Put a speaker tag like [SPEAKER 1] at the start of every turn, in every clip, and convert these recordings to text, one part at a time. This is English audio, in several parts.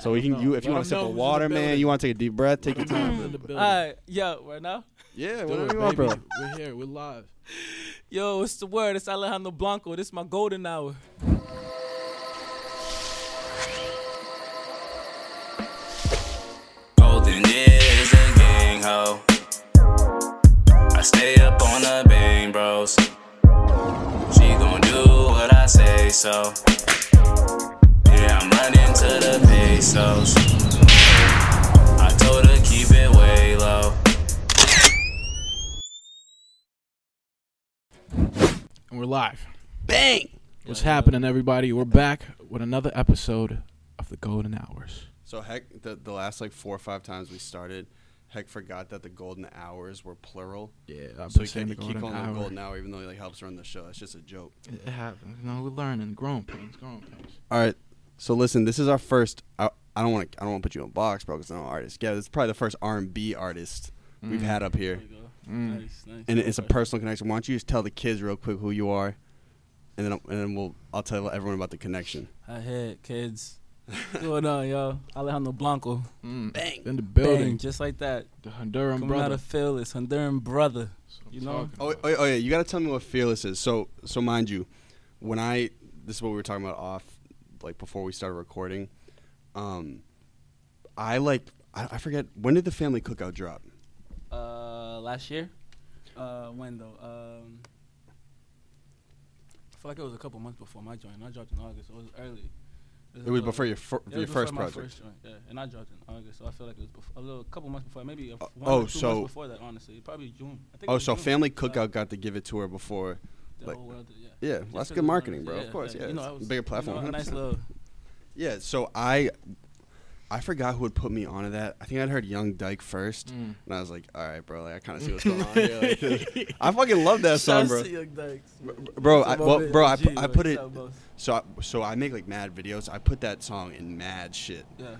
[SPEAKER 1] So we can
[SPEAKER 2] know.
[SPEAKER 1] you if you
[SPEAKER 2] Let
[SPEAKER 1] want
[SPEAKER 2] them
[SPEAKER 1] to sip
[SPEAKER 2] know
[SPEAKER 1] a
[SPEAKER 2] who's in the
[SPEAKER 1] water, man.
[SPEAKER 2] building.
[SPEAKER 1] You want to take a deep breath, take your time.
[SPEAKER 2] in the building.
[SPEAKER 3] Alright, yo, right now?
[SPEAKER 1] Yeah,
[SPEAKER 2] Do
[SPEAKER 1] whatever
[SPEAKER 2] it,
[SPEAKER 1] you want, bro.
[SPEAKER 2] baby. We're here. We're live.
[SPEAKER 3] Yo, it's the word. It's Alejandro Blanco. This is my golden hour.
[SPEAKER 4] Golden is a gang ho. I stay up on the bang bros. She gon' do what I say so. Yeah, I'm running to the pesos. I told her keep it way low.
[SPEAKER 2] And we're live. Bang! What's happening, everybody? We're back with another episode of the Golden Hours.
[SPEAKER 1] So heck, the, the last like four or five times we started, heck forgot that the golden hours were plural.
[SPEAKER 2] Yeah, I've
[SPEAKER 1] So
[SPEAKER 2] been
[SPEAKER 1] he
[SPEAKER 2] saying
[SPEAKER 1] can't
[SPEAKER 2] the
[SPEAKER 1] he keep
[SPEAKER 2] Golden
[SPEAKER 1] calling it
[SPEAKER 2] Hour.
[SPEAKER 1] the golden hour, even though he like helps run the show. That's just a joke.
[SPEAKER 2] It happens. No, we're learning. Growing pains. Growing pains.
[SPEAKER 1] All right. So listen, this is our first. I, I don't want to. I don't want to put you in a box, bro, because I'm an artist. Yeah, this is probably the first R and B artist
[SPEAKER 2] Mm.
[SPEAKER 1] we've had up here,
[SPEAKER 3] Nice, nice.
[SPEAKER 1] and it's a personal connection. Why don't you just tell the kids real quick who you are, and then and then we'll I'll tell everyone about the connection.
[SPEAKER 3] I hit kids. What's going on, yo? Alejandro Blanco.
[SPEAKER 2] Bang! Mm. In the
[SPEAKER 3] Bang,
[SPEAKER 2] building.
[SPEAKER 3] just like that.
[SPEAKER 2] The Honduran
[SPEAKER 3] Coming out
[SPEAKER 2] brother.
[SPEAKER 3] of Phyllis, Honduran brother. you know?
[SPEAKER 1] Oh, oh, oh yeah, you gotta tell me what fearless is. So, so mind you, when I this is what we were talking about off, like before we started recording. Um, I like I, I forget when did the family cookout drop?
[SPEAKER 3] Uh, last year? Uh, when though? Um, I feel like it was a couple months before my joint. I dropped in August. It was early.
[SPEAKER 1] It was before your fir-
[SPEAKER 3] Uh, It was
[SPEAKER 1] your
[SPEAKER 3] before
[SPEAKER 1] first
[SPEAKER 3] my
[SPEAKER 1] project.
[SPEAKER 3] first joint, yeah, and I dropped in August, so I feel like it was before, a little couple months before, maybe a f-
[SPEAKER 1] Uh,
[SPEAKER 3] one
[SPEAKER 1] oh,
[SPEAKER 3] or two
[SPEAKER 1] so-
[SPEAKER 3] months before that. Honestly, probably June. I think it
[SPEAKER 1] oh,
[SPEAKER 3] was
[SPEAKER 1] so
[SPEAKER 3] June.
[SPEAKER 1] family
[SPEAKER 3] Uh,
[SPEAKER 1] cookout got to give it to her before.
[SPEAKER 3] the
[SPEAKER 1] like-
[SPEAKER 3] whole world did, yeah.
[SPEAKER 1] Yeah, well,
[SPEAKER 3] Just
[SPEAKER 1] that's
[SPEAKER 3] 'cause
[SPEAKER 1] good
[SPEAKER 3] it was
[SPEAKER 1] marketing,
[SPEAKER 3] nice,
[SPEAKER 1] bro. of course, yeah,
[SPEAKER 3] You know,
[SPEAKER 1] it's
[SPEAKER 3] I
[SPEAKER 1] a
[SPEAKER 3] was-
[SPEAKER 1] bigger
[SPEAKER 3] you know,
[SPEAKER 1] platform.
[SPEAKER 3] a nice
[SPEAKER 1] 100%.
[SPEAKER 3] little.
[SPEAKER 1] Yeah, so I, I forgot who had put me onto that. I think I'd heard Young Dyke first,
[SPEAKER 2] Mm.
[SPEAKER 1] and I was like, all right, bro, like I kind of see what's going on here. Like, I fucking love that song,
[SPEAKER 3] Shouts
[SPEAKER 1] bro.
[SPEAKER 3] to Young Dykes.
[SPEAKER 1] Bro, I,
[SPEAKER 3] Some of
[SPEAKER 1] well,
[SPEAKER 3] it
[SPEAKER 1] bro,
[SPEAKER 3] is
[SPEAKER 1] I, pu-
[SPEAKER 3] G,
[SPEAKER 1] I
[SPEAKER 3] but
[SPEAKER 1] put it.
[SPEAKER 3] it's not both.
[SPEAKER 1] So I, so I make like mad videos. I put that song in mad shit
[SPEAKER 3] Yeah.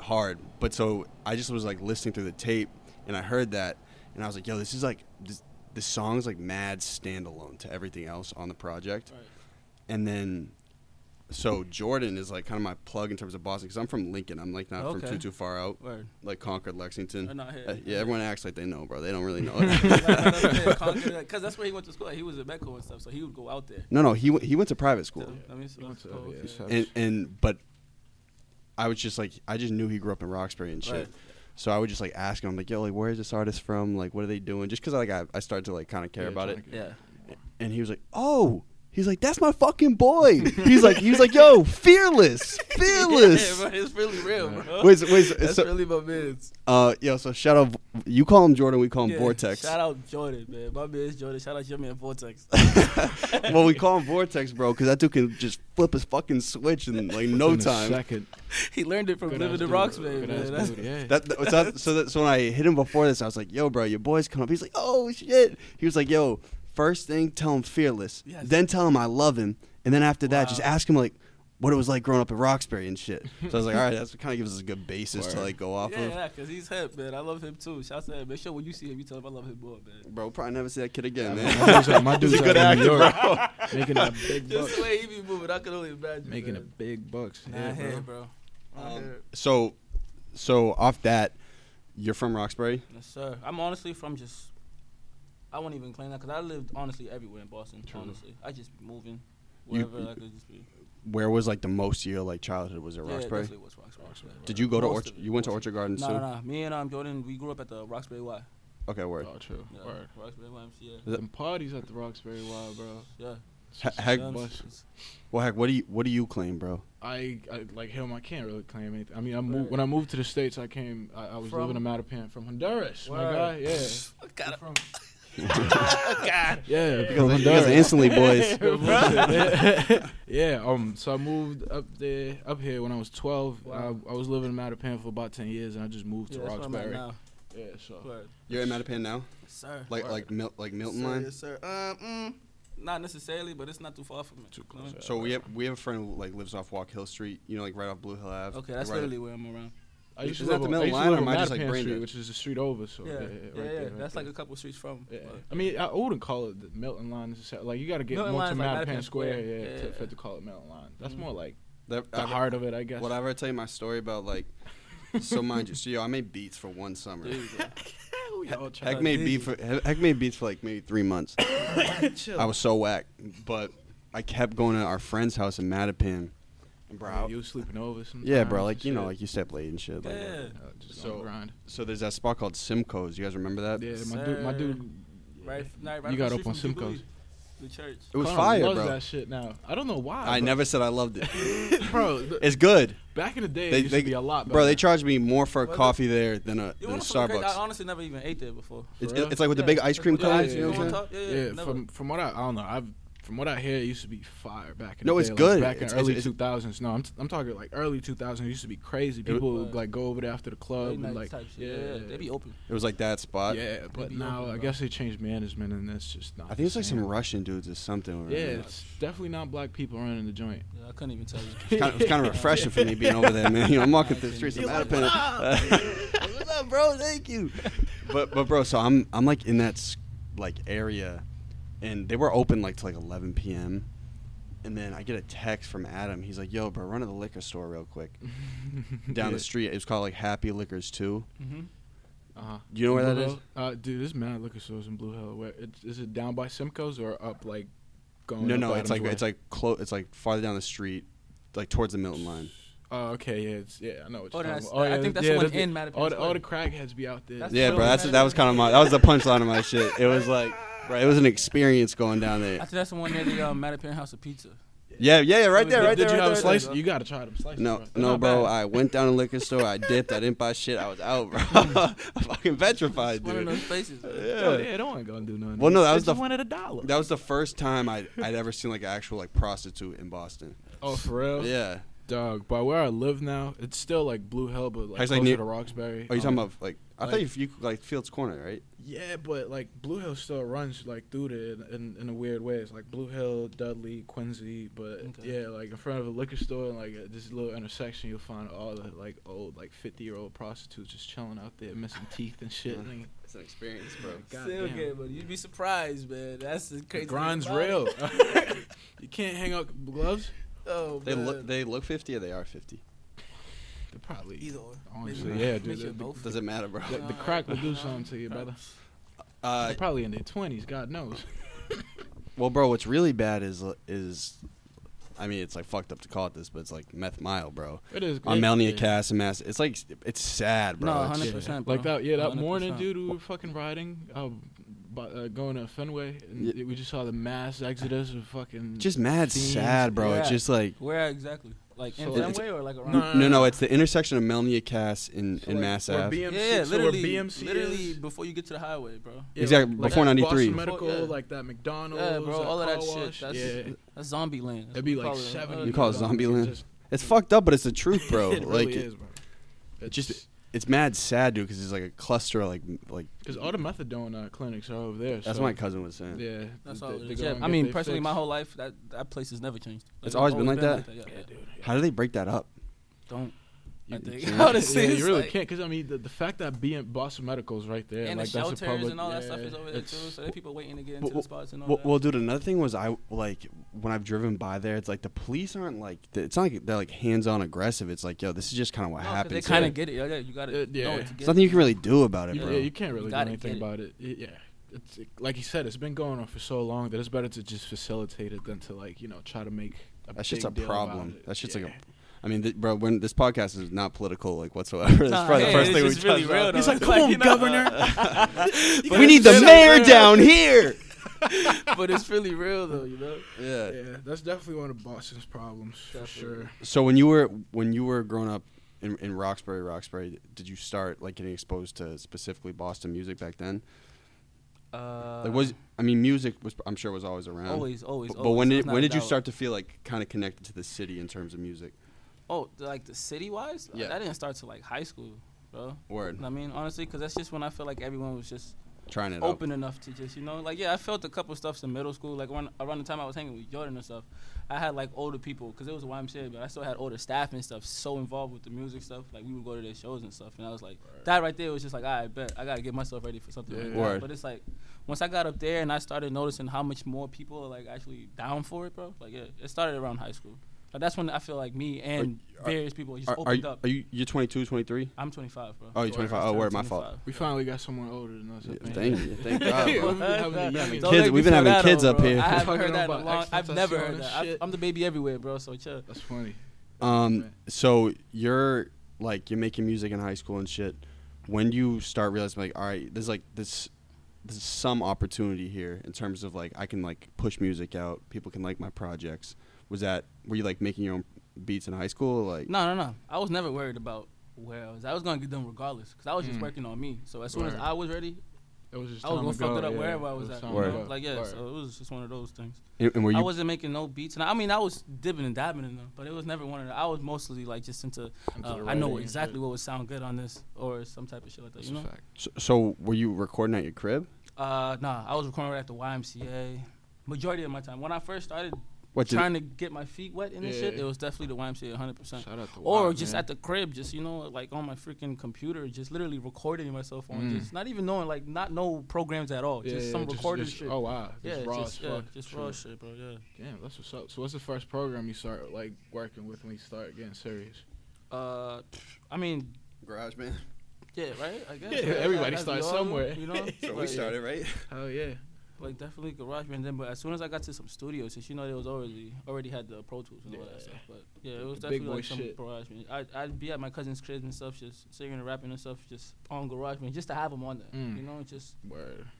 [SPEAKER 1] hard. But so I just was like listening through the tape and I heard that and I was like, yo, this is like this, this song's like mad standalone to everything else on the project.
[SPEAKER 3] Right.
[SPEAKER 1] And then so Jordan is like kind of my plug in terms of Boston because I'm from Lincoln. I'm like not from
[SPEAKER 3] Okay.
[SPEAKER 1] too too far out,
[SPEAKER 3] Word.
[SPEAKER 1] like Concord, Lexington.
[SPEAKER 3] Or not here.
[SPEAKER 1] Uh, yeah, everyone acts like they know, bro. They don't really know.
[SPEAKER 3] Because that's where he went to school. He was at Metco and stuff, so he would go out there.
[SPEAKER 1] no, no, he went- he went to private school.
[SPEAKER 3] So, I mean, so that's cool, yeah.
[SPEAKER 1] and and but I was just like I just knew he grew up in Roxbury and shit.
[SPEAKER 3] Right.
[SPEAKER 1] So I would just like ask him like, yo, like where is this artist from? Like what are they doing? Just because like I, I started to like kind of care
[SPEAKER 2] Yeah,
[SPEAKER 1] about
[SPEAKER 2] trying
[SPEAKER 1] it.
[SPEAKER 2] to
[SPEAKER 3] Yeah.
[SPEAKER 1] And he was like, oh, he's like that's my fucking boy. he's like he was like yo, fearless, fearless.
[SPEAKER 3] Yeah, bro, it's really real, bro.
[SPEAKER 1] Wait, wait,
[SPEAKER 3] that's
[SPEAKER 1] so,
[SPEAKER 3] really my man's.
[SPEAKER 1] uh, yo, so shout out, you call him Jordan, we call him
[SPEAKER 3] Yeah,
[SPEAKER 1] Vortex.
[SPEAKER 3] Shout out Jordan, man. My man is Jordan. Shout out your man Vortex.
[SPEAKER 1] well, we call him Vortex, bro, because that dude can just flip his fucking switch in like no
[SPEAKER 2] In a
[SPEAKER 1] time.
[SPEAKER 2] Second.
[SPEAKER 3] he learned it from
[SPEAKER 2] Good
[SPEAKER 3] living
[SPEAKER 2] ass
[SPEAKER 3] in
[SPEAKER 2] dude.
[SPEAKER 3] Roxbury,
[SPEAKER 2] Good
[SPEAKER 3] man.
[SPEAKER 2] ass
[SPEAKER 3] That's-
[SPEAKER 2] dude, yeah.
[SPEAKER 1] That, that- so, that- so that so when I hit him before this, I was like, "Yo, bro, your boys come up." He's like, "Oh shit!" He was like, "Yo, first thing, tell him fearless.
[SPEAKER 3] Yes.
[SPEAKER 1] Then tell him I love him, and then after that, just
[SPEAKER 3] Wow.
[SPEAKER 1] ask him like what it was like growing up in Roxbury and shit." So I was like, "All right, that's kind of gives us a good basis to
[SPEAKER 2] Word.
[SPEAKER 1] like go off
[SPEAKER 3] yeah,
[SPEAKER 1] of."
[SPEAKER 3] yeah, cause he's hip, man. I love him too. Shout out to him. Make sure when you see him, you tell him I love him more, man.
[SPEAKER 1] Bro, we'll probably never see that kid again, man.
[SPEAKER 2] My dude's out- My dude's
[SPEAKER 1] He's a good
[SPEAKER 2] out in New
[SPEAKER 1] actor,
[SPEAKER 2] York. Making a big
[SPEAKER 3] Just
[SPEAKER 2] bucks.
[SPEAKER 3] the way he be moving, I can only imagine.
[SPEAKER 2] Making a
[SPEAKER 3] man.
[SPEAKER 2] big bucks.
[SPEAKER 3] Nah,
[SPEAKER 2] Yeah,
[SPEAKER 3] hey,
[SPEAKER 2] bro.
[SPEAKER 3] bro.
[SPEAKER 1] Um,
[SPEAKER 3] Um,
[SPEAKER 1] so, so off that, you're from Roxbury.
[SPEAKER 3] yes, sir. I'm honestly from just. I won't even claim that because I lived honestly everywhere in Boston.
[SPEAKER 2] True.
[SPEAKER 3] Honestly, I just be moving wherever I could just be.
[SPEAKER 1] Where was like the most of your like childhood was at
[SPEAKER 3] Yeah,
[SPEAKER 1] Roxbury?
[SPEAKER 3] definitely was Roxbury.
[SPEAKER 1] Did you go to
[SPEAKER 3] Most
[SPEAKER 1] Orchard?
[SPEAKER 3] of it,
[SPEAKER 1] You went to
[SPEAKER 3] most of
[SPEAKER 1] Orchard Gardens
[SPEAKER 3] No,
[SPEAKER 1] too?
[SPEAKER 3] no, no. Me and um, Jordan, we grew up at the Roxbury Y.
[SPEAKER 1] Okay, word.
[SPEAKER 3] Uh,
[SPEAKER 2] Oh, true.
[SPEAKER 3] Yeah,
[SPEAKER 2] Word.
[SPEAKER 3] Roxbury YMCA.
[SPEAKER 1] The-
[SPEAKER 2] Them parties at the Roxbury Wild, bro.
[SPEAKER 3] Yeah.
[SPEAKER 1] He- heck,
[SPEAKER 3] Yeah, it's-
[SPEAKER 2] bus.
[SPEAKER 3] it's-
[SPEAKER 1] well, heck, what do you what do you claim, bro?
[SPEAKER 2] I, I like him. I can't really claim anything. I mean, I
[SPEAKER 3] Right.
[SPEAKER 2] moved, when I moved to the states, I came. I, I was
[SPEAKER 3] From-
[SPEAKER 2] living in Mattapan from Honduras. My
[SPEAKER 3] Word.
[SPEAKER 2] guy, yeah,
[SPEAKER 3] What kind of-
[SPEAKER 2] yeah,
[SPEAKER 1] Because they-
[SPEAKER 2] from
[SPEAKER 1] because they
[SPEAKER 2] Honduras.
[SPEAKER 1] instantly, boys.
[SPEAKER 2] yeah, um, so I moved up there, up here when I was twelve.
[SPEAKER 3] Wow.
[SPEAKER 2] I, I was living in Mattapan for about ten years, and I just moved
[SPEAKER 3] Yeah,
[SPEAKER 2] to
[SPEAKER 3] that's where I'm at
[SPEAKER 2] Roxbury.
[SPEAKER 3] now.
[SPEAKER 2] Yeah, so
[SPEAKER 3] Word.
[SPEAKER 1] You're in Mattapan now,
[SPEAKER 3] Yes, sir.
[SPEAKER 1] like
[SPEAKER 2] Word.
[SPEAKER 1] like Mil- like
[SPEAKER 3] Yes,
[SPEAKER 1] Milton
[SPEAKER 3] sir,
[SPEAKER 1] line.
[SPEAKER 3] Yes, sir. Um, mm, not necessarily, but it's not too far from it. Too
[SPEAKER 2] close, yeah.
[SPEAKER 1] So we have we have a friend who like lives off Walk Hill Street, you know, like right off Blue Hill Ave.
[SPEAKER 3] Okay, that's
[SPEAKER 1] right
[SPEAKER 3] literally where I'm around.
[SPEAKER 2] I used to
[SPEAKER 1] Is that
[SPEAKER 2] live
[SPEAKER 1] the
[SPEAKER 2] on-
[SPEAKER 1] middle
[SPEAKER 2] I used to
[SPEAKER 1] line, or
[SPEAKER 2] live on
[SPEAKER 1] am I just, like,
[SPEAKER 2] Mattapan Street,
[SPEAKER 1] brained?
[SPEAKER 2] which is the street over. So
[SPEAKER 3] yeah, yeah, yeah.
[SPEAKER 2] right there, right
[SPEAKER 3] that's
[SPEAKER 2] there.
[SPEAKER 3] like a couple streets from.
[SPEAKER 2] Yeah.
[SPEAKER 3] but-
[SPEAKER 2] I mean, I I wouldn't call it the Melton Line necessarily. Like you got to get
[SPEAKER 3] Milton
[SPEAKER 2] more to
[SPEAKER 3] Line's like
[SPEAKER 2] Mattapan
[SPEAKER 3] Mattapan
[SPEAKER 2] Square,
[SPEAKER 3] Square,
[SPEAKER 2] yeah,
[SPEAKER 3] yeah,
[SPEAKER 2] to
[SPEAKER 3] yeah.
[SPEAKER 2] fit to call it Melton Line. That's more like
[SPEAKER 1] That,
[SPEAKER 2] the
[SPEAKER 1] I've-
[SPEAKER 2] heart of it, I guess.
[SPEAKER 1] Whatever I tell you my story about like, so mind you, so yo, I made beats for one summer.
[SPEAKER 3] There you go.
[SPEAKER 2] We all try.
[SPEAKER 1] Heck made beat for Heck made beats for like maybe three months. I was so whack, but I kept going to our friend's house in Mattapan, and bro,
[SPEAKER 2] You sleeping over sometimes.
[SPEAKER 1] yeah, bro, like
[SPEAKER 2] and
[SPEAKER 1] you know,
[SPEAKER 2] shit.
[SPEAKER 1] like you stay up late and shit. Like,
[SPEAKER 3] Yeah.
[SPEAKER 2] Uh, just
[SPEAKER 1] So-
[SPEAKER 2] so grind.
[SPEAKER 1] So there's that spot called Simcoe's. You guys remember that?
[SPEAKER 2] Yeah, my
[SPEAKER 3] Sir.
[SPEAKER 2] dude, my dude.
[SPEAKER 3] Right, f- nah, right
[SPEAKER 2] You got
[SPEAKER 3] across
[SPEAKER 2] up on
[SPEAKER 3] the street from
[SPEAKER 2] Simcoe's.
[SPEAKER 3] Jubilee, The church.
[SPEAKER 1] It was
[SPEAKER 2] Connor
[SPEAKER 1] fire,
[SPEAKER 2] loves
[SPEAKER 1] bro.
[SPEAKER 2] that shit now. I don't know why.
[SPEAKER 1] I
[SPEAKER 2] but-
[SPEAKER 1] never said I loved it.
[SPEAKER 2] bro. th-
[SPEAKER 1] It's good.
[SPEAKER 2] Back in the day,
[SPEAKER 1] They-
[SPEAKER 2] it used
[SPEAKER 1] they-
[SPEAKER 2] to be a lot.
[SPEAKER 1] Bro, they
[SPEAKER 2] better.
[SPEAKER 1] charged me more for a
[SPEAKER 3] Well,
[SPEAKER 1] coffee there than a, than a
[SPEAKER 3] You wanna fucking crazy- I
[SPEAKER 1] Starbucks.
[SPEAKER 3] honestly never even ate there before.
[SPEAKER 1] It's,
[SPEAKER 2] For real?
[SPEAKER 1] it's like with the big ice cream
[SPEAKER 2] Yeah,
[SPEAKER 1] cones.
[SPEAKER 2] yeah,
[SPEAKER 1] you know
[SPEAKER 2] yeah.
[SPEAKER 1] what I'm saying?
[SPEAKER 3] Yeah, yeah,
[SPEAKER 2] Yeah,
[SPEAKER 3] never.
[SPEAKER 2] from from what I, I don't know. I've from what I hear, it used to be fire back in
[SPEAKER 1] No,
[SPEAKER 2] the
[SPEAKER 1] it's
[SPEAKER 2] day, like,
[SPEAKER 1] good.
[SPEAKER 2] back in
[SPEAKER 1] It's-
[SPEAKER 2] early
[SPEAKER 1] it's-
[SPEAKER 2] two thousands. No, I'm t- I'm talking like early two thousands. It used to be crazy.
[SPEAKER 1] was-
[SPEAKER 2] People would, like go over there after the
[SPEAKER 3] Late
[SPEAKER 2] club
[SPEAKER 3] night
[SPEAKER 2] and like
[SPEAKER 3] type shit,
[SPEAKER 2] yeah,
[SPEAKER 3] they be open.
[SPEAKER 1] It was like that spot.
[SPEAKER 2] yeah. But
[SPEAKER 3] be
[SPEAKER 2] now
[SPEAKER 3] open,
[SPEAKER 2] I
[SPEAKER 3] bro.
[SPEAKER 2] guess they changed management and that's just not.
[SPEAKER 1] I think it's like some
[SPEAKER 2] the
[SPEAKER 1] Russian dudes or something.
[SPEAKER 2] same. Yeah, it's definitely not black people running the joint.
[SPEAKER 3] Yeah, I couldn't even tell you.
[SPEAKER 1] It's kind, of, it's kind of refreshing for me being over there, man. You know, I'm walking through the streets of
[SPEAKER 3] He's like,
[SPEAKER 1] Mattapan. What's up, bro? Thank you. But but bro, so I'm I'm like in that s- like area, and they were open like till like 11 p.m. And then I get a text from Adam. He's like, "Yo, bro, run to the liquor store real quick down
[SPEAKER 2] Yeah.
[SPEAKER 1] the street. It was called like Happy Liquors too.
[SPEAKER 3] Mm-hmm.
[SPEAKER 2] Uh-huh.
[SPEAKER 1] You know where that
[SPEAKER 2] Blue
[SPEAKER 1] is?
[SPEAKER 2] Hill? Uh, dude, this mad liquor stores in Blue Hill. Where it's, is it down by Simcoe's or up like going?
[SPEAKER 1] No,
[SPEAKER 2] up
[SPEAKER 1] no, it's
[SPEAKER 2] Adams
[SPEAKER 1] like
[SPEAKER 2] Way?
[SPEAKER 1] it's like close. It's like farther down the street, like towards the Milton line.
[SPEAKER 2] Oh, okay, yeah, it's, yeah, I know what
[SPEAKER 3] Oh,
[SPEAKER 2] you're talking
[SPEAKER 3] that's-
[SPEAKER 2] about. Oh,
[SPEAKER 3] I
[SPEAKER 2] yeah,
[SPEAKER 3] think that's
[SPEAKER 2] yeah,
[SPEAKER 3] the one
[SPEAKER 2] that's-
[SPEAKER 3] in Mattapan
[SPEAKER 2] All the, all
[SPEAKER 3] Square.
[SPEAKER 2] the crackheads be out there.
[SPEAKER 3] That's
[SPEAKER 1] Yeah,
[SPEAKER 3] So
[SPEAKER 1] bro, that's that was kind of my that was the punchline of my shit. It was like, bro, it was an experience going down
[SPEAKER 3] I
[SPEAKER 1] there.
[SPEAKER 3] think that's the one near the um, Mattapan House of Pizza.
[SPEAKER 1] Yeah, yeah, yeah, right
[SPEAKER 2] Did-
[SPEAKER 1] there, right
[SPEAKER 2] Did
[SPEAKER 1] there.
[SPEAKER 2] you
[SPEAKER 1] right
[SPEAKER 2] have
[SPEAKER 1] there,
[SPEAKER 2] a
[SPEAKER 1] right
[SPEAKER 2] slice? You gotta try them slices.
[SPEAKER 1] No,
[SPEAKER 2] bro. They're
[SPEAKER 1] no,
[SPEAKER 2] not
[SPEAKER 1] bro.
[SPEAKER 2] bad.
[SPEAKER 1] I went down to liquor store. I dipped. I didn't buy shit. I was out, bro. I'm fucking petrified,
[SPEAKER 3] It's one of
[SPEAKER 1] dude.
[SPEAKER 3] those places. man.
[SPEAKER 2] Yo,
[SPEAKER 1] Yeah.
[SPEAKER 2] Oh, yeah, don't want to go and do nothing.
[SPEAKER 1] Well, no, that was
[SPEAKER 2] They just
[SPEAKER 1] the-
[SPEAKER 2] wanted a dollar.
[SPEAKER 1] That was the first time I'd, I'd ever seen like an actual like prostitute in Boston.
[SPEAKER 2] oh, for real?
[SPEAKER 1] Yeah.
[SPEAKER 2] Dog, by where I live now, it's still like Blue Hill, but like
[SPEAKER 1] It's
[SPEAKER 2] closer
[SPEAKER 1] like near-
[SPEAKER 2] to Roxbury.
[SPEAKER 1] Are you
[SPEAKER 2] Um,
[SPEAKER 1] talking about like? I thought
[SPEAKER 2] like-
[SPEAKER 1] you, you like Fields Corner, right?
[SPEAKER 2] Yeah, but like Blue Hill still runs like through there in, in, in a weird way. It's like Blue Hill, Dudley, Quincy, but
[SPEAKER 3] Okay.
[SPEAKER 2] yeah, like in front of a liquor store and like at this little intersection, you'll find all the like old like fifty year old prostitutes just chilling out there, missing teeth and shit.
[SPEAKER 1] Mhm.
[SPEAKER 2] and
[SPEAKER 1] It's an experience, bro.
[SPEAKER 2] God
[SPEAKER 3] Still
[SPEAKER 2] damn.
[SPEAKER 3] good, but you'd be surprised, man. That's the crazy.
[SPEAKER 2] the
[SPEAKER 3] thing
[SPEAKER 2] grind's
[SPEAKER 3] about it.
[SPEAKER 2] real. you can't hang up gloves.
[SPEAKER 3] Oh,
[SPEAKER 1] They
[SPEAKER 3] man.
[SPEAKER 1] look they look fifty or they are fifty.
[SPEAKER 2] They're probably
[SPEAKER 3] Either or.
[SPEAKER 2] honestly,
[SPEAKER 3] Maybe
[SPEAKER 2] yeah,
[SPEAKER 3] make
[SPEAKER 2] dude.
[SPEAKER 3] it
[SPEAKER 2] The, the,
[SPEAKER 3] both.
[SPEAKER 1] Doesn't matter, bro.
[SPEAKER 2] the, the crack will do something to you, brother.
[SPEAKER 1] Uh,
[SPEAKER 2] They're probably in their twenties, God knows.
[SPEAKER 1] well, bro, what's really bad is is, I mean, it's like fucked up to call it this, but it's like meth mile, bro.
[SPEAKER 2] It is.
[SPEAKER 1] On
[SPEAKER 2] it-
[SPEAKER 1] Melnia
[SPEAKER 2] yeah.
[SPEAKER 1] Cass and Mass, it's like it's sad, bro.
[SPEAKER 3] No,
[SPEAKER 1] It's-
[SPEAKER 3] 100%.
[SPEAKER 2] Yeah,
[SPEAKER 3] bro.
[SPEAKER 2] Like that, yeah. That morning,
[SPEAKER 3] 100%.
[SPEAKER 2] dude, we were fucking riding, um, by, uh, going to Fenway, and
[SPEAKER 1] Yeah.
[SPEAKER 2] we just saw the mass exodus of fucking.
[SPEAKER 1] just mad
[SPEAKER 2] Fiends.
[SPEAKER 1] sad, bro it's
[SPEAKER 3] Yeah.
[SPEAKER 1] just like
[SPEAKER 3] Where exactly? Like in
[SPEAKER 2] So
[SPEAKER 1] it's-
[SPEAKER 3] Fenway or like around?
[SPEAKER 2] No,
[SPEAKER 1] no no it's the intersection of melnia cass and,
[SPEAKER 2] So,
[SPEAKER 1] and
[SPEAKER 2] Uh, like,
[SPEAKER 1] mass
[SPEAKER 2] where
[SPEAKER 1] ave
[SPEAKER 2] BMC
[SPEAKER 3] yeah,
[SPEAKER 2] so where
[SPEAKER 3] literally,
[SPEAKER 2] BMC
[SPEAKER 3] literally
[SPEAKER 2] is-
[SPEAKER 3] before you get to the highway, bro.
[SPEAKER 2] yeah,
[SPEAKER 1] Exactly, before
[SPEAKER 2] that
[SPEAKER 1] 93.
[SPEAKER 2] Boston Medical,
[SPEAKER 3] Yeah.
[SPEAKER 2] like that McDonald's, uh,
[SPEAKER 3] Yeah, bro, all of that
[SPEAKER 2] car
[SPEAKER 3] shit,
[SPEAKER 2] wash,
[SPEAKER 3] that's-
[SPEAKER 2] yeah,
[SPEAKER 3] That's zombie land. That's
[SPEAKER 2] it'd be
[SPEAKER 3] what we
[SPEAKER 2] like
[SPEAKER 3] call it.
[SPEAKER 2] seven.
[SPEAKER 1] You call it
[SPEAKER 2] years
[SPEAKER 1] zombie
[SPEAKER 2] old,
[SPEAKER 1] land?
[SPEAKER 2] just-
[SPEAKER 1] it's fucked up but it's the truth bro
[SPEAKER 2] it
[SPEAKER 1] like
[SPEAKER 2] really
[SPEAKER 1] it-
[SPEAKER 2] is, bro. It's
[SPEAKER 1] just- it's mad sad dude because it's like a cluster of like m- like
[SPEAKER 2] because all the methadone uh, clinics are over there.
[SPEAKER 1] that's
[SPEAKER 2] so,
[SPEAKER 1] what my cousin was saying
[SPEAKER 2] Yeah,
[SPEAKER 3] That's
[SPEAKER 2] they-
[SPEAKER 3] all.
[SPEAKER 2] they
[SPEAKER 3] It is.
[SPEAKER 2] go
[SPEAKER 3] Yeah,
[SPEAKER 2] and
[SPEAKER 3] I
[SPEAKER 2] get
[SPEAKER 3] mean,
[SPEAKER 2] they
[SPEAKER 3] personally, my
[SPEAKER 2] fixed.
[SPEAKER 3] whole life, that that place has never changed. Like,
[SPEAKER 1] It's always been like that?
[SPEAKER 3] yeah, yeah.
[SPEAKER 1] how do they break that up
[SPEAKER 3] Don't. I
[SPEAKER 1] You
[SPEAKER 3] think
[SPEAKER 1] can't.
[SPEAKER 3] honestly,
[SPEAKER 2] Yeah,
[SPEAKER 3] it's
[SPEAKER 2] you really
[SPEAKER 3] like-
[SPEAKER 2] can't because I mean the, the fact that being Boston Medical's right there,
[SPEAKER 3] And
[SPEAKER 2] like that's
[SPEAKER 3] the
[SPEAKER 2] a
[SPEAKER 3] shelters
[SPEAKER 2] public,
[SPEAKER 3] and all that stuff
[SPEAKER 2] yeah,
[SPEAKER 3] is over there too.
[SPEAKER 2] it's-
[SPEAKER 3] So there people waiting to get
[SPEAKER 1] Well,
[SPEAKER 3] into the
[SPEAKER 1] well,
[SPEAKER 3] spots and all
[SPEAKER 1] well,
[SPEAKER 3] that.
[SPEAKER 1] well dude another thing was i like when i've driven by there it's like the police aren't like th- it's not like they're like hands-on aggressive it's like yo this is just kind of what
[SPEAKER 3] No, 'cause
[SPEAKER 1] happens
[SPEAKER 3] They kind
[SPEAKER 1] here.
[SPEAKER 3] of get it. Yeah, yeah, you got
[SPEAKER 2] Uh,
[SPEAKER 3] to
[SPEAKER 2] yeah.
[SPEAKER 3] know it to
[SPEAKER 1] There's
[SPEAKER 3] get
[SPEAKER 1] nothing
[SPEAKER 3] it.
[SPEAKER 1] you can really do about it
[SPEAKER 2] Yeah,
[SPEAKER 1] bro
[SPEAKER 2] yeah, you can't really do
[SPEAKER 3] gotta
[SPEAKER 2] anything
[SPEAKER 3] get it.
[SPEAKER 2] about it. Y- Yeah, it's it- like you said, it's been going on for so long that it's better to just facilitate it than to like you know try to make a
[SPEAKER 1] that shit's
[SPEAKER 2] big
[SPEAKER 1] a
[SPEAKER 2] deal about
[SPEAKER 1] problem
[SPEAKER 2] it.
[SPEAKER 1] that shit's like
[SPEAKER 2] Yeah.
[SPEAKER 1] a I mean, th- bro, when this podcast is not political, like whatsoever. That's
[SPEAKER 3] Nah,
[SPEAKER 1] probably the
[SPEAKER 3] yeah,
[SPEAKER 1] first
[SPEAKER 3] it's
[SPEAKER 1] thing we
[SPEAKER 3] just really
[SPEAKER 1] touched
[SPEAKER 3] real,
[SPEAKER 1] on.
[SPEAKER 3] though. It's like, you know,
[SPEAKER 1] But we need the mayor down here.
[SPEAKER 3] but it's really real though, you know.
[SPEAKER 1] Yeah.
[SPEAKER 2] Yeah, that's definitely one of Boston's problems for
[SPEAKER 3] Definitely.
[SPEAKER 2] sure.
[SPEAKER 1] So when you were when you were growing up in, in Roxbury, Roxbury, did you start like getting exposed to specifically Boston music back then?
[SPEAKER 3] Uh,
[SPEAKER 1] Like was I mean, music was I'm sure was always around.
[SPEAKER 3] always, always.
[SPEAKER 1] Um, But, but when
[SPEAKER 3] always,
[SPEAKER 1] did
[SPEAKER 3] it's not
[SPEAKER 1] when
[SPEAKER 3] a
[SPEAKER 1] did you
[SPEAKER 3] doubt.
[SPEAKER 1] start to feel like kind of connected to the city in terms of music?
[SPEAKER 3] Oh, th- like the city wise?
[SPEAKER 1] Yeah.
[SPEAKER 3] That didn't start till like high school, bro.
[SPEAKER 1] Word,
[SPEAKER 3] I mean, honestly, because that's just when I felt like everyone was just
[SPEAKER 1] trying it
[SPEAKER 3] open enough to just, you know, like, yeah, I felt a couple stuffs in middle school. Like, when, around the time I was hanging with Jordan and stuff, I had like older people, because it was a YMCA, but I still had older staff and stuff so involved with the music stuff. Like, we would go to their shows and stuff. And I was like, that right there was just like, I bet I got to get myself ready for something like
[SPEAKER 2] Yeah.
[SPEAKER 3] that.
[SPEAKER 1] Word.
[SPEAKER 3] But it's like, once I got up there and I started noticing how much more people are like actually down for it, bro, like, yeah, it started around high school. Like, that's when I feel like me and
[SPEAKER 1] are-
[SPEAKER 3] various people just
[SPEAKER 1] Are, are
[SPEAKER 3] opened
[SPEAKER 1] you,
[SPEAKER 3] up.
[SPEAKER 1] are you you're 22, 23?
[SPEAKER 3] I'm 25, bro.
[SPEAKER 1] Oh, you're 25. Oh, word, my fault.
[SPEAKER 2] We finally got someone older than us.
[SPEAKER 1] Yeah, thank you. Thank God,
[SPEAKER 2] We've
[SPEAKER 1] bro.
[SPEAKER 2] been having a
[SPEAKER 3] Don't
[SPEAKER 2] yummy-
[SPEAKER 3] let
[SPEAKER 1] Kids-
[SPEAKER 3] me
[SPEAKER 1] we've been
[SPEAKER 3] feel
[SPEAKER 1] having
[SPEAKER 3] that
[SPEAKER 1] kids
[SPEAKER 3] old,
[SPEAKER 1] up
[SPEAKER 3] bro.
[SPEAKER 1] here.
[SPEAKER 3] I
[SPEAKER 1] We're
[SPEAKER 3] haven't
[SPEAKER 2] talking
[SPEAKER 3] heard that in a
[SPEAKER 2] about
[SPEAKER 3] long. I've never
[SPEAKER 2] exploitation
[SPEAKER 3] heard
[SPEAKER 2] and
[SPEAKER 3] that. I've-
[SPEAKER 2] shit.
[SPEAKER 3] I'm the baby everywhere, bro. So chill.
[SPEAKER 2] That's funny.
[SPEAKER 1] Um,
[SPEAKER 2] Right.
[SPEAKER 1] so you're like you're making music in high school and shit. When do you start realizing like, all right, there's like this, there's some opportunity here in terms of like I can like push music out. People can like my projects. Was that were you like making your own beats in high school? Like
[SPEAKER 3] No, no, no. I was never worried about where I was. I was gonna get them regardless, cause I was just
[SPEAKER 2] Mm.
[SPEAKER 3] working on me. So as soon as
[SPEAKER 2] Word.
[SPEAKER 3] I was ready,
[SPEAKER 2] It was just
[SPEAKER 3] I was
[SPEAKER 2] time
[SPEAKER 3] gonna
[SPEAKER 2] ago,
[SPEAKER 3] fuck it up
[SPEAKER 2] yeah.
[SPEAKER 3] wherever I
[SPEAKER 2] It
[SPEAKER 3] was, at.
[SPEAKER 2] time
[SPEAKER 3] you
[SPEAKER 1] Word.
[SPEAKER 3] know?
[SPEAKER 2] ago.
[SPEAKER 3] Like yeah,
[SPEAKER 2] Word.
[SPEAKER 3] so it was just one of those things.
[SPEAKER 1] and, and were you?
[SPEAKER 3] I wasn't making no beats, and I, I mean I was dipping and dabbing in them, but it was never one of. The, I was mostly like just into.
[SPEAKER 2] Into
[SPEAKER 3] uh,
[SPEAKER 2] the
[SPEAKER 3] I know
[SPEAKER 2] writing and
[SPEAKER 3] exactly
[SPEAKER 2] shit.
[SPEAKER 3] what would sound good on this, or some type of shit like that.
[SPEAKER 2] That's
[SPEAKER 3] You
[SPEAKER 2] a
[SPEAKER 3] know?
[SPEAKER 2] fact.
[SPEAKER 1] so, so were you recording at your crib?
[SPEAKER 3] Uh, nah, I was recording right at the YMCA. Majority of my time when I first started
[SPEAKER 1] What did,
[SPEAKER 3] trying to get my feet wet in this shit,
[SPEAKER 2] Yeah.
[SPEAKER 3] it was definitely the YMCA 100. percent
[SPEAKER 2] Shout out to
[SPEAKER 3] or
[SPEAKER 2] Watt,
[SPEAKER 3] just
[SPEAKER 2] man.
[SPEAKER 3] at the crib, just you know, like on my freaking computer, just literally recording myself on,
[SPEAKER 2] Mm.
[SPEAKER 3] just not even knowing, like not no programs at all,
[SPEAKER 2] Yeah,
[SPEAKER 3] just
[SPEAKER 2] yeah,
[SPEAKER 3] some recorded
[SPEAKER 2] just-
[SPEAKER 3] shit.
[SPEAKER 2] Oh wow, just
[SPEAKER 3] yeah,
[SPEAKER 2] raw
[SPEAKER 3] just,
[SPEAKER 2] as
[SPEAKER 3] yeah,
[SPEAKER 2] fuck.
[SPEAKER 3] just
[SPEAKER 2] Shit.
[SPEAKER 3] raw shit, bro. Yeah.
[SPEAKER 2] Damn, that's what's up. So what's the first program you start like working with when you start getting serious?
[SPEAKER 3] Uh, I mean,
[SPEAKER 1] garage band?
[SPEAKER 3] yeah, right. I guess
[SPEAKER 2] Yeah,
[SPEAKER 3] right?
[SPEAKER 2] everybody
[SPEAKER 3] As we
[SPEAKER 2] starts
[SPEAKER 3] all do,
[SPEAKER 2] somewhere.
[SPEAKER 3] You know, Like,
[SPEAKER 1] right?
[SPEAKER 2] Oh yeah.
[SPEAKER 3] like definitely GarageBand. Then, but as soon as I got to some studios, since you know they was already already had the Pro Tools and all
[SPEAKER 2] Yeah.
[SPEAKER 3] that stuff. But yeah, it was
[SPEAKER 2] The big
[SPEAKER 3] definitely
[SPEAKER 2] boy
[SPEAKER 3] like some
[SPEAKER 2] shit.
[SPEAKER 3] GarageBand. I'd, I'd be at my cousin's crib and stuff, just singing and rapping and stuff, just on GarageBand, just to have them on there.
[SPEAKER 2] Mm.
[SPEAKER 3] You know, just
[SPEAKER 2] Word.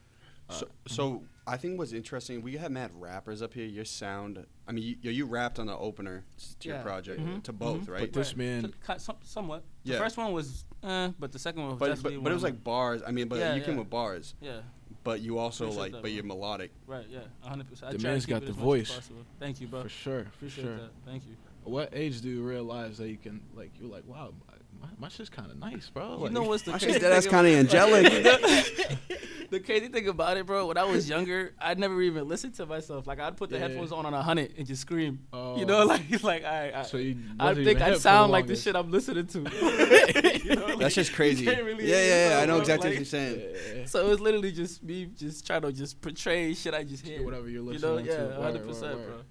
[SPEAKER 1] So, so I think what's interesting, we have mad rappers up here. Your sound, I mean, you, you rapped on the opener to your
[SPEAKER 3] Yeah.
[SPEAKER 1] project
[SPEAKER 3] Mhm.
[SPEAKER 1] to both,
[SPEAKER 3] Mhm.
[SPEAKER 1] right?
[SPEAKER 2] Mm-hmm. But this
[SPEAKER 3] Right.
[SPEAKER 2] man-
[SPEAKER 3] So, ki- some, somewhat. The
[SPEAKER 1] Yeah.
[SPEAKER 3] first one was, eh, but the second one was
[SPEAKER 1] but,
[SPEAKER 3] definitely.
[SPEAKER 1] but, but it
[SPEAKER 3] one
[SPEAKER 1] was
[SPEAKER 3] of
[SPEAKER 1] like bars. I mean, but
[SPEAKER 3] Yeah,
[SPEAKER 1] you came
[SPEAKER 3] yeah.
[SPEAKER 1] with bars,
[SPEAKER 3] my- yeah,
[SPEAKER 1] but you also
[SPEAKER 3] Appreciate
[SPEAKER 1] like,
[SPEAKER 3] that,
[SPEAKER 1] but
[SPEAKER 3] bro.
[SPEAKER 1] you're melodic.
[SPEAKER 3] right, yeah, 100. percent
[SPEAKER 2] The man's got the voice.
[SPEAKER 3] Thank you, bro.
[SPEAKER 2] For sure. For
[SPEAKER 3] Appreciate
[SPEAKER 2] sure.
[SPEAKER 3] that. Thank you.
[SPEAKER 2] What age do you realize that you can like you're like wow my, my shit's kind of nice, bro.
[SPEAKER 3] You
[SPEAKER 2] Like,
[SPEAKER 3] know what's the
[SPEAKER 1] I
[SPEAKER 3] crazy
[SPEAKER 1] should- that's
[SPEAKER 3] thing
[SPEAKER 1] kind of angelic.
[SPEAKER 3] The crazy thing about it, bro, when I was younger, I'd never even listen to myself. Like I'd put the
[SPEAKER 2] Yeah.
[SPEAKER 3] headphones on on a hundred and just scream.
[SPEAKER 2] Oh.
[SPEAKER 3] You know, like it's like I, I,
[SPEAKER 2] So you
[SPEAKER 3] I
[SPEAKER 2] wasn't
[SPEAKER 3] think
[SPEAKER 2] even hip
[SPEAKER 3] I
[SPEAKER 2] for the
[SPEAKER 3] sound like the
[SPEAKER 2] longest.
[SPEAKER 3] shit I'm listening to. You know, like,
[SPEAKER 1] That's just
[SPEAKER 3] you
[SPEAKER 1] crazy.
[SPEAKER 3] can't really
[SPEAKER 1] yeah,
[SPEAKER 3] hear
[SPEAKER 1] yeah, yeah.
[SPEAKER 3] yourself,
[SPEAKER 1] I know
[SPEAKER 3] bro,
[SPEAKER 1] exactly
[SPEAKER 3] like-
[SPEAKER 1] what you're saying.
[SPEAKER 2] Yeah.
[SPEAKER 3] So it was literally just me, just trying to just portray shit I just
[SPEAKER 2] do
[SPEAKER 3] hear.
[SPEAKER 2] whatever you're listening
[SPEAKER 3] you
[SPEAKER 2] to.
[SPEAKER 3] know, Yeah,
[SPEAKER 2] Word,
[SPEAKER 3] 100,
[SPEAKER 2] word,
[SPEAKER 3] percent, bro.
[SPEAKER 2] word.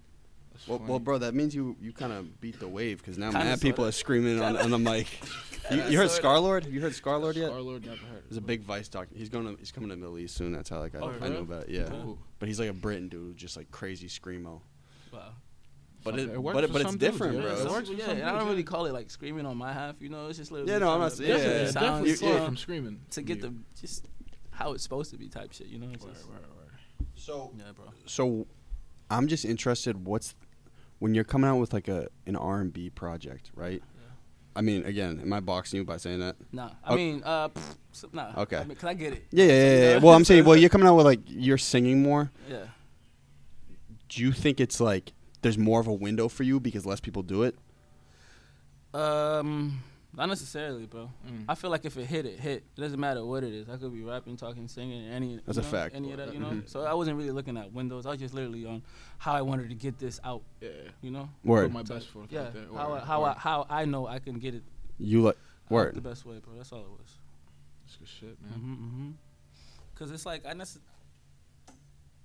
[SPEAKER 2] That's
[SPEAKER 1] Well,
[SPEAKER 2] funny.
[SPEAKER 1] well, bro, that means you you kind of beat the wave because now
[SPEAKER 3] Kinda,
[SPEAKER 1] mad people
[SPEAKER 3] sorta.
[SPEAKER 1] are screaming on, on the mic. You, you heard
[SPEAKER 3] sorta.
[SPEAKER 1] Scarlord? Have you heard Scarlord yet?
[SPEAKER 2] Star-Lord never heard.
[SPEAKER 1] There's a big Vice doc. He's going. To, he's coming to the Middle East soon. That's how like I,
[SPEAKER 3] Oh,
[SPEAKER 1] I
[SPEAKER 3] really?
[SPEAKER 1] know about. It. Yeah,
[SPEAKER 2] Ooh.
[SPEAKER 1] but he's like a Briton dude, just like crazy screamo.
[SPEAKER 3] Wow.
[SPEAKER 1] But
[SPEAKER 2] Fuck,
[SPEAKER 1] it,
[SPEAKER 2] it works
[SPEAKER 1] but, it-
[SPEAKER 2] for
[SPEAKER 1] but it's
[SPEAKER 2] some dudes,
[SPEAKER 1] different,
[SPEAKER 2] yeah.
[SPEAKER 1] bro.
[SPEAKER 2] It
[SPEAKER 3] Some
[SPEAKER 2] works
[SPEAKER 3] people-
[SPEAKER 2] for
[SPEAKER 3] yeah,
[SPEAKER 2] some
[SPEAKER 3] and I don't
[SPEAKER 2] dudes,
[SPEAKER 3] really
[SPEAKER 2] yeah.
[SPEAKER 3] call it like screaming on my half. You know, it's just literally.
[SPEAKER 1] Yeah, no, I'm
[SPEAKER 3] just
[SPEAKER 1] not-
[SPEAKER 3] trying to-
[SPEAKER 1] yeah,
[SPEAKER 2] Definitely,
[SPEAKER 1] yeah,
[SPEAKER 3] it
[SPEAKER 1] yeah.
[SPEAKER 3] sounds
[SPEAKER 1] You-
[SPEAKER 2] definitely far
[SPEAKER 1] yeah.
[SPEAKER 2] from screaming
[SPEAKER 3] to get
[SPEAKER 2] Yeah.
[SPEAKER 3] the just how it's supposed to be type shit. You know, it's
[SPEAKER 2] Word,
[SPEAKER 3] just,
[SPEAKER 2] word, word.
[SPEAKER 1] So
[SPEAKER 3] yeah, bro.
[SPEAKER 1] so, I'm just interested. What's when you're coming out with like a an R and B project, right?
[SPEAKER 3] Yeah.
[SPEAKER 1] I mean, again, am I boxing you by saying that?
[SPEAKER 3] Nah, I
[SPEAKER 1] Oh.
[SPEAKER 3] mean, uh, pff, so- nah.
[SPEAKER 1] Okay.
[SPEAKER 3] I mean, cause I get it.
[SPEAKER 1] Yeah, yeah, yeah. yeah. Well, I'm saying, well, you're coming out with like you're singing more.
[SPEAKER 3] Yeah.
[SPEAKER 1] Do you think it's like there's more of a window for you because less people do it?
[SPEAKER 3] Um, not necessarily, bro.
[SPEAKER 2] Mm.
[SPEAKER 3] I feel like if it hit, it hit. It doesn't matter what it is. I could be rapping, talking, singing, any. you
[SPEAKER 1] That's a
[SPEAKER 3] know,
[SPEAKER 1] fact.
[SPEAKER 3] Any of that, you know.
[SPEAKER 1] Mhm.
[SPEAKER 3] So I wasn't really looking at windows. I was just literally on how I wanted to get this out.
[SPEAKER 2] Yeah.
[SPEAKER 3] You know.
[SPEAKER 1] Word,
[SPEAKER 2] Put my best forth.
[SPEAKER 3] Yeah.
[SPEAKER 2] Out there.
[SPEAKER 3] how I,
[SPEAKER 2] Word,
[SPEAKER 3] how
[SPEAKER 2] word.
[SPEAKER 3] I, how I know I can get it
[SPEAKER 1] you like
[SPEAKER 3] out
[SPEAKER 1] word.
[SPEAKER 3] the best way, bro. That's all it was.
[SPEAKER 2] That's good shit, man.
[SPEAKER 3] Mm-hmm, mm-hmm. Cause it's like I necess-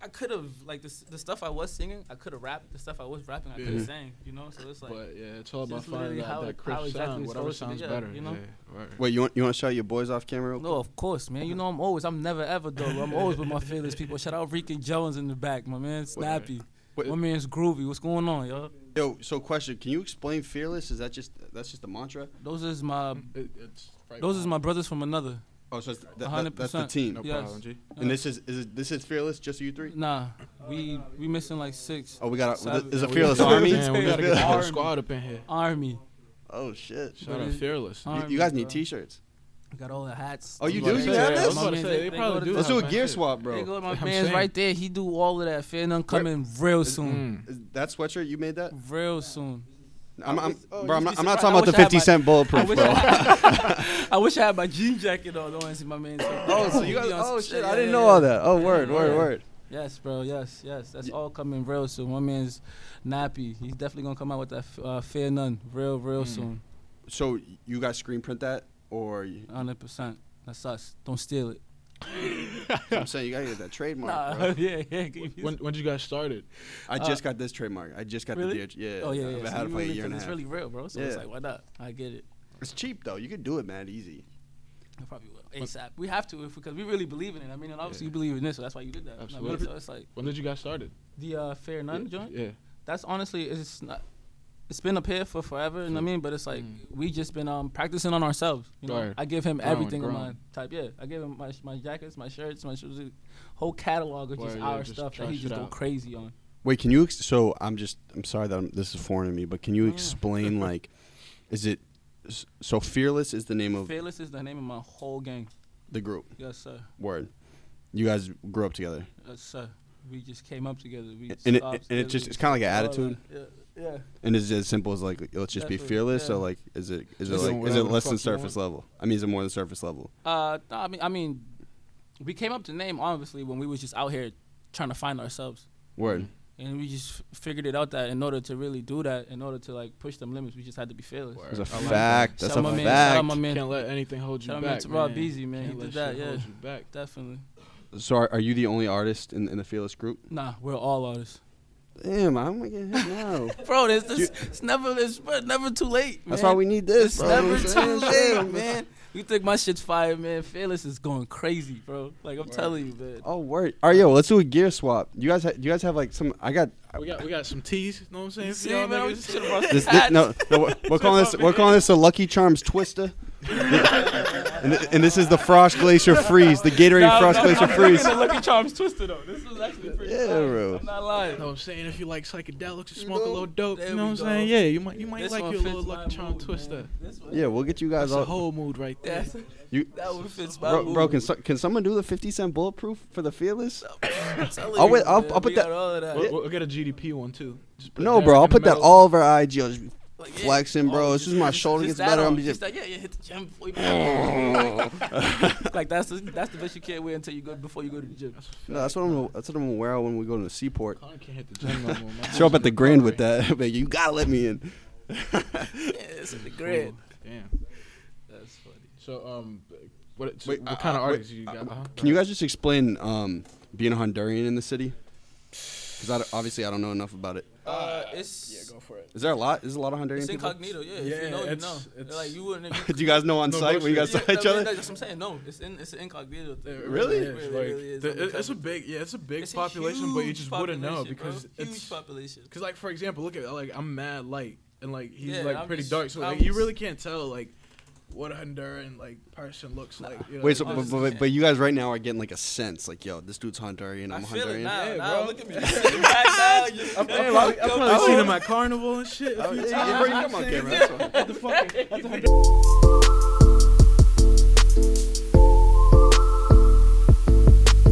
[SPEAKER 3] I could have like this, the stuff I was singing. I could have rapped the stuff I was rapping. I could
[SPEAKER 2] Yeah.
[SPEAKER 3] have sang. You know. So it's like.
[SPEAKER 2] But yeah, it's all
[SPEAKER 3] It's
[SPEAKER 2] about
[SPEAKER 3] just literally
[SPEAKER 2] finding
[SPEAKER 3] how
[SPEAKER 2] out
[SPEAKER 3] it-
[SPEAKER 2] that
[SPEAKER 3] how
[SPEAKER 2] crisp
[SPEAKER 3] exactly
[SPEAKER 2] sound,
[SPEAKER 3] it's
[SPEAKER 2] whatever
[SPEAKER 3] supposed
[SPEAKER 2] sounds
[SPEAKER 3] to be, yeah,
[SPEAKER 2] better.
[SPEAKER 3] you know?
[SPEAKER 2] Yeah, word.
[SPEAKER 1] Wait, you want you want to shout your boys off camera? real
[SPEAKER 3] No, of course, man. You know I'm always, I'm never ever though. I'm always with my fearless people. Shout out Rican Jones in the back, my man Snappy,
[SPEAKER 1] Wait.
[SPEAKER 3] my man's Groovy. What's going on, yo?
[SPEAKER 1] quick? Yo, so question, can you explain fearless? Is that just that's just the mantra?
[SPEAKER 3] Those is my,
[SPEAKER 2] It, it's right
[SPEAKER 3] those is
[SPEAKER 2] behind-
[SPEAKER 3] my brothers from another.
[SPEAKER 1] Oh, so it's th- that, that, that's the
[SPEAKER 3] 100%.
[SPEAKER 1] team.
[SPEAKER 2] No
[SPEAKER 3] yes.
[SPEAKER 2] problem, G.
[SPEAKER 1] And this is is it, this is fearless? Just you three?
[SPEAKER 3] Nah, we we missing like six.
[SPEAKER 1] Oh, we got a,
[SPEAKER 3] Savage.
[SPEAKER 1] is a
[SPEAKER 3] We-
[SPEAKER 1] fearless
[SPEAKER 3] Yeah,
[SPEAKER 1] army.
[SPEAKER 2] Man, we gotta get the whole
[SPEAKER 3] Army.
[SPEAKER 2] squad up in here.
[SPEAKER 3] Army.
[SPEAKER 1] Oh shit!
[SPEAKER 2] Shout out
[SPEAKER 3] Army.
[SPEAKER 2] Fearless.
[SPEAKER 1] You,
[SPEAKER 3] Army,
[SPEAKER 1] you guys need
[SPEAKER 3] bro.
[SPEAKER 1] T-shirts.
[SPEAKER 3] We got all the hats.
[SPEAKER 1] Oh, you
[SPEAKER 2] I was
[SPEAKER 1] do? You
[SPEAKER 2] about to
[SPEAKER 1] have
[SPEAKER 2] say, I
[SPEAKER 1] this?
[SPEAKER 2] was about to
[SPEAKER 3] My
[SPEAKER 2] say,
[SPEAKER 3] man's-
[SPEAKER 2] they
[SPEAKER 3] they
[SPEAKER 2] probably
[SPEAKER 3] go
[SPEAKER 2] do.
[SPEAKER 3] to-
[SPEAKER 1] Let's do a
[SPEAKER 2] have
[SPEAKER 1] gear
[SPEAKER 2] that
[SPEAKER 1] swap,
[SPEAKER 3] They
[SPEAKER 1] bro.
[SPEAKER 3] go to my
[SPEAKER 2] I'm
[SPEAKER 3] man's
[SPEAKER 2] saying.
[SPEAKER 3] right there. He do all of that. Fear none coming real soon.
[SPEAKER 2] shit.
[SPEAKER 1] Is that sweatshirt you made that?
[SPEAKER 3] Real soon.
[SPEAKER 1] I'm, I'm,
[SPEAKER 3] oh,
[SPEAKER 1] bro, I'm
[SPEAKER 3] you'd
[SPEAKER 1] not,
[SPEAKER 3] be
[SPEAKER 1] I'm not
[SPEAKER 3] surprised.
[SPEAKER 1] talking
[SPEAKER 3] I
[SPEAKER 1] about the
[SPEAKER 3] wish I had
[SPEAKER 1] 50
[SPEAKER 3] my-
[SPEAKER 1] cent
[SPEAKER 3] I
[SPEAKER 1] bulletproof,
[SPEAKER 3] wish
[SPEAKER 1] bro.
[SPEAKER 3] I, had, I wish I had my jean jacket on. Don't want to see my man's.
[SPEAKER 1] oh, so you guys,
[SPEAKER 3] Be on some
[SPEAKER 1] oh shit!
[SPEAKER 3] Yeah,
[SPEAKER 1] I didn't
[SPEAKER 3] yeah,
[SPEAKER 1] know
[SPEAKER 3] yeah.
[SPEAKER 1] all that. Oh, word,
[SPEAKER 3] yeah.
[SPEAKER 1] word, word.
[SPEAKER 3] Yes, bro. Yes, yes. That's
[SPEAKER 1] Ye-
[SPEAKER 3] all coming real soon. My man's Nappy. He's definitely gonna come out with that f- uh, Fear None real, real
[SPEAKER 2] Mm.
[SPEAKER 3] soon.
[SPEAKER 1] So you guys screen print that, or you-
[SPEAKER 3] Hundred percent. That's us. Don't steal it.
[SPEAKER 1] So I'm saying you gotta get that trademark.
[SPEAKER 3] Nah,
[SPEAKER 1] bro.
[SPEAKER 3] yeah, yeah. can you use
[SPEAKER 2] When
[SPEAKER 3] it?
[SPEAKER 2] when did you guys start it?
[SPEAKER 1] I just got this trademark. I just got
[SPEAKER 3] really?
[SPEAKER 1] the DH. Yeah.
[SPEAKER 3] Oh yeah,
[SPEAKER 1] I've had
[SPEAKER 3] yeah.
[SPEAKER 1] it
[SPEAKER 3] So you
[SPEAKER 1] for like a
[SPEAKER 3] really-
[SPEAKER 1] year
[SPEAKER 3] 'cause
[SPEAKER 1] and a
[SPEAKER 3] it's
[SPEAKER 1] half.
[SPEAKER 3] really real, bro. So it's
[SPEAKER 1] Yeah.
[SPEAKER 3] like, why not? I get it.
[SPEAKER 1] It's cheap though. You can do it, man. Easy.
[SPEAKER 3] I probably will ASAP. We have to if because we really believe in it. I mean, and obviously you believe in this, so that's why you did that. You know what I mean?
[SPEAKER 2] Absolutely.
[SPEAKER 3] So it's like
[SPEAKER 2] When did you guys start it?
[SPEAKER 3] the uh, fair nun joint.
[SPEAKER 2] Yeah.
[SPEAKER 3] that's honestly it's not it's been up here for forever, you know what I mean? But it's like we just been um practicing on ourselves. You know,
[SPEAKER 2] Right.
[SPEAKER 3] I give him
[SPEAKER 2] Growing,
[SPEAKER 3] everything
[SPEAKER 2] growing.
[SPEAKER 3] of my type. Yeah, I give him my my jackets, my shirts, my shoes, whole catalog of just
[SPEAKER 2] Word, yeah,
[SPEAKER 3] our
[SPEAKER 2] just
[SPEAKER 3] stuff that
[SPEAKER 2] try
[SPEAKER 3] he
[SPEAKER 2] shit
[SPEAKER 3] just go
[SPEAKER 2] out.
[SPEAKER 3] crazy on.
[SPEAKER 1] Wait, can you? Ex- so I'm just. I'm sorry that I'm, this is foreign to me, but
[SPEAKER 3] Mm.
[SPEAKER 1] can you explain like, is it? s- So fearless is the name of
[SPEAKER 3] Fearless is the name of my whole gang.
[SPEAKER 1] the group.
[SPEAKER 3] Yes, sir.
[SPEAKER 1] Word. You guys grew up together,
[SPEAKER 3] Yes, sir. We just came up together. We
[SPEAKER 1] and it,
[SPEAKER 3] stopped
[SPEAKER 1] and it
[SPEAKER 3] together.
[SPEAKER 1] just it's kind of like an
[SPEAKER 3] All
[SPEAKER 1] attitude,
[SPEAKER 3] that. Yeah. yeah.
[SPEAKER 1] and it's as simple as like let's just be
[SPEAKER 3] That's what-
[SPEAKER 1] fearless. So
[SPEAKER 3] yeah.
[SPEAKER 1] like, is it is it
[SPEAKER 2] Just
[SPEAKER 1] like
[SPEAKER 2] doing
[SPEAKER 1] is
[SPEAKER 2] whatever
[SPEAKER 1] it
[SPEAKER 2] the
[SPEAKER 1] less than
[SPEAKER 2] fuck you want.
[SPEAKER 1] surface level? I mean, is it more than surface level?
[SPEAKER 3] Uh, no, I mean, I mean, we came up to name obviously when we was just out here trying to find ourselves. Mm.
[SPEAKER 1] Word.
[SPEAKER 3] and we just f- figured it out that in order to really do that, in order to like push them limits, we just had to be fearless.
[SPEAKER 2] Word.
[SPEAKER 1] That's a
[SPEAKER 2] I like
[SPEAKER 1] fact.
[SPEAKER 3] Shout
[SPEAKER 1] That's
[SPEAKER 3] out
[SPEAKER 1] a
[SPEAKER 3] my man, shout out my
[SPEAKER 1] fact.
[SPEAKER 3] man,
[SPEAKER 2] Can't let anything hold you
[SPEAKER 3] shout out my man
[SPEAKER 2] back.
[SPEAKER 3] to Rob
[SPEAKER 2] man.
[SPEAKER 3] Beasy, man.
[SPEAKER 2] Can't
[SPEAKER 3] He
[SPEAKER 2] let
[SPEAKER 3] did that,
[SPEAKER 2] shit
[SPEAKER 3] yeah.
[SPEAKER 2] hold you back.
[SPEAKER 3] Definitely.
[SPEAKER 1] So are, are you the only artist in, in the fearless group?
[SPEAKER 3] Nah, we're all artists,
[SPEAKER 1] Damn, I'm gonna get hit now.
[SPEAKER 3] bro. This, this it's never it's bro, never too late.
[SPEAKER 1] That's
[SPEAKER 3] man.
[SPEAKER 1] why we need this.
[SPEAKER 3] It's
[SPEAKER 1] bro.
[SPEAKER 3] never
[SPEAKER 1] It's
[SPEAKER 3] too
[SPEAKER 1] damn.
[SPEAKER 3] late, man. You think my shit's fire, man? Fearless is going crazy, bro. Like I'm telling you, man.
[SPEAKER 1] Oh word! All right, yo, let's do a gear swap. You guys, ha- you guys have like some. I got
[SPEAKER 2] We got we got some teas. You know what I'm saying?
[SPEAKER 3] You
[SPEAKER 2] for
[SPEAKER 3] see,
[SPEAKER 2] y'all
[SPEAKER 3] man, we
[SPEAKER 2] niggas?
[SPEAKER 3] just should've brought some
[SPEAKER 1] this. thi-
[SPEAKER 3] hats.
[SPEAKER 1] no, no, we're, we're calling this. We're calling this a Lucky Charms Twister. and, thi- and this is the Frost Glacier Freeze, the Gatorade
[SPEAKER 3] Nah,
[SPEAKER 1] Frost
[SPEAKER 3] nah,
[SPEAKER 1] Glacier
[SPEAKER 3] I'm
[SPEAKER 1] Freeze.
[SPEAKER 3] looking at Lucky Charms Twister though. This is actually pretty.
[SPEAKER 1] Yeah,
[SPEAKER 3] fire.
[SPEAKER 1] bro.
[SPEAKER 3] I'm not
[SPEAKER 2] You
[SPEAKER 3] lying.
[SPEAKER 2] know what I'm saying? If you like psychedelics, you smoke a little dope.
[SPEAKER 3] There
[SPEAKER 2] You know
[SPEAKER 3] we
[SPEAKER 2] what I'm
[SPEAKER 3] go.
[SPEAKER 2] saying? Yeah, you might you might
[SPEAKER 3] This
[SPEAKER 2] like
[SPEAKER 3] one
[SPEAKER 2] your little
[SPEAKER 3] fits my
[SPEAKER 2] Lucky Charm
[SPEAKER 3] mood, man.
[SPEAKER 2] Twister.
[SPEAKER 3] This one-
[SPEAKER 1] Yeah, we'll get you
[SPEAKER 2] That's
[SPEAKER 1] guys
[SPEAKER 2] a
[SPEAKER 1] all.
[SPEAKER 2] whole mood right there.
[SPEAKER 3] That's,
[SPEAKER 1] you,
[SPEAKER 3] that one fits my
[SPEAKER 1] bro,
[SPEAKER 3] mood.
[SPEAKER 1] bro, can so, can someone do the fifty cent bulletproof for the fearless?
[SPEAKER 3] I'm telling
[SPEAKER 1] I'll
[SPEAKER 3] you,
[SPEAKER 1] wait- I'll-
[SPEAKER 3] man,
[SPEAKER 1] I'll put
[SPEAKER 3] we
[SPEAKER 1] that-
[SPEAKER 3] got all of that.
[SPEAKER 2] We'll, we'll get a GDP one too. Just put
[SPEAKER 1] No,
[SPEAKER 2] that
[SPEAKER 1] bro, I'll
[SPEAKER 2] in the
[SPEAKER 1] put that
[SPEAKER 2] middle.
[SPEAKER 1] all over IG. Just
[SPEAKER 3] Like, yeah.
[SPEAKER 1] flexing, bro.
[SPEAKER 3] Oh,
[SPEAKER 1] It's just my shoulder
[SPEAKER 3] just
[SPEAKER 1] gets
[SPEAKER 3] that
[SPEAKER 1] better.
[SPEAKER 3] on.
[SPEAKER 1] I'm
[SPEAKER 3] just
[SPEAKER 1] just.
[SPEAKER 3] like, yeah, yeah, hit the gym before you go. like that's the, that's the best you can't wear until you go before you go to the gym.
[SPEAKER 2] That's a
[SPEAKER 1] No, that's what I'm. gonna- That's what I'm gonna wear out when we go to the seaport.
[SPEAKER 2] I can't hit the gym no more, man.
[SPEAKER 1] Show up at the Grand with that. Man, you gotta let me in.
[SPEAKER 3] Yeah, it's in the grid.
[SPEAKER 2] Damn.
[SPEAKER 3] That's funny.
[SPEAKER 2] So um, what so
[SPEAKER 1] Wait,
[SPEAKER 2] what
[SPEAKER 1] uh,
[SPEAKER 2] kind of
[SPEAKER 1] uh,
[SPEAKER 2] artists
[SPEAKER 1] wait,
[SPEAKER 2] you
[SPEAKER 1] uh,
[SPEAKER 2] got? Uh-huh.
[SPEAKER 1] Can you guys just explain um, being a Honduran in the city? Because I d- obviously I don't know enough about it.
[SPEAKER 3] Uh, it's
[SPEAKER 2] for it.
[SPEAKER 1] Is there a lot? Is there a lot of Honduran
[SPEAKER 3] it's
[SPEAKER 1] people?
[SPEAKER 3] incognito. Yeah, if
[SPEAKER 2] Yeah,
[SPEAKER 3] you know, you
[SPEAKER 2] it's-
[SPEAKER 3] know.
[SPEAKER 2] it's-
[SPEAKER 3] like you wouldn't. If
[SPEAKER 1] Do you guys know on
[SPEAKER 2] No
[SPEAKER 1] site when you guys saw
[SPEAKER 2] bullshit.
[SPEAKER 1] each
[SPEAKER 3] I mean,
[SPEAKER 1] other?
[SPEAKER 3] That's what I'm saying. No, it's in, it's an incognito thing.
[SPEAKER 2] It
[SPEAKER 1] Really?
[SPEAKER 2] is,
[SPEAKER 3] It
[SPEAKER 2] like,
[SPEAKER 3] really is.
[SPEAKER 2] the-
[SPEAKER 3] I'm
[SPEAKER 2] it- it's a
[SPEAKER 3] telling you.
[SPEAKER 2] big yeah, it's a big
[SPEAKER 3] It's a
[SPEAKER 2] population, but you
[SPEAKER 3] huge
[SPEAKER 2] just wouldn't know
[SPEAKER 3] population, bro.
[SPEAKER 2] because
[SPEAKER 3] huge
[SPEAKER 2] it's
[SPEAKER 3] population.
[SPEAKER 2] because like for example, look at like I'm mad light and like he's
[SPEAKER 3] Yeah,
[SPEAKER 2] like
[SPEAKER 3] I'm
[SPEAKER 2] pretty
[SPEAKER 3] just-
[SPEAKER 2] dark, so like
[SPEAKER 3] I'm
[SPEAKER 2] you
[SPEAKER 3] just-
[SPEAKER 2] really can't tell like what a Honduran like person looks like. You know?
[SPEAKER 1] Wait, so,
[SPEAKER 2] It's
[SPEAKER 1] but,
[SPEAKER 2] just-
[SPEAKER 1] but, but- but you guys right now are getting like a sense, like, yo, this dude's Honduran,
[SPEAKER 3] I
[SPEAKER 1] I'm
[SPEAKER 3] feel it
[SPEAKER 1] Honduran.
[SPEAKER 3] now.
[SPEAKER 2] Yeah,
[SPEAKER 3] now
[SPEAKER 2] bro.
[SPEAKER 3] look at me. Right now, you-
[SPEAKER 2] I've, I've probably, I've probably
[SPEAKER 3] Come
[SPEAKER 2] seen
[SPEAKER 3] on.
[SPEAKER 2] him at carnival and shit. a
[SPEAKER 1] Oh,
[SPEAKER 2] few
[SPEAKER 1] yeah,
[SPEAKER 2] times.
[SPEAKER 1] yeah, bro, you come on camera, that's all.
[SPEAKER 2] What the fuck? That's a Honduran-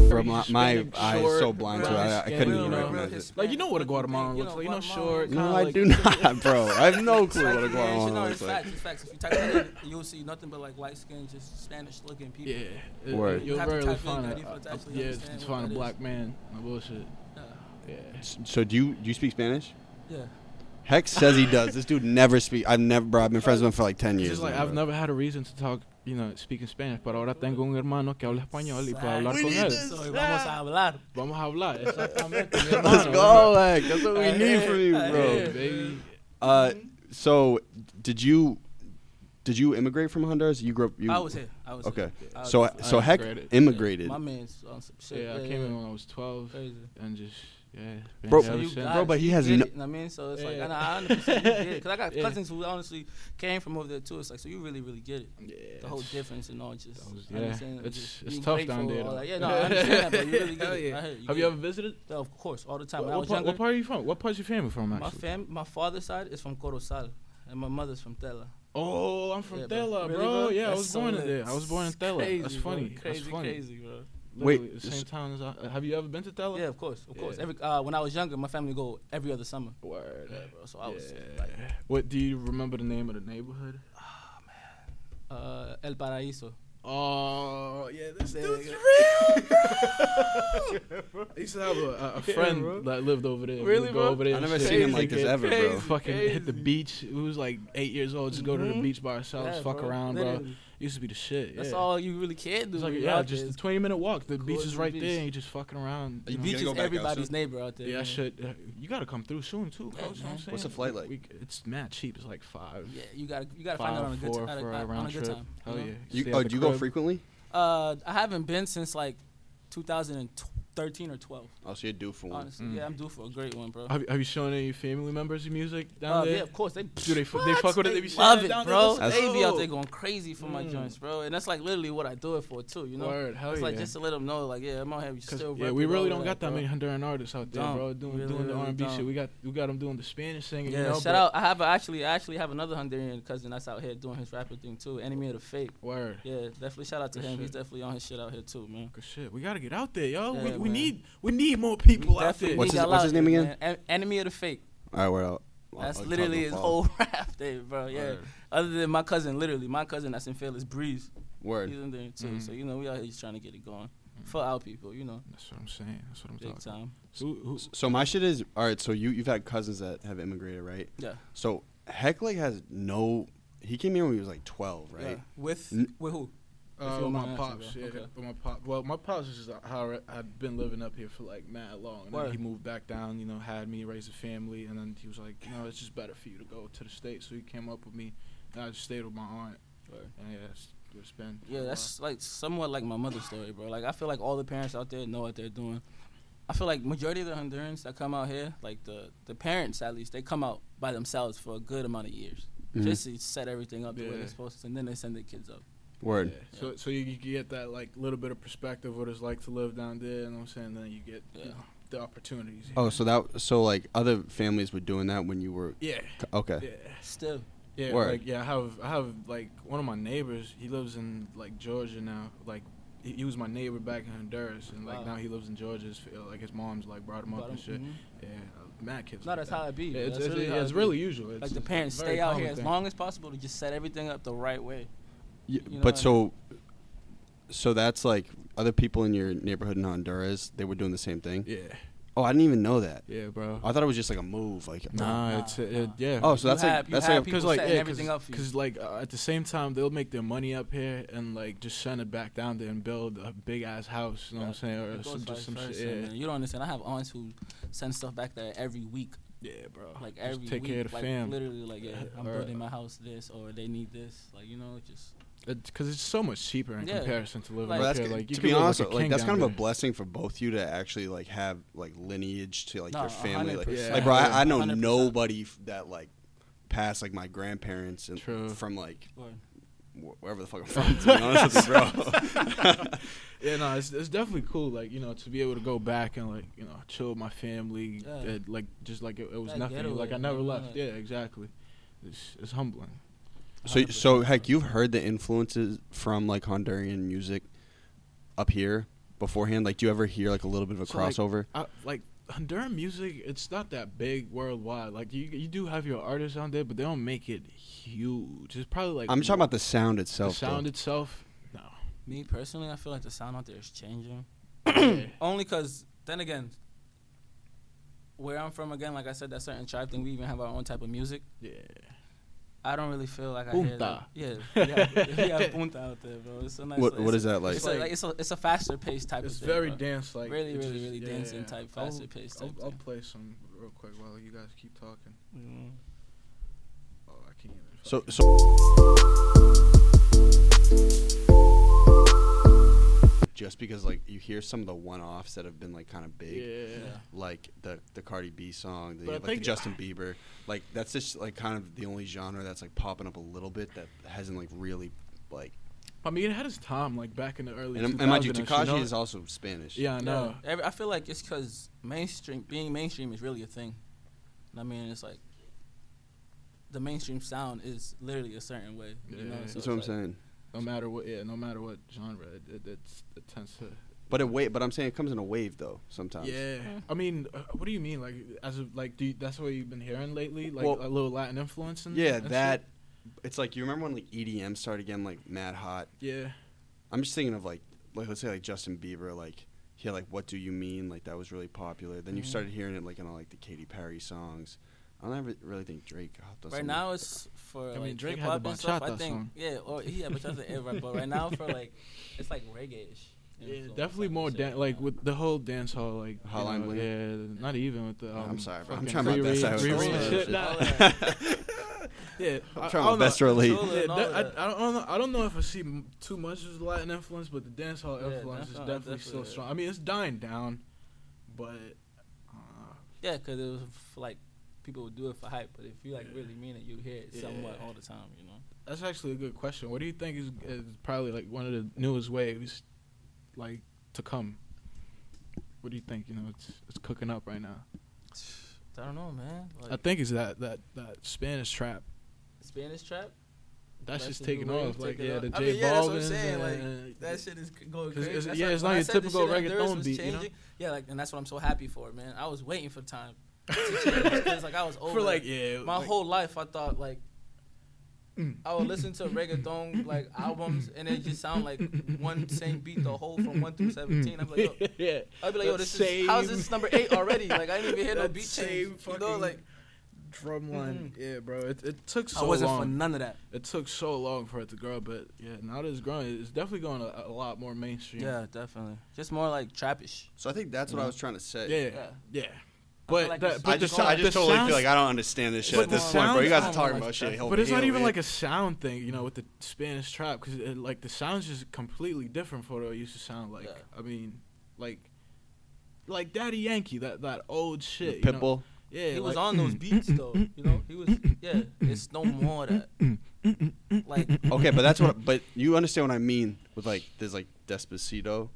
[SPEAKER 1] Bro, my my
[SPEAKER 2] Hispanic,
[SPEAKER 1] eye is
[SPEAKER 2] short,
[SPEAKER 1] so blind, so
[SPEAKER 2] brown
[SPEAKER 1] I, I
[SPEAKER 2] skin,
[SPEAKER 1] couldn't
[SPEAKER 2] you
[SPEAKER 1] even
[SPEAKER 2] know,
[SPEAKER 1] recognize it.
[SPEAKER 3] Hispanic.
[SPEAKER 2] Like you know what a Guatemalan
[SPEAKER 3] You
[SPEAKER 2] looks
[SPEAKER 3] know,
[SPEAKER 2] like. You know,
[SPEAKER 3] Guatemalan.
[SPEAKER 2] short.
[SPEAKER 1] No,
[SPEAKER 2] kinda
[SPEAKER 1] I
[SPEAKER 2] like-
[SPEAKER 1] do not, bro. I have no
[SPEAKER 3] It's
[SPEAKER 1] clue what a
[SPEAKER 3] like- yeah, you know,
[SPEAKER 1] Guatemalan
[SPEAKER 3] it's
[SPEAKER 1] looks like.
[SPEAKER 3] facts, it's facts. If you type that in, you'll see nothing but like light skinned, just Spanish looking people.
[SPEAKER 2] Yeah, it-
[SPEAKER 1] Word.
[SPEAKER 3] You
[SPEAKER 2] You'll
[SPEAKER 3] have to
[SPEAKER 2] rarely
[SPEAKER 3] type in
[SPEAKER 2] find
[SPEAKER 3] that if it's
[SPEAKER 2] a,
[SPEAKER 3] actually
[SPEAKER 2] Uh, yeah,
[SPEAKER 3] understand
[SPEAKER 2] just
[SPEAKER 3] what
[SPEAKER 2] find a
[SPEAKER 3] that
[SPEAKER 2] black
[SPEAKER 3] is.
[SPEAKER 2] man. No bullshit.
[SPEAKER 3] Yeah.
[SPEAKER 2] Yeah.
[SPEAKER 1] So do you do you speak Spanish?
[SPEAKER 3] Yeah.
[SPEAKER 1] Hex says he does. This dude never speak. I've never, bro. I've been friends with him for like ten
[SPEAKER 2] It's
[SPEAKER 1] years.
[SPEAKER 2] just like
[SPEAKER 1] now,
[SPEAKER 2] I've
[SPEAKER 1] bro.
[SPEAKER 2] never had a reason to talk, you know, speak in Spanish, but ahora tengo un hermano que habla español y puedo hablar
[SPEAKER 3] We
[SPEAKER 2] con
[SPEAKER 3] need
[SPEAKER 2] él.
[SPEAKER 3] this. Sorry, vamos a hablar.
[SPEAKER 2] Vamos a hablar. Exactamente. mi
[SPEAKER 1] Let's
[SPEAKER 2] hermano.
[SPEAKER 1] go, like that's what we
[SPEAKER 3] Hey,
[SPEAKER 1] need from you,
[SPEAKER 3] hey,
[SPEAKER 1] bro.
[SPEAKER 2] Yeah, baby.
[SPEAKER 1] Uh, so did you did you immigrate from Honduras? You grew up. You,
[SPEAKER 3] I was here. I was
[SPEAKER 1] Okay.
[SPEAKER 3] here. I was
[SPEAKER 1] So
[SPEAKER 3] here.
[SPEAKER 1] so
[SPEAKER 2] I
[SPEAKER 1] Heck
[SPEAKER 2] immigrated.
[SPEAKER 1] immigrated.
[SPEAKER 3] My man's on some shit.
[SPEAKER 2] Yeah, I came in when I was 12
[SPEAKER 3] Crazy.
[SPEAKER 2] and just, yeah. been
[SPEAKER 1] Bro,
[SPEAKER 2] ever
[SPEAKER 1] you
[SPEAKER 2] since.
[SPEAKER 1] got- Bro, but he has
[SPEAKER 3] no.
[SPEAKER 1] no-
[SPEAKER 3] I mean, so it's like,
[SPEAKER 2] Yeah.
[SPEAKER 3] and I understand. Because I got
[SPEAKER 2] Yeah.
[SPEAKER 3] cousins who honestly came from over there too. It's like, so you really, really get it.
[SPEAKER 2] Yeah,
[SPEAKER 3] The whole
[SPEAKER 2] it's-
[SPEAKER 3] difference and all just.
[SPEAKER 2] that was-
[SPEAKER 3] I
[SPEAKER 2] yeah,
[SPEAKER 3] understand
[SPEAKER 2] it's-
[SPEAKER 3] just
[SPEAKER 2] it's
[SPEAKER 3] being
[SPEAKER 2] tough down
[SPEAKER 3] grateful,
[SPEAKER 2] there,
[SPEAKER 3] all
[SPEAKER 2] though.
[SPEAKER 3] that. Yeah, no, I understand that, but you really
[SPEAKER 2] Hell
[SPEAKER 3] get it.
[SPEAKER 2] yeah.
[SPEAKER 3] I hear you
[SPEAKER 2] Have
[SPEAKER 3] get
[SPEAKER 2] you
[SPEAKER 3] it.
[SPEAKER 2] ever visited?
[SPEAKER 3] Yeah, of course, all the time. When I
[SPEAKER 2] What,
[SPEAKER 3] was
[SPEAKER 2] part,
[SPEAKER 3] younger,
[SPEAKER 2] what part are you from? What part's your family from,
[SPEAKER 3] my
[SPEAKER 2] actually?
[SPEAKER 3] fam, my father's side is from Corozal, and my mother's from Tela.
[SPEAKER 2] Oh, I'm from
[SPEAKER 3] Yeah, bro.
[SPEAKER 2] Thela, bro.
[SPEAKER 3] Really, bro?
[SPEAKER 2] Yeah, I
[SPEAKER 3] That's
[SPEAKER 2] was
[SPEAKER 3] so
[SPEAKER 2] born
[SPEAKER 3] lit.
[SPEAKER 2] in there. I was born in
[SPEAKER 3] It's
[SPEAKER 2] Thela.
[SPEAKER 3] crazy,
[SPEAKER 2] That's
[SPEAKER 3] bro.
[SPEAKER 2] funny.
[SPEAKER 3] Crazy,
[SPEAKER 2] That's funny.
[SPEAKER 3] crazy, bro.
[SPEAKER 1] Wait,
[SPEAKER 2] Literally, the
[SPEAKER 1] s-
[SPEAKER 2] same town as I. Have you ever been to Thela?
[SPEAKER 3] Yeah, of course, of course.
[SPEAKER 2] Yeah.
[SPEAKER 3] Every uh, when I was younger, my family go every other summer.
[SPEAKER 2] Word.
[SPEAKER 3] Yeah, bro. So I was
[SPEAKER 2] Yeah.
[SPEAKER 3] like,
[SPEAKER 2] What do you remember the name of the neighborhood?
[SPEAKER 3] uh, El Paraíso.
[SPEAKER 2] Oh yeah, this
[SPEAKER 3] Yeah,
[SPEAKER 2] dude's
[SPEAKER 3] yeah.
[SPEAKER 2] real. Bro. I used to have a, a, a friend
[SPEAKER 3] bro.
[SPEAKER 2] that lived over there. We'd
[SPEAKER 3] Really,
[SPEAKER 2] go
[SPEAKER 3] bro?
[SPEAKER 2] over there.
[SPEAKER 1] I
[SPEAKER 2] and
[SPEAKER 1] never
[SPEAKER 2] shit.
[SPEAKER 1] seen him
[SPEAKER 2] We'd
[SPEAKER 1] like this
[SPEAKER 2] get-
[SPEAKER 1] ever, bro.
[SPEAKER 2] Fucking hit the
[SPEAKER 3] Crazy.
[SPEAKER 2] beach. We was like eight years old. Just go to the
[SPEAKER 3] Mhm.
[SPEAKER 2] beach by ourselves.
[SPEAKER 3] Yeah,
[SPEAKER 2] fuck
[SPEAKER 3] bro.
[SPEAKER 2] around, Mm-hmm. bro.
[SPEAKER 3] Literally.
[SPEAKER 2] used to be the shit.
[SPEAKER 3] That's
[SPEAKER 2] yeah.
[SPEAKER 3] all you really can do.
[SPEAKER 2] It's like
[SPEAKER 3] when you're
[SPEAKER 2] yeah,
[SPEAKER 3] out
[SPEAKER 2] just
[SPEAKER 3] there
[SPEAKER 2] a
[SPEAKER 3] is
[SPEAKER 2] twenty minute walk. The beach
[SPEAKER 3] Cool
[SPEAKER 2] is
[SPEAKER 3] to the
[SPEAKER 2] right
[SPEAKER 3] beach.
[SPEAKER 2] there. And you're just fucking around.
[SPEAKER 3] The
[SPEAKER 2] you know?
[SPEAKER 3] beach
[SPEAKER 5] go
[SPEAKER 3] is
[SPEAKER 5] back out
[SPEAKER 3] everybody's
[SPEAKER 5] soon?
[SPEAKER 3] neighbor out there.
[SPEAKER 2] Yeah, I
[SPEAKER 3] man.
[SPEAKER 2] should. uh, You gotta come through soon too. Coach, you know what I'm saying?
[SPEAKER 1] What's the flight like?
[SPEAKER 2] We, c- it's mad cheap. It's like five.
[SPEAKER 3] Yeah, you gotta you gotta find out on a
[SPEAKER 2] Five,
[SPEAKER 3] good
[SPEAKER 2] four
[SPEAKER 3] time.
[SPEAKER 2] for
[SPEAKER 3] On
[SPEAKER 2] a
[SPEAKER 3] a, on a
[SPEAKER 2] round
[SPEAKER 3] good
[SPEAKER 2] trip.
[SPEAKER 3] time.
[SPEAKER 2] Hell
[SPEAKER 3] you know?
[SPEAKER 2] yeah.
[SPEAKER 1] You,
[SPEAKER 2] Stay at
[SPEAKER 1] oh,
[SPEAKER 2] the
[SPEAKER 1] do you go
[SPEAKER 2] crib.
[SPEAKER 1] frequently?
[SPEAKER 3] Uh, I haven't been since like 2013 or 12.
[SPEAKER 1] Oh, so you're due for one.
[SPEAKER 3] Honestly,
[SPEAKER 2] Mm.
[SPEAKER 3] yeah, I'm due for a great one, bro.
[SPEAKER 2] Have, you- have you shown any family members your music down
[SPEAKER 3] Uh,
[SPEAKER 2] there?
[SPEAKER 3] yeah, of course they.
[SPEAKER 2] Do they, f- they fuck with it? They be sharing
[SPEAKER 3] Love
[SPEAKER 2] it
[SPEAKER 3] it,
[SPEAKER 2] down
[SPEAKER 3] bro.
[SPEAKER 2] There?
[SPEAKER 1] That's-
[SPEAKER 3] They be out there
[SPEAKER 2] Oh.
[SPEAKER 3] going crazy for my
[SPEAKER 2] Mm.
[SPEAKER 3] joints, bro. And that's like literally what I do it for too. You know,
[SPEAKER 2] Word, hell
[SPEAKER 3] it's
[SPEAKER 2] yeah.
[SPEAKER 3] like just to let them know, like, yeah, I'm out here
[SPEAKER 2] 'Cause,
[SPEAKER 3] still.
[SPEAKER 2] yeah, we
[SPEAKER 3] repping
[SPEAKER 2] really
[SPEAKER 3] all
[SPEAKER 2] don't got that
[SPEAKER 3] bro.
[SPEAKER 2] many Honduran artists out there,
[SPEAKER 3] Don't.
[SPEAKER 2] bro. Doing
[SPEAKER 3] Really,
[SPEAKER 2] doing the
[SPEAKER 3] really
[SPEAKER 2] R&B shit.
[SPEAKER 3] don't.
[SPEAKER 2] We got we got them doing the Spanish singing.
[SPEAKER 3] Yeah,
[SPEAKER 2] you know,
[SPEAKER 3] shout
[SPEAKER 2] but-
[SPEAKER 3] out. I have a, actually, I actually have another Hungarian cousin that's out here doing his rapping thing too. Enemy of the Fate.
[SPEAKER 2] Word.
[SPEAKER 3] Yeah, definitely shout out to
[SPEAKER 2] Good
[SPEAKER 3] him.
[SPEAKER 2] shit.
[SPEAKER 3] He's definitely on his shit out here too, man.
[SPEAKER 2] Good shit. We gotta get out there, yo. we,
[SPEAKER 3] Yeah,
[SPEAKER 2] we
[SPEAKER 3] man.
[SPEAKER 2] need we need more people out
[SPEAKER 3] Definitely
[SPEAKER 2] there.
[SPEAKER 1] What's
[SPEAKER 3] need
[SPEAKER 1] his-
[SPEAKER 3] y'all
[SPEAKER 1] what's
[SPEAKER 3] out
[SPEAKER 1] his name
[SPEAKER 3] there,
[SPEAKER 1] again? Oh,
[SPEAKER 3] man. En- Enemy of the Fake.
[SPEAKER 1] All right, we're out.
[SPEAKER 3] That's literally his whole rap thing, bro. Yeah.
[SPEAKER 2] Word.
[SPEAKER 3] Other than my cousin, literally, my cousin that's in Phyllis Breeze. He's
[SPEAKER 1] word.
[SPEAKER 3] in there
[SPEAKER 1] Mm-hmm.
[SPEAKER 3] too.
[SPEAKER 2] Mhm.
[SPEAKER 3] So, you know, we out here just trying to get it going. For our people, you know.
[SPEAKER 2] That's what I'm saying. That's what I'm
[SPEAKER 3] Big
[SPEAKER 2] talking. about.
[SPEAKER 3] time.
[SPEAKER 2] Who, who,
[SPEAKER 1] So my shit is all right. So you you've had cousins that have immigrated, right?
[SPEAKER 3] Yeah.
[SPEAKER 1] So Hecklick has no. He came here when he was like twelve,
[SPEAKER 3] Yeah.
[SPEAKER 1] right?
[SPEAKER 3] With
[SPEAKER 1] N-
[SPEAKER 3] with who?
[SPEAKER 2] Uh,
[SPEAKER 3] don't
[SPEAKER 2] my
[SPEAKER 3] mind
[SPEAKER 2] pops,
[SPEAKER 3] asking,
[SPEAKER 2] yeah,
[SPEAKER 3] bro. Okay.
[SPEAKER 2] with my pop. Well, my pops is just uh, how I- I've been living up here for like mad long. And then
[SPEAKER 3] Word.
[SPEAKER 2] he moved back down, you know, had me raise a family, and then he was like, you know, it's just better for you to go to the states. So he came up with me, and I just stayed with my aunt,
[SPEAKER 3] Word.
[SPEAKER 2] and yeah, that's what it's been. for
[SPEAKER 3] Yeah,
[SPEAKER 2] a
[SPEAKER 3] that's like somewhat like my mother's story, bro. Like I feel like all the parents out there know what they're doing. I feel like majority of the Hondurans that come out here, like the the parents at least, they come out by themselves for a good amount of years.
[SPEAKER 1] Mhm.
[SPEAKER 3] Just to set everything up the way
[SPEAKER 2] Yeah.
[SPEAKER 3] they're supposed to, and then they send their kids up.
[SPEAKER 2] while.
[SPEAKER 1] Word.
[SPEAKER 2] Yeah. So so you, you get that like little bit of perspective what it's like to live down there, you know what I'm saying? Then you get you
[SPEAKER 3] Yeah.
[SPEAKER 2] know, the opportunities.
[SPEAKER 1] Oh, so that so like other families were doing that when you were
[SPEAKER 2] yeah,
[SPEAKER 1] okay.
[SPEAKER 2] yeah.
[SPEAKER 3] Still,
[SPEAKER 2] Yeah,
[SPEAKER 1] Word.
[SPEAKER 2] like yeah, I have I have like one of my neighbors. He lives in like Georgia now. Like he, he was my neighbor back in Honduras, and like
[SPEAKER 3] Wow.
[SPEAKER 2] now he lives in Georgia. It's, uh, like his mom's like brought him up
[SPEAKER 3] Brought
[SPEAKER 2] and
[SPEAKER 3] him-
[SPEAKER 2] shit.
[SPEAKER 3] mhm.
[SPEAKER 2] Yeah, uh, mad kids.
[SPEAKER 3] No,
[SPEAKER 2] like
[SPEAKER 3] that's
[SPEAKER 2] that.
[SPEAKER 3] how it be.
[SPEAKER 2] Yeah, it's,
[SPEAKER 3] That's
[SPEAKER 2] it's-
[SPEAKER 3] really how
[SPEAKER 2] yeah,
[SPEAKER 3] it
[SPEAKER 2] it's
[SPEAKER 3] be.
[SPEAKER 2] really usual. It's,
[SPEAKER 3] like the
[SPEAKER 2] it's
[SPEAKER 3] parents
[SPEAKER 2] a very
[SPEAKER 3] stay out
[SPEAKER 2] common
[SPEAKER 3] here as
[SPEAKER 2] thing.
[SPEAKER 3] long as possible to just set everything up the right way.
[SPEAKER 1] Y-
[SPEAKER 3] You know what
[SPEAKER 1] but
[SPEAKER 3] I
[SPEAKER 1] so, so that's like other people in your neighborhood in Honduras. They were doing the same thing.
[SPEAKER 2] Yeah,
[SPEAKER 1] Oh, I didn't even know that.
[SPEAKER 2] yeah, bro.
[SPEAKER 1] I thought it was just like a move. Like
[SPEAKER 2] nah,
[SPEAKER 3] Nah,
[SPEAKER 2] it's uh,
[SPEAKER 3] nah.
[SPEAKER 2] it- yeah.
[SPEAKER 1] Oh, so that's
[SPEAKER 3] you
[SPEAKER 1] like
[SPEAKER 3] have, you
[SPEAKER 1] that's
[SPEAKER 3] have
[SPEAKER 1] like
[SPEAKER 3] people
[SPEAKER 2] like
[SPEAKER 3] setting
[SPEAKER 2] yeah,
[SPEAKER 3] everything up for you.
[SPEAKER 2] because like uh, at the same time they'll make their money up here and like just send it back down there and build a big ass house. You know what I'm saying? Or
[SPEAKER 3] It goes
[SPEAKER 2] some, just some
[SPEAKER 3] vice
[SPEAKER 2] shit.
[SPEAKER 3] versa,
[SPEAKER 2] Yeah.
[SPEAKER 3] man. You don't understand. I have aunts who send stuff back there every week,
[SPEAKER 2] yeah, bro.
[SPEAKER 3] like
[SPEAKER 2] Oh, Just
[SPEAKER 3] every
[SPEAKER 2] take
[SPEAKER 3] week,
[SPEAKER 2] care of the
[SPEAKER 3] like
[SPEAKER 2] fam.
[SPEAKER 3] literally, like yeah, I'm
[SPEAKER 2] Or-
[SPEAKER 3] building my house this, or they need this, like you know, just
[SPEAKER 2] because it's so much cheaper in
[SPEAKER 3] Yeah.
[SPEAKER 2] comparison to living
[SPEAKER 3] Like-
[SPEAKER 1] Well,
[SPEAKER 2] up
[SPEAKER 1] that's
[SPEAKER 2] here.
[SPEAKER 1] good.
[SPEAKER 2] Like, you
[SPEAKER 1] to
[SPEAKER 2] could
[SPEAKER 1] be
[SPEAKER 2] live
[SPEAKER 1] honest,
[SPEAKER 2] like
[SPEAKER 1] like,
[SPEAKER 2] a king
[SPEAKER 1] that's
[SPEAKER 2] down
[SPEAKER 1] kind of a
[SPEAKER 2] there.
[SPEAKER 1] blessing for both you to actually like have like lineage to like
[SPEAKER 3] No,
[SPEAKER 1] your family. Like,
[SPEAKER 3] 100%.
[SPEAKER 1] like, bro,
[SPEAKER 2] Yeah.
[SPEAKER 1] I, I know
[SPEAKER 3] 100%.
[SPEAKER 1] nobody f- that like passed like my grandparents and
[SPEAKER 2] True.
[SPEAKER 1] from like
[SPEAKER 3] or
[SPEAKER 1] wh- wherever the fuck I'm from. To be honest with you, bro.
[SPEAKER 2] Yeah, no, it's, it's definitely cool. Like you know, to be able to go back and like you know, chill with my family.
[SPEAKER 3] Yeah.
[SPEAKER 2] uh, like just like it, it was
[SPEAKER 3] That
[SPEAKER 2] nothing.
[SPEAKER 3] getaway,
[SPEAKER 2] like I never
[SPEAKER 3] you know,
[SPEAKER 2] left.
[SPEAKER 3] like-
[SPEAKER 2] Yeah, exactly. It's, it's humbling.
[SPEAKER 1] So, so heck, you've heard the influences from like Honduran music up here beforehand. Like, do you ever hear like a little bit of a
[SPEAKER 2] So, like,
[SPEAKER 1] crossover?
[SPEAKER 2] I, like Honduran music, it's not that big worldwide. Like you, you do have your artists on there, but they don't make it huge. It's probably like
[SPEAKER 1] I'm just talking about the sound
[SPEAKER 2] the
[SPEAKER 1] itself. though.
[SPEAKER 2] sound itself. No,
[SPEAKER 3] me personally, I feel like the sound out there is changing.
[SPEAKER 2] Yeah.
[SPEAKER 3] Only because then again, where I'm from again, like I said, that certain tribe thing, we even have our own type of music.
[SPEAKER 2] yeah.
[SPEAKER 3] I don't really feel like I hear
[SPEAKER 2] Punta.
[SPEAKER 3] that. Yeah, we have, we have punta out there, bro. It's a nice.
[SPEAKER 1] What-
[SPEAKER 3] it's
[SPEAKER 1] what
[SPEAKER 3] a-
[SPEAKER 1] is that like?
[SPEAKER 3] It's, a, like, it's a it's a faster paced type.
[SPEAKER 2] It's
[SPEAKER 3] of thing,
[SPEAKER 2] very
[SPEAKER 3] bro.
[SPEAKER 2] dance like
[SPEAKER 3] Really,
[SPEAKER 2] it's
[SPEAKER 3] really,
[SPEAKER 2] just-
[SPEAKER 3] really
[SPEAKER 2] yeah,
[SPEAKER 3] dancing
[SPEAKER 2] yeah.
[SPEAKER 3] type,
[SPEAKER 2] I'll-
[SPEAKER 3] faster paced
[SPEAKER 2] I'll,
[SPEAKER 3] type
[SPEAKER 2] I'll
[SPEAKER 3] thing.
[SPEAKER 2] play some real quick while you guys keep talking.
[SPEAKER 3] Mhm.
[SPEAKER 2] Oh, I can't even.
[SPEAKER 1] So,
[SPEAKER 2] fucking-
[SPEAKER 1] so. Just because like you hear some of the one-offs that have been like kind of big,
[SPEAKER 2] yeah.
[SPEAKER 1] like the the Cardi B song, the,
[SPEAKER 2] But I
[SPEAKER 1] like the
[SPEAKER 2] think-
[SPEAKER 1] Justin Bieber, like that's just like kind of the only genre that's like popping up a little bit that hasn't like really like.
[SPEAKER 2] I mean, it had its time like back in the early.
[SPEAKER 1] And, and mind you,
[SPEAKER 2] 2000s, you
[SPEAKER 1] Takashi
[SPEAKER 2] know?
[SPEAKER 1] is also Spanish.
[SPEAKER 2] Yeah, I know.
[SPEAKER 3] Yeah. Every, I feel like it's because mainstream being mainstream is really a thing. And I mean, it's like the mainstream sound is literally a certain way. You know?
[SPEAKER 2] Yeah.
[SPEAKER 3] So
[SPEAKER 1] that's what I'm
[SPEAKER 3] it's like-
[SPEAKER 1] saying.
[SPEAKER 2] No matter what, yeah, no matter what genre, it, it, it's, it tends to.
[SPEAKER 1] But it wait, but I'm saying it comes in a wave though sometimes.
[SPEAKER 2] Yeah, I mean, uh, what do you mean? Like, as of like, do you, that's what you've been hearing lately? Like
[SPEAKER 1] Well-
[SPEAKER 2] a little Latin influence and
[SPEAKER 1] Yeah,
[SPEAKER 2] and
[SPEAKER 1] that. It's like you remember when like EDM started getting like mad hot.
[SPEAKER 2] shit? Yeah,
[SPEAKER 1] I'm just thinking of like like let's say like Justin Bieber like he
[SPEAKER 2] Mm-hmm.
[SPEAKER 1] had like what do you mean like that was really popular. Then you
[SPEAKER 3] Mhm.
[SPEAKER 1] started hearing it like in all like the Katy Perry songs. I don't ever really think Drake hopped on
[SPEAKER 3] Right
[SPEAKER 1] some-
[SPEAKER 3] now, it's for
[SPEAKER 2] I
[SPEAKER 3] like,
[SPEAKER 2] mean, Drake had
[SPEAKER 3] hip-hop
[SPEAKER 2] the
[SPEAKER 3] and stuff. I
[SPEAKER 2] bachata
[SPEAKER 3] think
[SPEAKER 2] song.
[SPEAKER 3] yeah, or he had bachata and rap, but right now for like it's like reggae-ish.
[SPEAKER 2] Yeah,
[SPEAKER 3] influence,
[SPEAKER 2] definitely
[SPEAKER 3] like,
[SPEAKER 2] more
[SPEAKER 3] shit
[SPEAKER 2] dan-
[SPEAKER 3] right
[SPEAKER 2] like
[SPEAKER 3] now.
[SPEAKER 2] with the whole dance hall like you
[SPEAKER 1] Hotline
[SPEAKER 2] know,
[SPEAKER 1] Bling?
[SPEAKER 2] Yeah, not even with the. Um,
[SPEAKER 1] I'm sorry, bro. I'm
[SPEAKER 2] fucking
[SPEAKER 1] trying my best.
[SPEAKER 2] reread-
[SPEAKER 1] I was
[SPEAKER 2] reread
[SPEAKER 1] just-
[SPEAKER 2] shit.
[SPEAKER 3] All
[SPEAKER 2] Nah,
[SPEAKER 3] that.
[SPEAKER 2] Yeah,
[SPEAKER 1] I'm trying
[SPEAKER 2] I- I
[SPEAKER 1] my
[SPEAKER 2] don't know.
[SPEAKER 1] best to relate.
[SPEAKER 3] Sure.
[SPEAKER 2] Yeah,
[SPEAKER 3] and all
[SPEAKER 2] that-
[SPEAKER 3] of that.
[SPEAKER 2] I, I don't know. I don't know if I see m- too much of Latin influence, but the dance hall
[SPEAKER 3] Yeah,
[SPEAKER 2] influence
[SPEAKER 3] dance
[SPEAKER 2] is
[SPEAKER 3] hall
[SPEAKER 2] definitely, still
[SPEAKER 3] definitely.
[SPEAKER 2] strong. I mean, it's dying down, but uh,
[SPEAKER 3] Yeah, because it was f- like people would do it for hype, but if you like really mean it, you hear it somewhat
[SPEAKER 2] Yeah.
[SPEAKER 3] all the time, you know.
[SPEAKER 2] that's actually a good question. What do you think is, is probably like one of the newest waves, like to come? What do you think? You know, it's it's cooking up right now.
[SPEAKER 3] I don't know, man. Like,
[SPEAKER 2] I think it's that that that Spanish trap.
[SPEAKER 3] Spanish trap.
[SPEAKER 2] That's
[SPEAKER 3] That's
[SPEAKER 2] just
[SPEAKER 3] the
[SPEAKER 2] taking
[SPEAKER 3] new wave
[SPEAKER 2] off. Like
[SPEAKER 3] taking
[SPEAKER 2] yeah,
[SPEAKER 3] off.
[SPEAKER 2] the
[SPEAKER 3] I
[SPEAKER 2] J
[SPEAKER 3] mean, yeah, that's what I'm
[SPEAKER 2] Balvin's
[SPEAKER 3] saying,
[SPEAKER 2] and-
[SPEAKER 3] That shit is c- going
[SPEAKER 2] 'Cause
[SPEAKER 3] crazy.
[SPEAKER 2] it's-
[SPEAKER 3] That's
[SPEAKER 2] yeah,
[SPEAKER 3] like-
[SPEAKER 2] it's
[SPEAKER 3] when
[SPEAKER 2] not
[SPEAKER 3] I
[SPEAKER 2] your
[SPEAKER 3] said this
[SPEAKER 2] typical
[SPEAKER 3] shit at
[SPEAKER 2] reggaeton
[SPEAKER 3] Thirst was
[SPEAKER 2] beat, you know?
[SPEAKER 3] changing- Yeah, like, and that's what I'm so happy for, man. I was waiting for time to change because, like, I was over
[SPEAKER 2] for
[SPEAKER 3] it.
[SPEAKER 2] like yeah,
[SPEAKER 3] my
[SPEAKER 2] like- Mm.
[SPEAKER 3] whole life. I thought like I would listen to reggaeton like albums, and it just sound like one same beat the whole from one through seventeen. I'm like, yo,
[SPEAKER 2] Mm. yeah,
[SPEAKER 3] I'd be like, yo,
[SPEAKER 2] That
[SPEAKER 3] this is how's
[SPEAKER 2] same-
[SPEAKER 3] this number eight already? Like, I didn't even hear no
[SPEAKER 2] That
[SPEAKER 3] beat
[SPEAKER 2] same
[SPEAKER 3] change. You know,
[SPEAKER 2] fucking
[SPEAKER 3] like mm-hmm.
[SPEAKER 2] drumline. Yeah, bro, it, it took so
[SPEAKER 3] I wasn't
[SPEAKER 2] long.
[SPEAKER 3] for none of that.
[SPEAKER 2] it took so long for it to grow, but yeah, now that it's growing, it's definitely going a, a lot more mainstream.
[SPEAKER 3] Yeah, definitely. Just more like trappish.
[SPEAKER 1] So I think that's what I was trying to say.
[SPEAKER 2] yeah, yeah.
[SPEAKER 3] Yeah.
[SPEAKER 2] But
[SPEAKER 3] like
[SPEAKER 2] that,
[SPEAKER 3] it's-
[SPEAKER 2] but
[SPEAKER 1] I
[SPEAKER 2] the
[SPEAKER 1] just,
[SPEAKER 2] sound-
[SPEAKER 1] I just
[SPEAKER 2] the
[SPEAKER 1] totally
[SPEAKER 2] sounds-
[SPEAKER 1] feel like I don't understand this shit
[SPEAKER 2] but
[SPEAKER 1] at this
[SPEAKER 2] the
[SPEAKER 1] point, bro. You guys are
[SPEAKER 2] sounds-
[SPEAKER 1] talking
[SPEAKER 3] oh my
[SPEAKER 1] about shit.
[SPEAKER 3] God.
[SPEAKER 1] He'll
[SPEAKER 2] But it's not
[SPEAKER 1] he'll
[SPEAKER 2] even
[SPEAKER 1] hit.
[SPEAKER 2] like a sound thing, you know, with the Spanish trap, because like the sounds just completely different for what it used to sound like.
[SPEAKER 3] Yeah.
[SPEAKER 2] I mean, like, like Daddy Yankee, that that old
[SPEAKER 1] The
[SPEAKER 2] shit. you know?
[SPEAKER 1] Pitbull.
[SPEAKER 2] Yeah,
[SPEAKER 3] He was
[SPEAKER 2] like-
[SPEAKER 3] on those beats though. You know, he was. Yeah, it's no more that. mm, Like,
[SPEAKER 1] Okay, but that's what. But you understand what I mean with like there's like Despacito,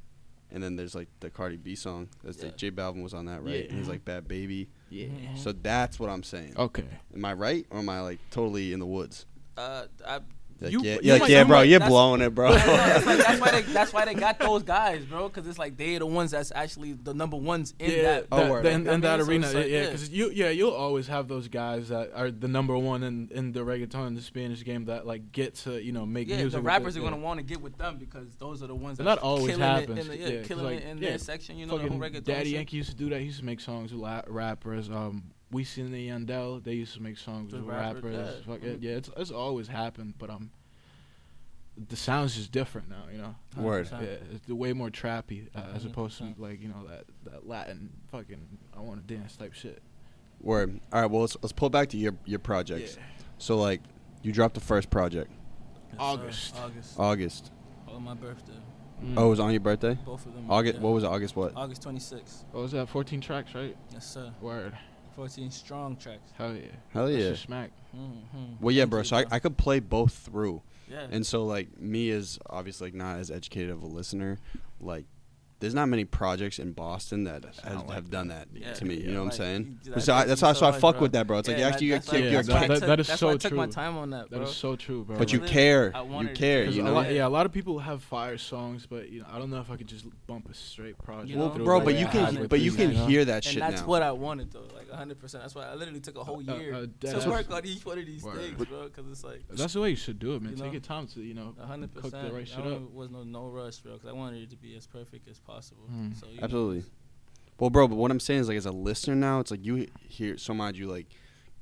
[SPEAKER 1] and then there's like the Cardi B song. That's
[SPEAKER 3] Yeah.
[SPEAKER 1] like J Balvin was on that, right?
[SPEAKER 2] Yeah. Oh.
[SPEAKER 1] And he's like Bad Baby.
[SPEAKER 2] Yeah.
[SPEAKER 3] Mhm.
[SPEAKER 1] So that's what I'm saying.
[SPEAKER 2] Okay.
[SPEAKER 1] Am I right or am I like totally in the woods?
[SPEAKER 3] uh, I,
[SPEAKER 1] Like,
[SPEAKER 2] You-
[SPEAKER 1] yeah,
[SPEAKER 2] you
[SPEAKER 1] yeah,
[SPEAKER 2] might-
[SPEAKER 1] yeah,
[SPEAKER 2] you
[SPEAKER 1] bro,
[SPEAKER 3] might-
[SPEAKER 1] you're
[SPEAKER 3] that's-
[SPEAKER 1] blowing it, bro.
[SPEAKER 3] I don't know, that's, like, that's why they that's why they got those guys, bro. Because it's like they're the ones that's actually the number ones in
[SPEAKER 2] yeah,
[SPEAKER 3] that.
[SPEAKER 1] Oh, word.
[SPEAKER 2] that, in,
[SPEAKER 3] I
[SPEAKER 2] in that
[SPEAKER 3] mean, so
[SPEAKER 2] arena,
[SPEAKER 3] it's like,
[SPEAKER 2] yeah,
[SPEAKER 3] yeah.
[SPEAKER 2] because you, yeah, you'll always have those guys that are the number one in, in the reggaeton, the Spanish game that like get to you know make
[SPEAKER 3] Yeah,
[SPEAKER 2] music.
[SPEAKER 3] the
[SPEAKER 2] with
[SPEAKER 3] rappers
[SPEAKER 2] it,
[SPEAKER 3] are gonna
[SPEAKER 2] yeah.
[SPEAKER 3] want to get with them because those are the ones
[SPEAKER 2] But
[SPEAKER 3] that
[SPEAKER 2] that always
[SPEAKER 3] killing
[SPEAKER 2] happens,
[SPEAKER 3] It in the, yeah,
[SPEAKER 2] yeah, 'cause,
[SPEAKER 3] killing
[SPEAKER 2] like,
[SPEAKER 3] it in
[SPEAKER 2] yeah,
[SPEAKER 3] their section, you know, the whole
[SPEAKER 2] Fucking
[SPEAKER 3] reggaeton.
[SPEAKER 2] Daddy
[SPEAKER 3] shit.
[SPEAKER 2] Yankee used to do that. He used to make songs with la- rappers. Um, we seen the Yandel. They used to make songs
[SPEAKER 3] The
[SPEAKER 2] with
[SPEAKER 3] rapper,
[SPEAKER 2] rappers.
[SPEAKER 3] yeah. Mm-hmm.
[SPEAKER 2] Fuck it, yeah, it's it's always happened, but um, the sounds just different now. You know.
[SPEAKER 1] Word.
[SPEAKER 2] Yeah, it's way more trappy uh, as opposed to
[SPEAKER 3] 100%.
[SPEAKER 2] like you know that that Latin fucking I want to dance type shit.
[SPEAKER 1] Word. All right. Well, let's, let's pull back to your your projects. So like, you dropped the first project,
[SPEAKER 3] Yes, sir.
[SPEAKER 2] August.
[SPEAKER 3] August.
[SPEAKER 1] August.
[SPEAKER 3] Oh, my birthday.
[SPEAKER 2] Mm.
[SPEAKER 3] Mm.
[SPEAKER 1] Oh, it was on your birthday.
[SPEAKER 3] Both of them.
[SPEAKER 1] August.
[SPEAKER 3] yeah.
[SPEAKER 1] What was it? August what?
[SPEAKER 3] August 26th.
[SPEAKER 2] What was that? 14 tracks, right?
[SPEAKER 3] Yes, sir.
[SPEAKER 2] Word.
[SPEAKER 3] 14 strong tracks.
[SPEAKER 2] Hell yeah.
[SPEAKER 1] Hell
[SPEAKER 2] That's
[SPEAKER 1] yeah.
[SPEAKER 2] just smack.
[SPEAKER 3] Mm-hmm.
[SPEAKER 1] Well, yeah, bro. So I, I could play both through,
[SPEAKER 3] yeah.
[SPEAKER 1] and so like me is obviously like not as educated of a listener. Like, there's not many projects in Boston that has,
[SPEAKER 2] like
[SPEAKER 1] have done that
[SPEAKER 3] Yeah,
[SPEAKER 1] to me.
[SPEAKER 3] yeah,
[SPEAKER 1] you know what
[SPEAKER 3] like,
[SPEAKER 1] I'm saying?
[SPEAKER 3] you- that
[SPEAKER 1] So I-
[SPEAKER 3] affects
[SPEAKER 1] that's
[SPEAKER 3] me
[SPEAKER 1] how
[SPEAKER 3] so
[SPEAKER 1] so I
[SPEAKER 3] much,
[SPEAKER 1] fuck
[SPEAKER 3] bro.
[SPEAKER 1] with that, bro. It's like
[SPEAKER 3] Yeah,
[SPEAKER 1] you actually
[SPEAKER 3] that- that's
[SPEAKER 1] get
[SPEAKER 3] why-
[SPEAKER 1] your
[SPEAKER 3] that's why I
[SPEAKER 2] that-
[SPEAKER 3] took-
[SPEAKER 2] that is
[SPEAKER 3] that's
[SPEAKER 2] so
[SPEAKER 3] why I took my
[SPEAKER 2] true.
[SPEAKER 3] time on that,
[SPEAKER 2] That
[SPEAKER 3] bro.
[SPEAKER 2] is so true, bro.
[SPEAKER 1] but you
[SPEAKER 3] Literally,
[SPEAKER 1] care.
[SPEAKER 3] I
[SPEAKER 1] You
[SPEAKER 3] wanted to
[SPEAKER 1] care.
[SPEAKER 3] do
[SPEAKER 2] 'Cause
[SPEAKER 1] You
[SPEAKER 2] a
[SPEAKER 1] know.
[SPEAKER 2] lot, yeah, a lot of people have fire songs, but you know, I don't know if I could just bump a straight project.
[SPEAKER 3] You
[SPEAKER 1] well,
[SPEAKER 3] know,
[SPEAKER 2] through
[SPEAKER 1] bro,
[SPEAKER 2] it
[SPEAKER 1] but
[SPEAKER 2] like
[SPEAKER 1] you
[SPEAKER 2] that.
[SPEAKER 1] can,
[SPEAKER 3] Exactly.
[SPEAKER 1] but you can
[SPEAKER 2] Yeah.
[SPEAKER 1] hear that shit
[SPEAKER 3] and that's
[SPEAKER 1] now.
[SPEAKER 3] what I wanted though, like 100. percent That's why I literally took a whole
[SPEAKER 2] Uh, uh,
[SPEAKER 3] year
[SPEAKER 2] that's-
[SPEAKER 3] to work on each one of these
[SPEAKER 2] Word.
[SPEAKER 3] things,
[SPEAKER 2] But-
[SPEAKER 3] bro. Because it's like
[SPEAKER 2] That's the way you should do it, man.
[SPEAKER 3] You
[SPEAKER 2] Take
[SPEAKER 3] know?
[SPEAKER 2] your time to you know
[SPEAKER 3] a 100.
[SPEAKER 2] cook the
[SPEAKER 3] percent
[SPEAKER 2] right shit
[SPEAKER 3] I
[SPEAKER 2] up.
[SPEAKER 3] don't- was no no rush, bro. Because I wanted it to be as perfect as possible.
[SPEAKER 2] Mm.
[SPEAKER 3] So you know,
[SPEAKER 1] Absolutely. Well, bro, but what I'm saying is like as a listener now, it's like you hear so mind you like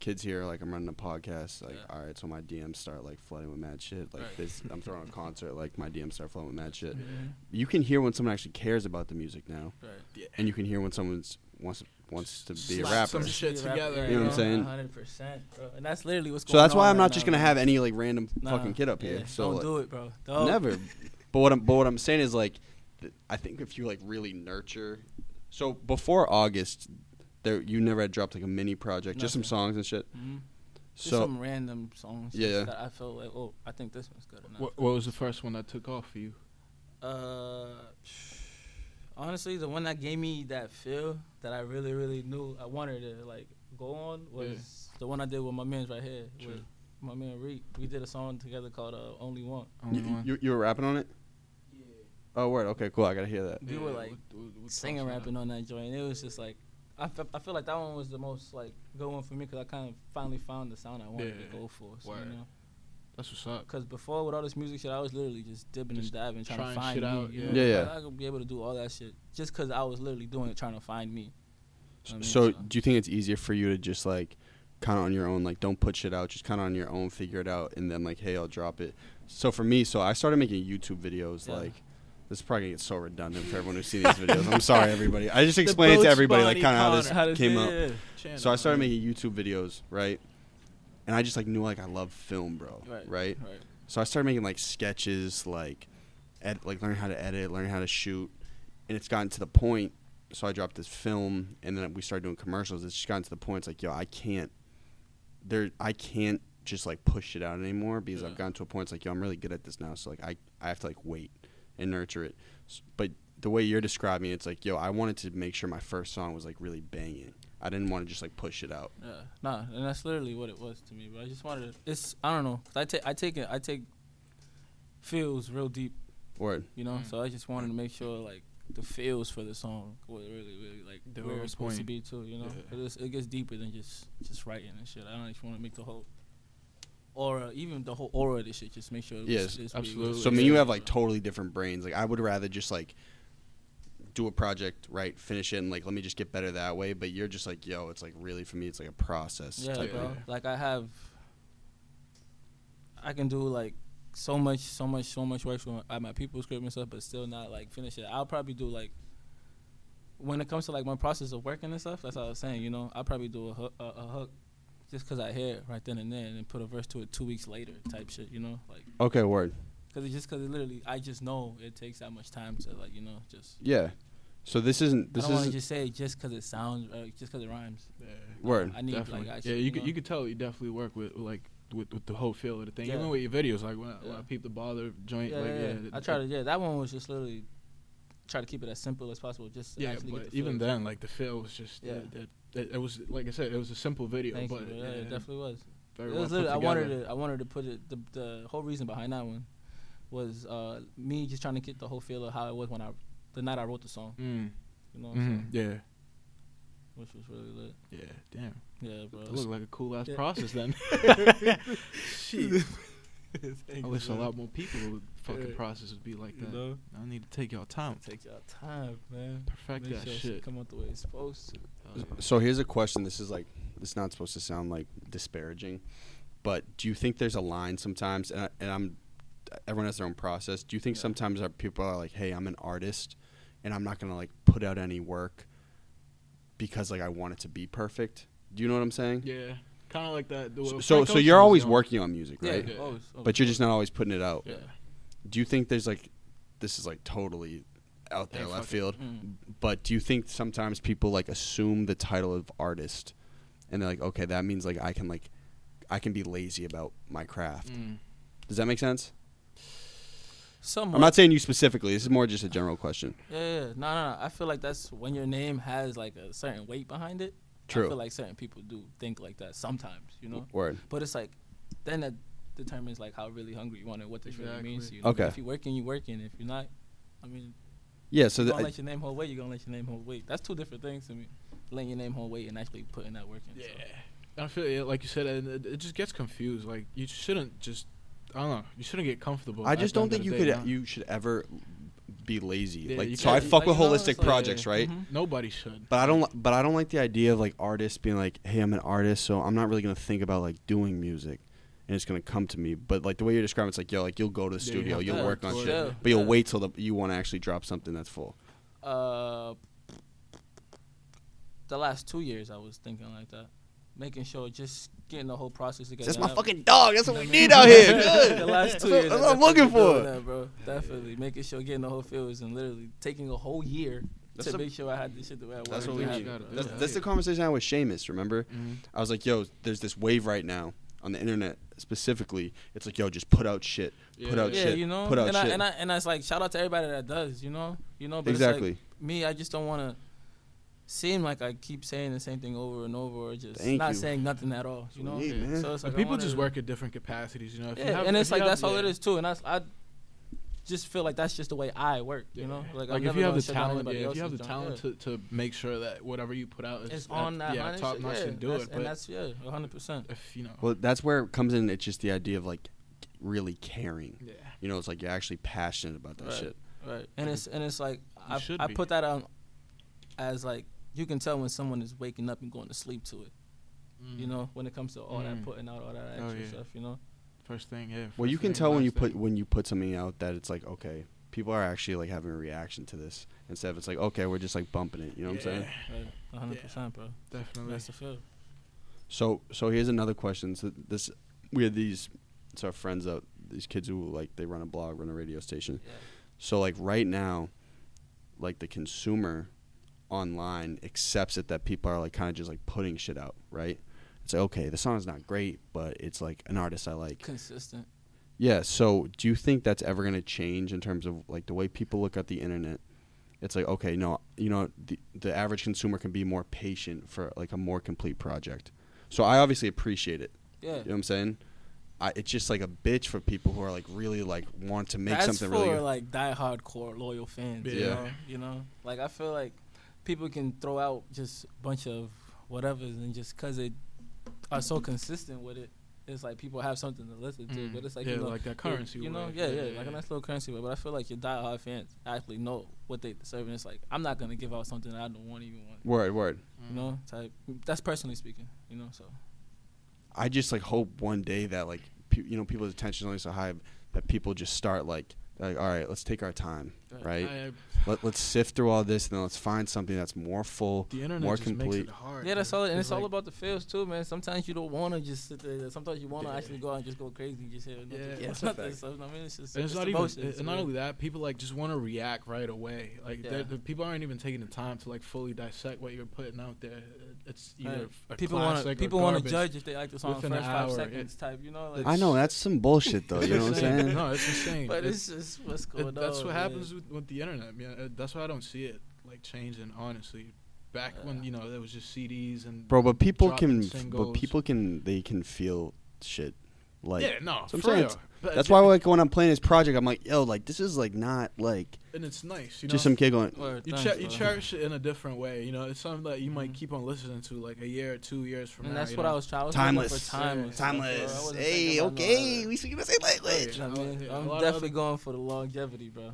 [SPEAKER 1] kids here like I'm running a podcast like
[SPEAKER 3] Yeah.
[SPEAKER 1] all right, so my DMs start like flooding with mad shit like
[SPEAKER 3] Right.
[SPEAKER 1] this. I'm throwing a concert like my DMs start flooding with mad shit.
[SPEAKER 3] Mhm.
[SPEAKER 1] You can hear when someone actually cares about the music now,
[SPEAKER 3] Right.
[SPEAKER 1] and you can hear when someone's wants wants to be a
[SPEAKER 2] Slap
[SPEAKER 1] rapper.
[SPEAKER 2] some
[SPEAKER 1] So
[SPEAKER 2] shit together,
[SPEAKER 1] You know what I'm saying?
[SPEAKER 3] Hundred percent, bro. And that's literally what's going on.
[SPEAKER 1] that's why I'm
[SPEAKER 3] right
[SPEAKER 1] not just
[SPEAKER 3] now,
[SPEAKER 1] gonna
[SPEAKER 3] man.
[SPEAKER 1] have any like random
[SPEAKER 3] Nah,
[SPEAKER 1] fucking kid up here.
[SPEAKER 3] yeah,
[SPEAKER 1] So
[SPEAKER 3] don't
[SPEAKER 1] like,
[SPEAKER 3] do it, bro. Don't.
[SPEAKER 1] Never. but what I'm but what I'm saying is like, th- I think if you like really nurture, so before August, there you never had dropped like a mini project, just some
[SPEAKER 3] Nothing.
[SPEAKER 1] songs and shit.
[SPEAKER 3] Mhm. Just
[SPEAKER 1] So
[SPEAKER 3] some random songs.
[SPEAKER 1] Yeah, yeah.
[SPEAKER 3] That I felt like, oh, I think this one's good enough.
[SPEAKER 2] What, what was the first one that took off for you?
[SPEAKER 3] Uh, honestly, the one that gave me that feel that I really, really knew I wanted to like go on was the one I did with my man's right here.
[SPEAKER 2] True.
[SPEAKER 3] With my man Reek, we did a song together called uh, "Only One."
[SPEAKER 2] Only
[SPEAKER 1] you,
[SPEAKER 2] one.
[SPEAKER 1] you, you were rapping on it. Oh word, okay, cool. I gotta hear that.
[SPEAKER 3] we were, like, Singing, rapping on that joint, it was just like. I fe- I feel like that one was the most like good one for me because I kind of finally found the sound I wanted
[SPEAKER 2] Yeah.
[SPEAKER 3] to go for. So,
[SPEAKER 2] Word.
[SPEAKER 3] you know,
[SPEAKER 2] That's what's up.
[SPEAKER 3] because before with all this music shit, I was literally just dipping
[SPEAKER 2] Just
[SPEAKER 3] and diving, trying,
[SPEAKER 2] trying
[SPEAKER 3] to find
[SPEAKER 2] shit
[SPEAKER 3] me.
[SPEAKER 2] out,
[SPEAKER 3] you
[SPEAKER 2] yeah.
[SPEAKER 3] know?
[SPEAKER 1] Yeah,
[SPEAKER 3] Like,
[SPEAKER 1] yeah.
[SPEAKER 3] I could be able to do all that shit just because I was literally doing it, trying to find me. I mean,
[SPEAKER 1] so
[SPEAKER 3] so-
[SPEAKER 1] do you think it's easier for you to just like kind of on your own. Like, don't put shit out. Just kind of on your own, figure it out, and then like, hey, I'll drop it. So for me, so I started making YouTube videos.
[SPEAKER 3] Yeah.
[SPEAKER 1] Like, this is probably gonna get so redundant for everyone who's seen these videos. I'm sorry, everybody. I just explained it to everybody like kind of how this came up. So I started making YouTube videos, right? And I just like knew like I love film, bro. Right.
[SPEAKER 3] Right. Right.
[SPEAKER 1] So I started making like sketches, like, ed- like learn how to edit, learn how to shoot, and it's gotten to the point. So I dropped this film, and then we started doing commercials. It's just gotten to the point. It's like, yo, I can't, there, I can't just like push it out anymore because I've
[SPEAKER 3] Yeah.
[SPEAKER 1] gotten to a point. It's like, yo, I'm really good at this now. So like, I, I have to like wait and nurture it. S- But the way you're describing it, it's like, yo, I wanted to make sure my first song was like really banging. I didn't want to just like push it out.
[SPEAKER 3] Yeah, nah, and that's literally what it was to me. But I just wanted to, it's I don't know. 'cause I take I take it I take feels real deep,
[SPEAKER 1] Or
[SPEAKER 3] you know.
[SPEAKER 2] Mm.
[SPEAKER 3] So I just wanted to make sure like the feels for the song was really really like
[SPEAKER 2] They
[SPEAKER 3] where
[SPEAKER 2] were on
[SPEAKER 3] it's supposed to
[SPEAKER 2] point.
[SPEAKER 3] be too, you know.
[SPEAKER 2] Yeah.
[SPEAKER 3] It, is, it gets deeper than just just writing and shit. I don't just want to make the whole aura, even the whole aura of this shit. Just make sure. It
[SPEAKER 1] Yes,
[SPEAKER 3] it's
[SPEAKER 2] absolutely.
[SPEAKER 1] So I mean, you have like totally different brains. Like I would rather just like do a project, right, finish it, and like let me just get better that way. But you're just like, yo, it's like really for me, it's like a process.
[SPEAKER 3] Yeah,
[SPEAKER 1] type
[SPEAKER 3] bro.
[SPEAKER 1] Of,
[SPEAKER 3] Like I have, I can do like so much, so much, so much work from- at my people's crib and stuff, but still not like finish it. I'll probably do like when it comes to like my process of working and stuff. That's what I was saying. You know, I'll probably do a hook, a, a hook just because I hear it right then and there, and then put a verse to it two weeks later, type shit. You know, like
[SPEAKER 1] okay, word.
[SPEAKER 3] because it's just because it literally, I just know it takes that much time to like you know just.
[SPEAKER 1] Yeah. So this isn't
[SPEAKER 3] I
[SPEAKER 1] this
[SPEAKER 3] don't want
[SPEAKER 1] isn't
[SPEAKER 3] to just say it just because it sounds, uh, just because it rhymes.
[SPEAKER 1] word.
[SPEAKER 3] I need
[SPEAKER 2] definitely.
[SPEAKER 3] like I
[SPEAKER 2] yeah, you
[SPEAKER 3] know?
[SPEAKER 2] could you could tell you definitely work with like with, with the whole feel of the thing.
[SPEAKER 3] Yeah.
[SPEAKER 2] Even with your videos, like when I, when
[SPEAKER 3] Yeah.
[SPEAKER 2] I peep the bother joint,
[SPEAKER 3] yeah,
[SPEAKER 2] like
[SPEAKER 3] yeah,
[SPEAKER 2] yeah,
[SPEAKER 3] yeah. I tried to. Yeah, that one was just literally try to keep it as simple as possible. Just to
[SPEAKER 2] Yeah,
[SPEAKER 3] actually
[SPEAKER 2] but
[SPEAKER 3] get the
[SPEAKER 2] even
[SPEAKER 3] feels.
[SPEAKER 2] then, like the feel was just yeah.
[SPEAKER 3] Yeah.
[SPEAKER 2] It, it, it was like I said, it was a simple video,
[SPEAKER 3] Thank
[SPEAKER 2] but
[SPEAKER 3] you, bro. yeah,
[SPEAKER 2] it-
[SPEAKER 3] it
[SPEAKER 2] it
[SPEAKER 3] definitely was.
[SPEAKER 2] very
[SPEAKER 3] it
[SPEAKER 2] well
[SPEAKER 3] was
[SPEAKER 2] put
[SPEAKER 3] literally, I wanted
[SPEAKER 2] together.
[SPEAKER 3] to. I wanted to put it. The, the whole reason behind that one was uh, me just trying to get the whole feel of how it was when I the night I wrote the song.
[SPEAKER 2] Mm.
[SPEAKER 3] You know, what I'm
[SPEAKER 2] Mhm.
[SPEAKER 3] saying?
[SPEAKER 2] Yeah,
[SPEAKER 3] which was really lit.
[SPEAKER 2] yeah, damn.
[SPEAKER 3] Yeah, bro.
[SPEAKER 2] That looked like a cool ass
[SPEAKER 3] Yeah.
[SPEAKER 2] process then. Shit. I wish a lot more people would fucking
[SPEAKER 3] Yeah.
[SPEAKER 2] process would be like
[SPEAKER 3] You
[SPEAKER 2] that.
[SPEAKER 3] know?
[SPEAKER 2] I need to take y'all time.
[SPEAKER 3] Take your time, man.
[SPEAKER 2] Perfect
[SPEAKER 3] Make
[SPEAKER 2] that
[SPEAKER 3] sure it
[SPEAKER 2] shit.
[SPEAKER 3] Come out the way it's supposed to.
[SPEAKER 2] Oh, yeah.
[SPEAKER 1] So here's a question. This is like this is not supposed to sound like disparaging, but do you think there's a line sometimes? And, I, and I'm everyone has their own process. Do you think
[SPEAKER 3] Yeah.
[SPEAKER 1] sometimes our people are like, hey, I'm an artist, and I'm not gonna like put out any work because like I want it to be perfect? Do you know what I'm saying?
[SPEAKER 2] Yeah, kind of like that. the-
[SPEAKER 1] So
[SPEAKER 2] what
[SPEAKER 1] so,
[SPEAKER 2] Frank
[SPEAKER 1] so
[SPEAKER 2] Ocean
[SPEAKER 1] you're
[SPEAKER 2] was
[SPEAKER 1] always
[SPEAKER 2] doing.
[SPEAKER 1] working on music, right?
[SPEAKER 2] Yeah.
[SPEAKER 3] always, always.
[SPEAKER 1] But you're just not always putting it out.
[SPEAKER 3] Yeah.
[SPEAKER 1] Do you think there's like this is like totally out there
[SPEAKER 2] Hey,
[SPEAKER 1] left
[SPEAKER 2] fuck it.
[SPEAKER 1] field?
[SPEAKER 3] Mm.
[SPEAKER 1] but do you think sometimes people like assume the title of artist and they're like okay that means like i can like i can be lazy about my craft
[SPEAKER 2] Mm.
[SPEAKER 1] does that make sense
[SPEAKER 3] Somewhat.
[SPEAKER 1] i'm not saying you specifically this is more just a general question
[SPEAKER 3] Yeah, yeah. No, no, no. I feel like that's when your name has like a certain weight behind it.
[SPEAKER 1] True.
[SPEAKER 3] I feel like certain people do think like that sometimes, you know.
[SPEAKER 1] word
[SPEAKER 3] But it's like, then that determines like how really hungry you want and what this really means
[SPEAKER 2] Exactly.
[SPEAKER 3] to you. you know?
[SPEAKER 1] Okay.
[SPEAKER 3] If you're working, you're working. If you're not, I mean,
[SPEAKER 1] yeah so th-
[SPEAKER 3] you're gonna
[SPEAKER 1] I-
[SPEAKER 3] let your name hold weight. You're gonna let your name hold weight. That's two different things to me. Letting your name hold weight and actually putting that work in.
[SPEAKER 2] Yeah,
[SPEAKER 3] so.
[SPEAKER 2] I feel yeah, like you said, and it, it just gets confused. Like you shouldn't just, I don't know, you shouldn't get comfortable.
[SPEAKER 1] i
[SPEAKER 2] at
[SPEAKER 1] just
[SPEAKER 2] the
[SPEAKER 1] don't
[SPEAKER 2] end of
[SPEAKER 1] think you
[SPEAKER 2] the day,
[SPEAKER 1] could
[SPEAKER 2] nah.
[SPEAKER 1] you should ever be lazy
[SPEAKER 2] Yeah, you
[SPEAKER 1] like so i
[SPEAKER 2] can't-
[SPEAKER 1] fuck
[SPEAKER 3] like,
[SPEAKER 1] with
[SPEAKER 3] you know,
[SPEAKER 1] holistic
[SPEAKER 3] it's like-
[SPEAKER 1] projects right
[SPEAKER 2] mm.
[SPEAKER 3] Mhm.
[SPEAKER 2] Nobody should.
[SPEAKER 1] But I don't. li- But I don't like the idea of like artists being like, "Hey, I'm an artist, so I'm not really gonna think about like doing music, and it's gonna come to me." But like the way you're describing, it's like, yo, like you'll go to the
[SPEAKER 2] Yeah, you
[SPEAKER 1] studio,
[SPEAKER 2] have to
[SPEAKER 1] you'll
[SPEAKER 3] work
[SPEAKER 1] work on
[SPEAKER 3] towards
[SPEAKER 1] shit,
[SPEAKER 3] it.
[SPEAKER 1] but you'll
[SPEAKER 3] Yeah.
[SPEAKER 1] wait till the, you want to actually drop something that's full.
[SPEAKER 3] Uh, the last two years, I was thinking like that, making sure just getting the whole process together.
[SPEAKER 1] That's
[SPEAKER 3] And
[SPEAKER 1] my
[SPEAKER 3] that-
[SPEAKER 1] fucking dog. That's what we need out here.
[SPEAKER 3] the
[SPEAKER 1] Good.
[SPEAKER 3] last two
[SPEAKER 1] That's
[SPEAKER 3] years.
[SPEAKER 1] what-
[SPEAKER 3] I
[SPEAKER 1] that's what I'm
[SPEAKER 3] definitely
[SPEAKER 1] looking
[SPEAKER 3] been
[SPEAKER 1] for.
[SPEAKER 3] doing that, bro. Definitely making sure getting the whole fields and literally taking a whole year
[SPEAKER 1] That's
[SPEAKER 3] to
[SPEAKER 1] a-
[SPEAKER 3] make sure I had this shit the way I wanted.
[SPEAKER 1] That's what
[SPEAKER 3] to
[SPEAKER 1] we
[SPEAKER 3] have
[SPEAKER 1] need.
[SPEAKER 3] it.
[SPEAKER 2] gotta do
[SPEAKER 1] That's,
[SPEAKER 2] that.
[SPEAKER 1] that's the conversation I had with Seamus. Remember,
[SPEAKER 2] Mhm.
[SPEAKER 1] I was like, "Yo, there's this wave right now on the internet specifically. It's like, yo, just put out shit, put
[SPEAKER 2] Yeah.
[SPEAKER 1] out
[SPEAKER 3] yeah,
[SPEAKER 1] shit,
[SPEAKER 3] you know,
[SPEAKER 1] put out
[SPEAKER 3] and
[SPEAKER 1] shit."
[SPEAKER 3] I, and I and I was like, shout out to everybody that does, you know, you know. Oh, But
[SPEAKER 1] exactly.
[SPEAKER 3] It's like, me, I just don't want to seem like I keep saying the same thing over and over, or just
[SPEAKER 1] Thank
[SPEAKER 3] not
[SPEAKER 1] you.
[SPEAKER 3] saying nothing at all, you know.
[SPEAKER 1] Hey,
[SPEAKER 2] Yeah.
[SPEAKER 1] man.
[SPEAKER 3] So it's like
[SPEAKER 2] Like
[SPEAKER 3] I
[SPEAKER 2] people
[SPEAKER 3] wanna-
[SPEAKER 2] just work at different capacities, you know. If you
[SPEAKER 3] Yeah,
[SPEAKER 2] have-
[SPEAKER 3] and
[SPEAKER 2] if
[SPEAKER 3] it's
[SPEAKER 2] you
[SPEAKER 3] like
[SPEAKER 2] have-
[SPEAKER 3] that's all it
[SPEAKER 2] yeah.
[SPEAKER 3] is too, and that's I just feel like that's just the way I work, you know.
[SPEAKER 2] Like,
[SPEAKER 3] I'm
[SPEAKER 2] if
[SPEAKER 3] never
[SPEAKER 2] you have
[SPEAKER 3] gonna
[SPEAKER 2] the
[SPEAKER 3] shut down
[SPEAKER 2] talent,
[SPEAKER 3] anybody
[SPEAKER 2] yeah, if you have the
[SPEAKER 3] else's job, yeah.
[SPEAKER 2] talent to, to make sure that whatever you put out is
[SPEAKER 3] it's
[SPEAKER 2] at-
[SPEAKER 3] on that
[SPEAKER 2] yeah,
[SPEAKER 3] line,
[SPEAKER 2] top notch,
[SPEAKER 3] yeah,
[SPEAKER 2] and do
[SPEAKER 3] that's-
[SPEAKER 2] it.
[SPEAKER 3] and
[SPEAKER 2] But
[SPEAKER 3] that's yeah, 100. percent
[SPEAKER 2] if you know,
[SPEAKER 1] well, that's where it comes in. It's just the idea of like really caring.
[SPEAKER 2] yeah,
[SPEAKER 1] You know, it's like you're actually passionate about that
[SPEAKER 3] Right.
[SPEAKER 1] shit.
[SPEAKER 3] Right. And it's and it's like I,
[SPEAKER 2] should
[SPEAKER 3] I
[SPEAKER 2] be.
[SPEAKER 3] put that on as like you can tell when someone is waking up and going to sleep to it. you know, when it comes to all that
[SPEAKER 2] Mm.
[SPEAKER 3] putting out all that
[SPEAKER 2] Oh,
[SPEAKER 3] extra
[SPEAKER 2] yeah.
[SPEAKER 3] stuff, you know.
[SPEAKER 2] First thing, yeah.
[SPEAKER 1] Well, you
[SPEAKER 2] first
[SPEAKER 1] can
[SPEAKER 2] thing,
[SPEAKER 1] tell when
[SPEAKER 2] last
[SPEAKER 1] you
[SPEAKER 2] thing.
[SPEAKER 1] put when you put something out that it's like okay, people are actually like having a reaction to this instead of it's like okay, we're just like bumping it. You know what I'm saying?
[SPEAKER 2] Yeah,
[SPEAKER 3] Like, 100%, bro.
[SPEAKER 2] Definitely.
[SPEAKER 3] That's the feel.
[SPEAKER 1] So so here's another question. So this we had these it's our friends out these kids who like they run a blog, run a radio station.
[SPEAKER 3] Yeah.
[SPEAKER 1] So like right now, like the consumer online accepts it that people are like kind of just like putting shit out, right? It's like okay, the song's not great, but it's like an artist I like.
[SPEAKER 3] Consistent.
[SPEAKER 1] Yeah. So, do you think that's ever going to change in terms of like the way people look at the internet? It's like, okay, no, you know, the the average consumer can be more patient for like a more complete project. So I obviously appreciate it.
[SPEAKER 3] Yeah.
[SPEAKER 1] You know what I'm saying? I, it's just like a bitch for people who are like really like want to make
[SPEAKER 3] That's
[SPEAKER 1] something
[SPEAKER 3] for
[SPEAKER 1] really. good.
[SPEAKER 3] like die-hard core loyal fans. You
[SPEAKER 1] Yeah.
[SPEAKER 3] know? you know, like I feel like people can throw out just a bunch of whatever's and just because they are so consistent with it, it's like people have something to listen to.
[SPEAKER 2] Mm.
[SPEAKER 3] But it's like
[SPEAKER 2] yeah,
[SPEAKER 3] you know,
[SPEAKER 2] like that currency. Mm.
[SPEAKER 3] You know,
[SPEAKER 2] wave.
[SPEAKER 3] yeah, yeah, like a nice little currency. way. But I feel like your die-hard fans actually know what they deserve, and it's like I'm not gonna give out something that I don't want even want.
[SPEAKER 1] word, word.
[SPEAKER 2] Mm.
[SPEAKER 3] You know, type. That's personally speaking. You know, so
[SPEAKER 1] I just like hope one day that like pe- you know people's attention is only so high that people just start like like all right, let's take our time,
[SPEAKER 3] Right.
[SPEAKER 1] right?
[SPEAKER 2] I- I-
[SPEAKER 1] Let, let's sift through all this and then let's find something that's more full,
[SPEAKER 2] the internet
[SPEAKER 1] more
[SPEAKER 2] just makes
[SPEAKER 1] complete.
[SPEAKER 2] it hard.
[SPEAKER 3] yeah, that's
[SPEAKER 2] man.
[SPEAKER 3] all. And
[SPEAKER 2] 'Cause,
[SPEAKER 3] it's all
[SPEAKER 2] like,
[SPEAKER 3] about the feels too, man. Sometimes you don't want to just sit there. Sometimes you want to
[SPEAKER 2] Yeah.
[SPEAKER 3] actually go out and just go crazy and just hear nothing.
[SPEAKER 2] Yeah,
[SPEAKER 3] Yeah,
[SPEAKER 2] that's a
[SPEAKER 3] nothing.
[SPEAKER 2] fact.
[SPEAKER 3] So, I mean, it's just
[SPEAKER 2] And
[SPEAKER 3] it's,
[SPEAKER 2] it's not
[SPEAKER 3] emotions.
[SPEAKER 2] even. And
[SPEAKER 3] man.
[SPEAKER 2] not only that, people like just want to react right away. Like
[SPEAKER 3] Yeah.
[SPEAKER 2] they're- the people aren't even taking the time to like fully dissect what you're putting out there. It's either
[SPEAKER 3] Right.
[SPEAKER 2] a
[SPEAKER 3] people
[SPEAKER 2] want
[SPEAKER 3] to people
[SPEAKER 2] want
[SPEAKER 3] to judge if they like the song
[SPEAKER 2] Within
[SPEAKER 3] first
[SPEAKER 2] an
[SPEAKER 3] five
[SPEAKER 2] hour,
[SPEAKER 3] seconds type. You know, like
[SPEAKER 1] I know that's some bullshit though. You know what I'm
[SPEAKER 2] insane.
[SPEAKER 1] saying?
[SPEAKER 2] No, it's insane.
[SPEAKER 3] But
[SPEAKER 2] It's-
[SPEAKER 3] it's just what's
[SPEAKER 2] It-
[SPEAKER 3] going on.
[SPEAKER 2] that's what
[SPEAKER 3] man.
[SPEAKER 2] happens with, with the internet, man. Uh, That's why I don't see it like changing. Honestly, back when you know there was just CDs and
[SPEAKER 1] Bro, but people
[SPEAKER 2] Dropping
[SPEAKER 1] can, but
[SPEAKER 2] singles.
[SPEAKER 1] people can, they can feel shit. Like
[SPEAKER 2] yeah, no,
[SPEAKER 1] so I'm
[SPEAKER 2] for
[SPEAKER 1] saying
[SPEAKER 2] real.
[SPEAKER 1] it's-
[SPEAKER 2] But
[SPEAKER 1] that's
[SPEAKER 2] it-
[SPEAKER 1] why like when I'm playing this project, I'm like, yo, like this is like not like
[SPEAKER 2] and it's nice, you know.
[SPEAKER 1] just some kid going.
[SPEAKER 3] Word,
[SPEAKER 2] you,
[SPEAKER 3] thanks,
[SPEAKER 2] che- you
[SPEAKER 3] bro.
[SPEAKER 2] cherish it in a different way, you know. It's something that you might
[SPEAKER 3] Mhm.
[SPEAKER 2] keep on listening to, like a year or two years from
[SPEAKER 3] And
[SPEAKER 2] now.
[SPEAKER 3] that's
[SPEAKER 2] you
[SPEAKER 3] what
[SPEAKER 2] know?
[SPEAKER 3] I was trying. I was looking
[SPEAKER 1] Timeless,
[SPEAKER 3] for timeless. bro. I
[SPEAKER 1] timeless.
[SPEAKER 3] wasn't
[SPEAKER 1] Hey,
[SPEAKER 3] thinking about no
[SPEAKER 1] okay,
[SPEAKER 3] other-
[SPEAKER 1] we speaking the same language.
[SPEAKER 2] Yeah.
[SPEAKER 3] I mean,
[SPEAKER 2] Yeah, a
[SPEAKER 3] I'm
[SPEAKER 2] lot of
[SPEAKER 3] definitely
[SPEAKER 2] other-
[SPEAKER 3] going for the longevity, bro.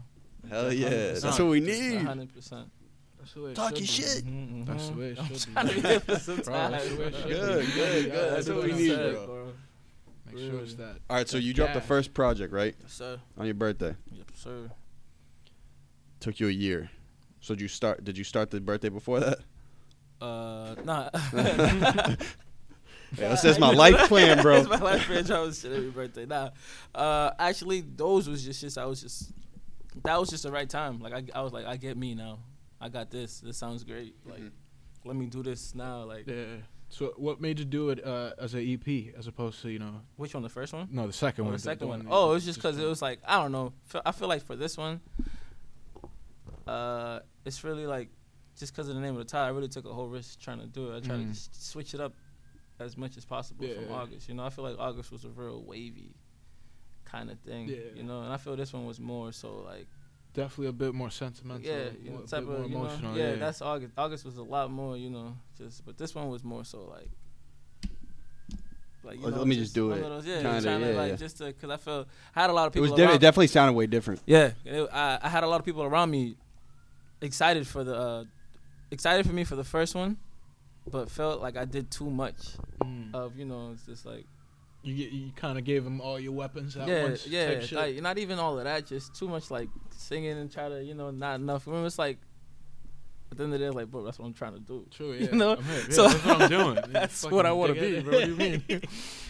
[SPEAKER 1] Hell yeah,
[SPEAKER 3] 100%.
[SPEAKER 1] that's what we need.
[SPEAKER 3] 100. percent
[SPEAKER 2] That's the way it
[SPEAKER 1] Talk
[SPEAKER 2] should
[SPEAKER 1] your
[SPEAKER 2] be.
[SPEAKER 1] shit.
[SPEAKER 2] That's the way it should be.
[SPEAKER 3] Mm-hmm, trying to be there for some
[SPEAKER 2] Bro,
[SPEAKER 3] time.
[SPEAKER 2] that's the way it should be.
[SPEAKER 1] Good, good,
[SPEAKER 2] Yeah,
[SPEAKER 1] good. That's what we
[SPEAKER 2] I'm
[SPEAKER 1] need,
[SPEAKER 2] saying.
[SPEAKER 1] bro.
[SPEAKER 2] Make sure it's
[SPEAKER 3] Really.
[SPEAKER 2] that.
[SPEAKER 1] All right, so
[SPEAKER 2] that
[SPEAKER 1] you dropped the
[SPEAKER 2] gas.
[SPEAKER 1] first project right
[SPEAKER 3] Yes, sir.
[SPEAKER 1] on your birthday.
[SPEAKER 3] Yes, sir.
[SPEAKER 1] Took you a year. So did you start? Did you start the birthday before that?
[SPEAKER 3] Uh, nah.
[SPEAKER 1] Hey, this is my life plan, bro.
[SPEAKER 3] That's my life plan. I was shit every birthday. Nah. Uh, actually, those was just shits. I was just. That was just the right time. Like I, I was like, I get me now. I got this. This sounds great. Like,
[SPEAKER 1] Mhm.
[SPEAKER 3] let me do this now. Like,
[SPEAKER 2] Yeah. So what made you do it uh, as an EP as opposed to you know
[SPEAKER 3] which one? The first one?
[SPEAKER 2] no the second
[SPEAKER 3] Oh,
[SPEAKER 2] one
[SPEAKER 3] the second one.
[SPEAKER 2] that-
[SPEAKER 3] Oh, it was just because
[SPEAKER 2] the-
[SPEAKER 3] it was like I don't know. Fe- I feel like for this one, uh, it's really like just because of the name of the title, I really took a whole risk trying to do it. I tried to
[SPEAKER 2] Mm.
[SPEAKER 3] just switch it up as much as possible from
[SPEAKER 2] Yeah.
[SPEAKER 3] August. You know, I feel like August was a real wavy kind of thing.
[SPEAKER 2] Yeah.
[SPEAKER 3] You know, and I feel this one was more so like
[SPEAKER 2] definitely a bit more sentimental.
[SPEAKER 3] yeah, you
[SPEAKER 2] more-
[SPEAKER 3] know,
[SPEAKER 2] a
[SPEAKER 3] type
[SPEAKER 2] bit more
[SPEAKER 3] of you know,
[SPEAKER 2] emotional.
[SPEAKER 3] yeah, That's August. August was a lot more, you know, just but this one was more so like. Like,
[SPEAKER 1] Oh, Let- let me just do
[SPEAKER 3] a
[SPEAKER 1] it.
[SPEAKER 3] little- yeah,
[SPEAKER 1] Kinda,
[SPEAKER 3] trying to
[SPEAKER 1] yeah,
[SPEAKER 3] like
[SPEAKER 1] yeah.
[SPEAKER 3] just because I felt I had a lot of
[SPEAKER 1] It was.
[SPEAKER 3] people.
[SPEAKER 1] Diff-
[SPEAKER 3] around
[SPEAKER 1] it definitely sounded way different.
[SPEAKER 3] yeah, it- I, I had a lot of people around me excited for the uh, excited for me for the first one, but felt like I did too much
[SPEAKER 2] Mm.
[SPEAKER 3] of you know it's just like
[SPEAKER 2] you get, you kind of gave them all your weapons at
[SPEAKER 3] yeah
[SPEAKER 2] once.
[SPEAKER 3] yeah
[SPEAKER 2] type shit.
[SPEAKER 3] like not even all of that just too much like singing and try to you know not enough. Remember it's like at the end of the day it's like bro that's what I'm trying to do.
[SPEAKER 2] True, yeah.
[SPEAKER 3] you know?
[SPEAKER 2] I'm here, yeah,
[SPEAKER 3] So-
[SPEAKER 2] that's what I'm doing. Yeah,
[SPEAKER 3] That's
[SPEAKER 2] fucking
[SPEAKER 3] what I wanna
[SPEAKER 2] dig it,
[SPEAKER 3] be.
[SPEAKER 2] bro. What do you mean?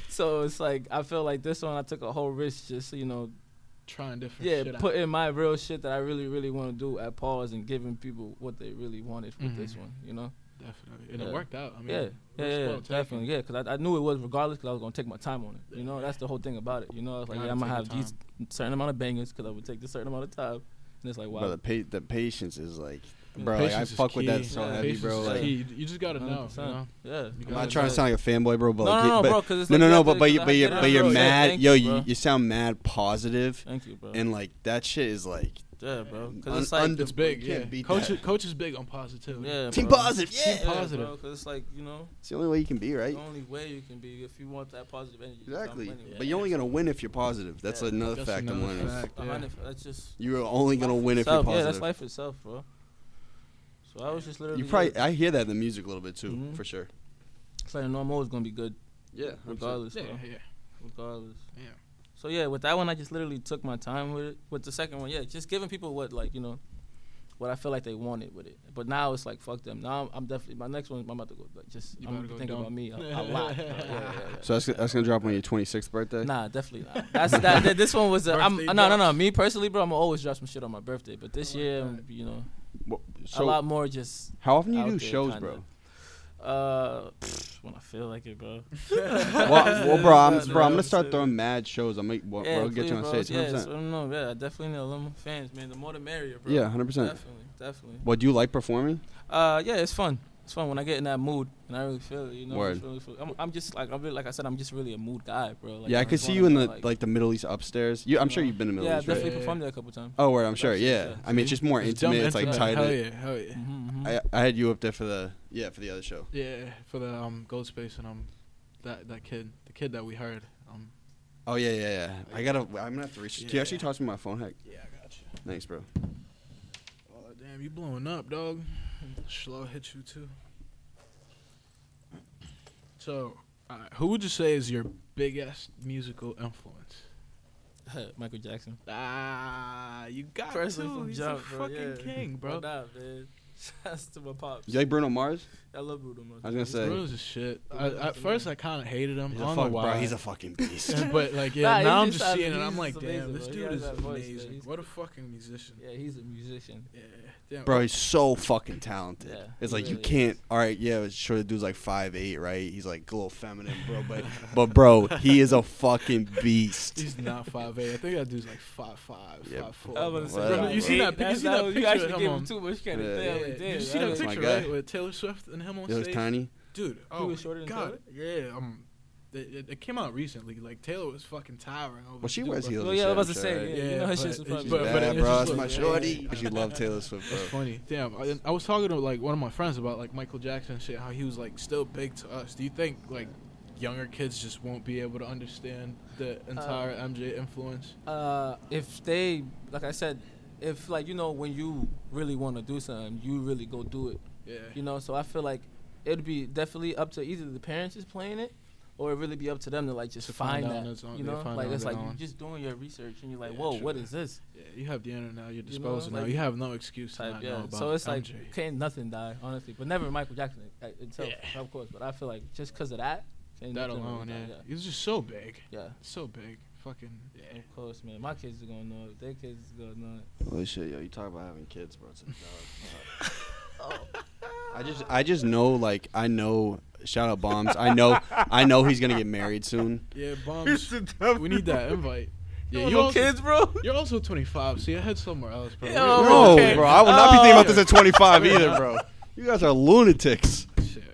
[SPEAKER 3] So it's like I feel like this one I took a whole risk just you know
[SPEAKER 2] Trying different
[SPEAKER 3] yeah
[SPEAKER 2] shit. out.
[SPEAKER 3] putting my real shit that I really really want to do at pause and giving people what they really wanted with this
[SPEAKER 2] Mhm.
[SPEAKER 3] one you know.
[SPEAKER 2] Definitely. And
[SPEAKER 3] Yeah.
[SPEAKER 2] it worked out. I mean,
[SPEAKER 3] Yeah, yeah,
[SPEAKER 2] risk
[SPEAKER 3] yeah,
[SPEAKER 2] well taken.
[SPEAKER 3] definitely. Yeah, because I, I knew it was regardless because I was gonna take my time on it. You know, that's the whole thing about it. You know, I was like,
[SPEAKER 2] Gotta
[SPEAKER 3] yeah, I'm gonna have
[SPEAKER 2] take your
[SPEAKER 3] these certain amount of bangers because I would take this certain amount of time, and it's like, wow,
[SPEAKER 1] Bro, the, pa- the patience is like,
[SPEAKER 3] Yeah.
[SPEAKER 1] bro, like, I
[SPEAKER 2] Patience is
[SPEAKER 1] fuck with that
[SPEAKER 2] key.
[SPEAKER 1] so
[SPEAKER 3] Yeah,
[SPEAKER 1] heavy,
[SPEAKER 2] Patience
[SPEAKER 1] bro.
[SPEAKER 2] is
[SPEAKER 1] Like,
[SPEAKER 2] key. You you just got to know. You
[SPEAKER 3] 100%.
[SPEAKER 2] know?
[SPEAKER 3] yeah.
[SPEAKER 1] I'm
[SPEAKER 2] gotta
[SPEAKER 1] not
[SPEAKER 2] know.
[SPEAKER 1] trying to sound like a fanboy, bro, but
[SPEAKER 3] no,
[SPEAKER 1] like,
[SPEAKER 3] no, no,
[SPEAKER 1] but,
[SPEAKER 3] bro, 'cause it's
[SPEAKER 1] no,
[SPEAKER 3] like
[SPEAKER 1] no,
[SPEAKER 3] you
[SPEAKER 1] no,
[SPEAKER 3] have
[SPEAKER 1] but
[SPEAKER 3] to-
[SPEAKER 1] but,
[SPEAKER 3] you
[SPEAKER 1] you,
[SPEAKER 3] have
[SPEAKER 1] but
[SPEAKER 3] to
[SPEAKER 1] you're
[SPEAKER 3] get it
[SPEAKER 1] but you're
[SPEAKER 3] out. Yeah,
[SPEAKER 1] mad,
[SPEAKER 3] thank
[SPEAKER 1] yo,
[SPEAKER 3] you,
[SPEAKER 1] you,
[SPEAKER 3] bro.
[SPEAKER 1] you sound mad positive,
[SPEAKER 3] Thank you, bro.
[SPEAKER 1] and like that shit is like
[SPEAKER 3] yeah, bro. Because
[SPEAKER 1] un-
[SPEAKER 3] it's like,
[SPEAKER 1] under-
[SPEAKER 2] It's big.
[SPEAKER 1] you can't
[SPEAKER 2] Yeah.
[SPEAKER 1] beat
[SPEAKER 2] coach,
[SPEAKER 1] that.
[SPEAKER 2] is- coach is big on positivity.
[SPEAKER 3] yeah,
[SPEAKER 1] team
[SPEAKER 3] bro.
[SPEAKER 1] positive,
[SPEAKER 3] Yeah,
[SPEAKER 1] yeah.
[SPEAKER 2] positive.
[SPEAKER 3] Because it's like you know,
[SPEAKER 1] It's the only way you can be, right?
[SPEAKER 3] the only way you can be if you want that positive energy. is I'm
[SPEAKER 1] Exactly.
[SPEAKER 3] winning with
[SPEAKER 1] But
[SPEAKER 3] it.
[SPEAKER 1] you're only gonna win if you're positive. That's
[SPEAKER 3] Yeah.
[SPEAKER 1] another
[SPEAKER 2] That's
[SPEAKER 1] fact I'm
[SPEAKER 2] another
[SPEAKER 1] learning.
[SPEAKER 2] fact.
[SPEAKER 3] A
[SPEAKER 2] yeah.
[SPEAKER 3] hundred- That's just
[SPEAKER 1] You're only gonna
[SPEAKER 3] life
[SPEAKER 1] win if you're
[SPEAKER 3] itself. Yeah,
[SPEAKER 1] positive.
[SPEAKER 3] that's life itself, bro. So I was just literally
[SPEAKER 1] You probably
[SPEAKER 3] just-
[SPEAKER 2] Mm-hmm.
[SPEAKER 1] I hear that in the music a little bit too,
[SPEAKER 3] Mhm.
[SPEAKER 1] for sure.
[SPEAKER 3] It's like the normal is gonna be good
[SPEAKER 1] Yeah,
[SPEAKER 3] regardless,
[SPEAKER 2] Yeah,
[SPEAKER 3] bro.
[SPEAKER 2] yeah.
[SPEAKER 3] Regardless.
[SPEAKER 2] Yeah.
[SPEAKER 3] So yeah, with that one, I just literally took my time with it. With the second one, yeah, just giving people what like you know, what I feel like they wanted with it. But now it's like fuck them. Now I'm, I'm definitely my next one. I'm about to go like just
[SPEAKER 2] You
[SPEAKER 3] I'm
[SPEAKER 2] better
[SPEAKER 3] gonna
[SPEAKER 2] go
[SPEAKER 3] think
[SPEAKER 2] dumb.
[SPEAKER 3] about me a, a lot. bro. Yeah, yeah, yeah.
[SPEAKER 1] So that's, that's gonna drop on your 26th birthday.
[SPEAKER 3] Nah, definitely not. That's that. that- This one was. A, I'm
[SPEAKER 2] Birthday
[SPEAKER 3] no, no, no.
[SPEAKER 2] drops.
[SPEAKER 3] Me personally, bro, I'm always drop some shit on my birthday. But this
[SPEAKER 2] I like
[SPEAKER 3] year,
[SPEAKER 2] that.
[SPEAKER 3] you know,
[SPEAKER 1] What-
[SPEAKER 3] a
[SPEAKER 1] so
[SPEAKER 3] lot more just
[SPEAKER 1] how often do you
[SPEAKER 3] out
[SPEAKER 1] do
[SPEAKER 3] there,
[SPEAKER 1] shows,
[SPEAKER 3] kinda.
[SPEAKER 1] bro?
[SPEAKER 3] uh when I feel like it, bro.
[SPEAKER 1] well, well, bro, I'm,
[SPEAKER 3] That's
[SPEAKER 1] bro, I'm
[SPEAKER 2] what
[SPEAKER 1] gonna
[SPEAKER 2] I'm
[SPEAKER 1] start
[SPEAKER 2] saying.
[SPEAKER 1] throwing mad shows. I'm gonna well, bro, get
[SPEAKER 3] please,
[SPEAKER 1] you on
[SPEAKER 3] bro,
[SPEAKER 1] stage. 100%.
[SPEAKER 3] Yeah, so, I don't know. Yeah, I definitely need a little more fans, man. The more the merrier, bro.
[SPEAKER 1] Yeah, 100%.
[SPEAKER 3] Definitely, definitely.
[SPEAKER 1] Well, do you like performing?
[SPEAKER 3] Uh, yeah, it's fun. It's fun when I get in that mood and I really feel it. You know,
[SPEAKER 1] Word.
[SPEAKER 3] It's really- feel- I'm, I'm just like I'm really, like I said, I'm just really a mood guy, bro. Like,
[SPEAKER 1] yeah, I
[SPEAKER 3] I'm
[SPEAKER 1] could
[SPEAKER 3] just
[SPEAKER 1] see
[SPEAKER 3] one
[SPEAKER 1] you
[SPEAKER 3] of
[SPEAKER 1] in
[SPEAKER 3] them,
[SPEAKER 1] the like, the Middle East upstairs. You, I'm sure
[SPEAKER 3] know.
[SPEAKER 1] you've been in the Middle
[SPEAKER 3] yeah, I've
[SPEAKER 1] East, right?
[SPEAKER 3] definitely
[SPEAKER 2] Yeah, yeah,
[SPEAKER 3] performed there a couple times.
[SPEAKER 1] Oh, word, I'm sure. Yeah,
[SPEAKER 3] yeah.
[SPEAKER 1] I mean, it's just more
[SPEAKER 2] It's dumb
[SPEAKER 1] intimate. It's like
[SPEAKER 2] intimate.
[SPEAKER 1] tight.
[SPEAKER 2] Hell yeah, hell yeah.
[SPEAKER 3] hmm
[SPEAKER 1] I, I had you up there for the yeah for the other show.
[SPEAKER 2] Yeah, for the um Ghostface and um that that kid, the kid that we heard. Um,
[SPEAKER 1] Oh yeah, yeah, yeah. I gotta. I'm gonna have to reach. Do you
[SPEAKER 2] Yeah.
[SPEAKER 1] actually toss me my phone? Heck,
[SPEAKER 2] yeah, I got you.
[SPEAKER 1] thanks, bro.
[SPEAKER 2] Oh damn, you blowing up, dog. Slow hit you too. So, alright, who would you say is your biggest musical influence?
[SPEAKER 3] Michael Jackson,
[SPEAKER 2] Ah, you got
[SPEAKER 3] Personally
[SPEAKER 2] to.
[SPEAKER 3] from
[SPEAKER 2] He's
[SPEAKER 3] jump,
[SPEAKER 2] a
[SPEAKER 3] bro,
[SPEAKER 2] fucking
[SPEAKER 3] yeah.
[SPEAKER 2] king,
[SPEAKER 3] bro.
[SPEAKER 2] bro.
[SPEAKER 3] Nah, man. Shouts to my pops.
[SPEAKER 1] You like Bruno Mars?
[SPEAKER 3] I love Bruno Mars.
[SPEAKER 1] I was gonna say.
[SPEAKER 2] Bruno's a shit. I,
[SPEAKER 3] Bruno's
[SPEAKER 2] at
[SPEAKER 3] the
[SPEAKER 2] first, I kind of hated him.
[SPEAKER 1] He's
[SPEAKER 2] I
[SPEAKER 1] a
[SPEAKER 2] don't know
[SPEAKER 1] fuck,
[SPEAKER 2] why.
[SPEAKER 1] bro. He's a fucking beast.
[SPEAKER 2] but like,
[SPEAKER 3] Nah,
[SPEAKER 2] yeah,
[SPEAKER 3] he
[SPEAKER 2] now I'm
[SPEAKER 3] just
[SPEAKER 2] just
[SPEAKER 3] has-
[SPEAKER 2] seeing it.
[SPEAKER 3] he's
[SPEAKER 2] I'm like,
[SPEAKER 3] just
[SPEAKER 2] damn,
[SPEAKER 3] amazing,
[SPEAKER 2] this
[SPEAKER 3] bro. He
[SPEAKER 2] dude
[SPEAKER 3] has
[SPEAKER 2] is
[SPEAKER 3] that voice, man.
[SPEAKER 2] amazing.
[SPEAKER 3] He's-
[SPEAKER 2] What a fucking musician.
[SPEAKER 3] Yeah, he's a musician.
[SPEAKER 2] Yeah, damn.
[SPEAKER 1] Bro, he's so fucking talented.
[SPEAKER 3] Yeah,
[SPEAKER 1] it's
[SPEAKER 3] he
[SPEAKER 1] like you
[SPEAKER 3] really
[SPEAKER 1] can't. All right, yeah, sure. The dude's like five eight, right? He's like a little feminine, bro. But but bro, he is a fucking beast.
[SPEAKER 2] He's not five eight. I think that dude's like five five,
[SPEAKER 1] Yeah.
[SPEAKER 2] five four.
[SPEAKER 3] I was
[SPEAKER 1] Wow.
[SPEAKER 3] gonna say,
[SPEAKER 1] Bro,
[SPEAKER 3] nah,
[SPEAKER 1] you
[SPEAKER 2] seen
[SPEAKER 3] wait,
[SPEAKER 2] that pic- you
[SPEAKER 3] that's
[SPEAKER 2] seen
[SPEAKER 3] not-
[SPEAKER 2] that
[SPEAKER 3] You
[SPEAKER 2] picture
[SPEAKER 3] actually
[SPEAKER 2] of
[SPEAKER 3] gave
[SPEAKER 2] him
[SPEAKER 3] him
[SPEAKER 2] on-
[SPEAKER 3] too much
[SPEAKER 1] Yeah.
[SPEAKER 3] credit there.
[SPEAKER 2] Yeah,
[SPEAKER 3] like,
[SPEAKER 2] Did you
[SPEAKER 3] damn,
[SPEAKER 2] see that
[SPEAKER 3] that's-
[SPEAKER 1] my
[SPEAKER 2] picture
[SPEAKER 1] guy.
[SPEAKER 2] right, with Taylor Swift and him on
[SPEAKER 1] It was
[SPEAKER 2] stage?
[SPEAKER 1] tiny.
[SPEAKER 2] Dude, oh
[SPEAKER 3] was
[SPEAKER 2] my
[SPEAKER 3] shorter than
[SPEAKER 2] god, yeah. Um, it, it, it came out recently. Like Taylor was fucking towering over.
[SPEAKER 1] Well, she
[SPEAKER 2] the dude,
[SPEAKER 1] wears
[SPEAKER 2] bro.
[SPEAKER 1] heels.
[SPEAKER 3] Well, yeah, I was about to
[SPEAKER 1] I'm sure,
[SPEAKER 3] say,
[SPEAKER 1] right?
[SPEAKER 3] yeah, you know
[SPEAKER 2] Yeah,
[SPEAKER 3] her shit's
[SPEAKER 2] but
[SPEAKER 3] probably.
[SPEAKER 1] She's
[SPEAKER 2] But- but
[SPEAKER 1] bad,
[SPEAKER 2] it's
[SPEAKER 1] bro.
[SPEAKER 2] just
[SPEAKER 1] It's
[SPEAKER 2] like-
[SPEAKER 1] my
[SPEAKER 2] yeah,
[SPEAKER 1] shorty.
[SPEAKER 2] yeah.
[SPEAKER 1] But you love Taylor Swift,
[SPEAKER 2] That's
[SPEAKER 1] bro.
[SPEAKER 2] funny. Damn, I, I was talking to like one of my friends about like Michael Jackson shit. How he was like still big to us. Do you think like younger kids just won't be able to understand the entire MJ influence?
[SPEAKER 3] uh, if they, like I said, if like you know when you really want to do something, you really go do it.
[SPEAKER 2] Yeah.
[SPEAKER 3] You know, so I feel like it'd be definitely up to either the parents is playing it, or it really be up to them to like just
[SPEAKER 2] To
[SPEAKER 3] find,
[SPEAKER 2] find out on
[SPEAKER 3] that.
[SPEAKER 2] its own-
[SPEAKER 3] you
[SPEAKER 2] yeah,
[SPEAKER 3] know,
[SPEAKER 2] find
[SPEAKER 3] like
[SPEAKER 2] out on
[SPEAKER 3] it's
[SPEAKER 2] their
[SPEAKER 3] like you
[SPEAKER 2] own.
[SPEAKER 3] just doing your research and you're like,
[SPEAKER 2] Yeah,
[SPEAKER 3] whoa,
[SPEAKER 2] true.
[SPEAKER 3] what is this?
[SPEAKER 2] Yeah, you have the internet at your
[SPEAKER 3] know,
[SPEAKER 2] disposal now.
[SPEAKER 3] like-
[SPEAKER 2] You have no excuse to
[SPEAKER 3] Type,
[SPEAKER 2] not know
[SPEAKER 3] yeah.
[SPEAKER 2] about
[SPEAKER 3] So it's like
[SPEAKER 2] MJ.
[SPEAKER 3] can't nothing die honestly, but never Michael Jackson like, itself,
[SPEAKER 2] Yeah.
[SPEAKER 3] of course. But I feel like just because of that, can't
[SPEAKER 2] that
[SPEAKER 3] nothing really
[SPEAKER 2] alone,
[SPEAKER 3] die,
[SPEAKER 2] yeah. He was just so big,
[SPEAKER 3] yeah, yeah.
[SPEAKER 2] so big, fucking. Yeah.
[SPEAKER 3] Of course, man. My kids are gonna know it. Their kids is gonna know it.
[SPEAKER 1] Holy shit, yo! You talk about having kids, bro. It's a dog. I just, I just know, like, I know. Shout out bombs. I know, I know he's gonna get married soon.
[SPEAKER 2] Yeah, bombs. we need that invite. Yeah, you also,
[SPEAKER 3] bro.
[SPEAKER 2] You're also 25, so your head's somewhere else, bro.
[SPEAKER 3] Yo.
[SPEAKER 2] We're-
[SPEAKER 1] No,
[SPEAKER 3] okay.
[SPEAKER 1] bro. I will not be thinking about this
[SPEAKER 2] Oh.
[SPEAKER 1] at 25 either, bro. You guys are lunatics.
[SPEAKER 2] we're- shit.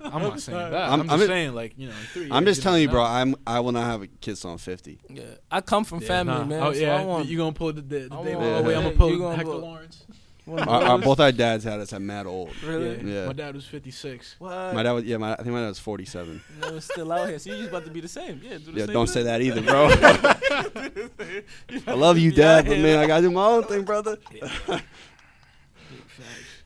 [SPEAKER 2] I'm not saying that.
[SPEAKER 1] I'm-
[SPEAKER 2] I'm,
[SPEAKER 1] I'm
[SPEAKER 2] just
[SPEAKER 1] a-
[SPEAKER 2] saying, like, you know, in three
[SPEAKER 1] I'm
[SPEAKER 2] years,
[SPEAKER 1] just
[SPEAKER 2] don't
[SPEAKER 1] telling you,
[SPEAKER 2] know.
[SPEAKER 1] bro. I'm, I will not have kids till I'm 50.
[SPEAKER 3] Yeah, I come from
[SPEAKER 2] Yeah,
[SPEAKER 3] family,
[SPEAKER 2] nah.
[SPEAKER 3] man.
[SPEAKER 2] Oh,
[SPEAKER 3] so
[SPEAKER 2] yeah.
[SPEAKER 3] I want,
[SPEAKER 2] you going to pull the, the, the
[SPEAKER 3] I
[SPEAKER 2] David
[SPEAKER 1] want-
[SPEAKER 2] Bowie. I'm
[SPEAKER 3] yeah,
[SPEAKER 2] going
[SPEAKER 3] you
[SPEAKER 2] to pull
[SPEAKER 3] gonna
[SPEAKER 2] Hector
[SPEAKER 3] pull-
[SPEAKER 2] Lawrence.
[SPEAKER 3] want
[SPEAKER 1] Our, our,
[SPEAKER 3] those.
[SPEAKER 1] both our dads had us at mad old.
[SPEAKER 3] Really?
[SPEAKER 1] Yeah.
[SPEAKER 2] My dad was 56.
[SPEAKER 3] What?
[SPEAKER 1] My dad was, yeah, my, I think my dad was 47.
[SPEAKER 3] You know, it's still out here. So you just about to be the same. Yeah, do the
[SPEAKER 1] Yeah,
[SPEAKER 3] same
[SPEAKER 1] don't
[SPEAKER 3] thing.
[SPEAKER 1] say that either, bro. I love you, dad, but man, I gotta do my own thing, brother.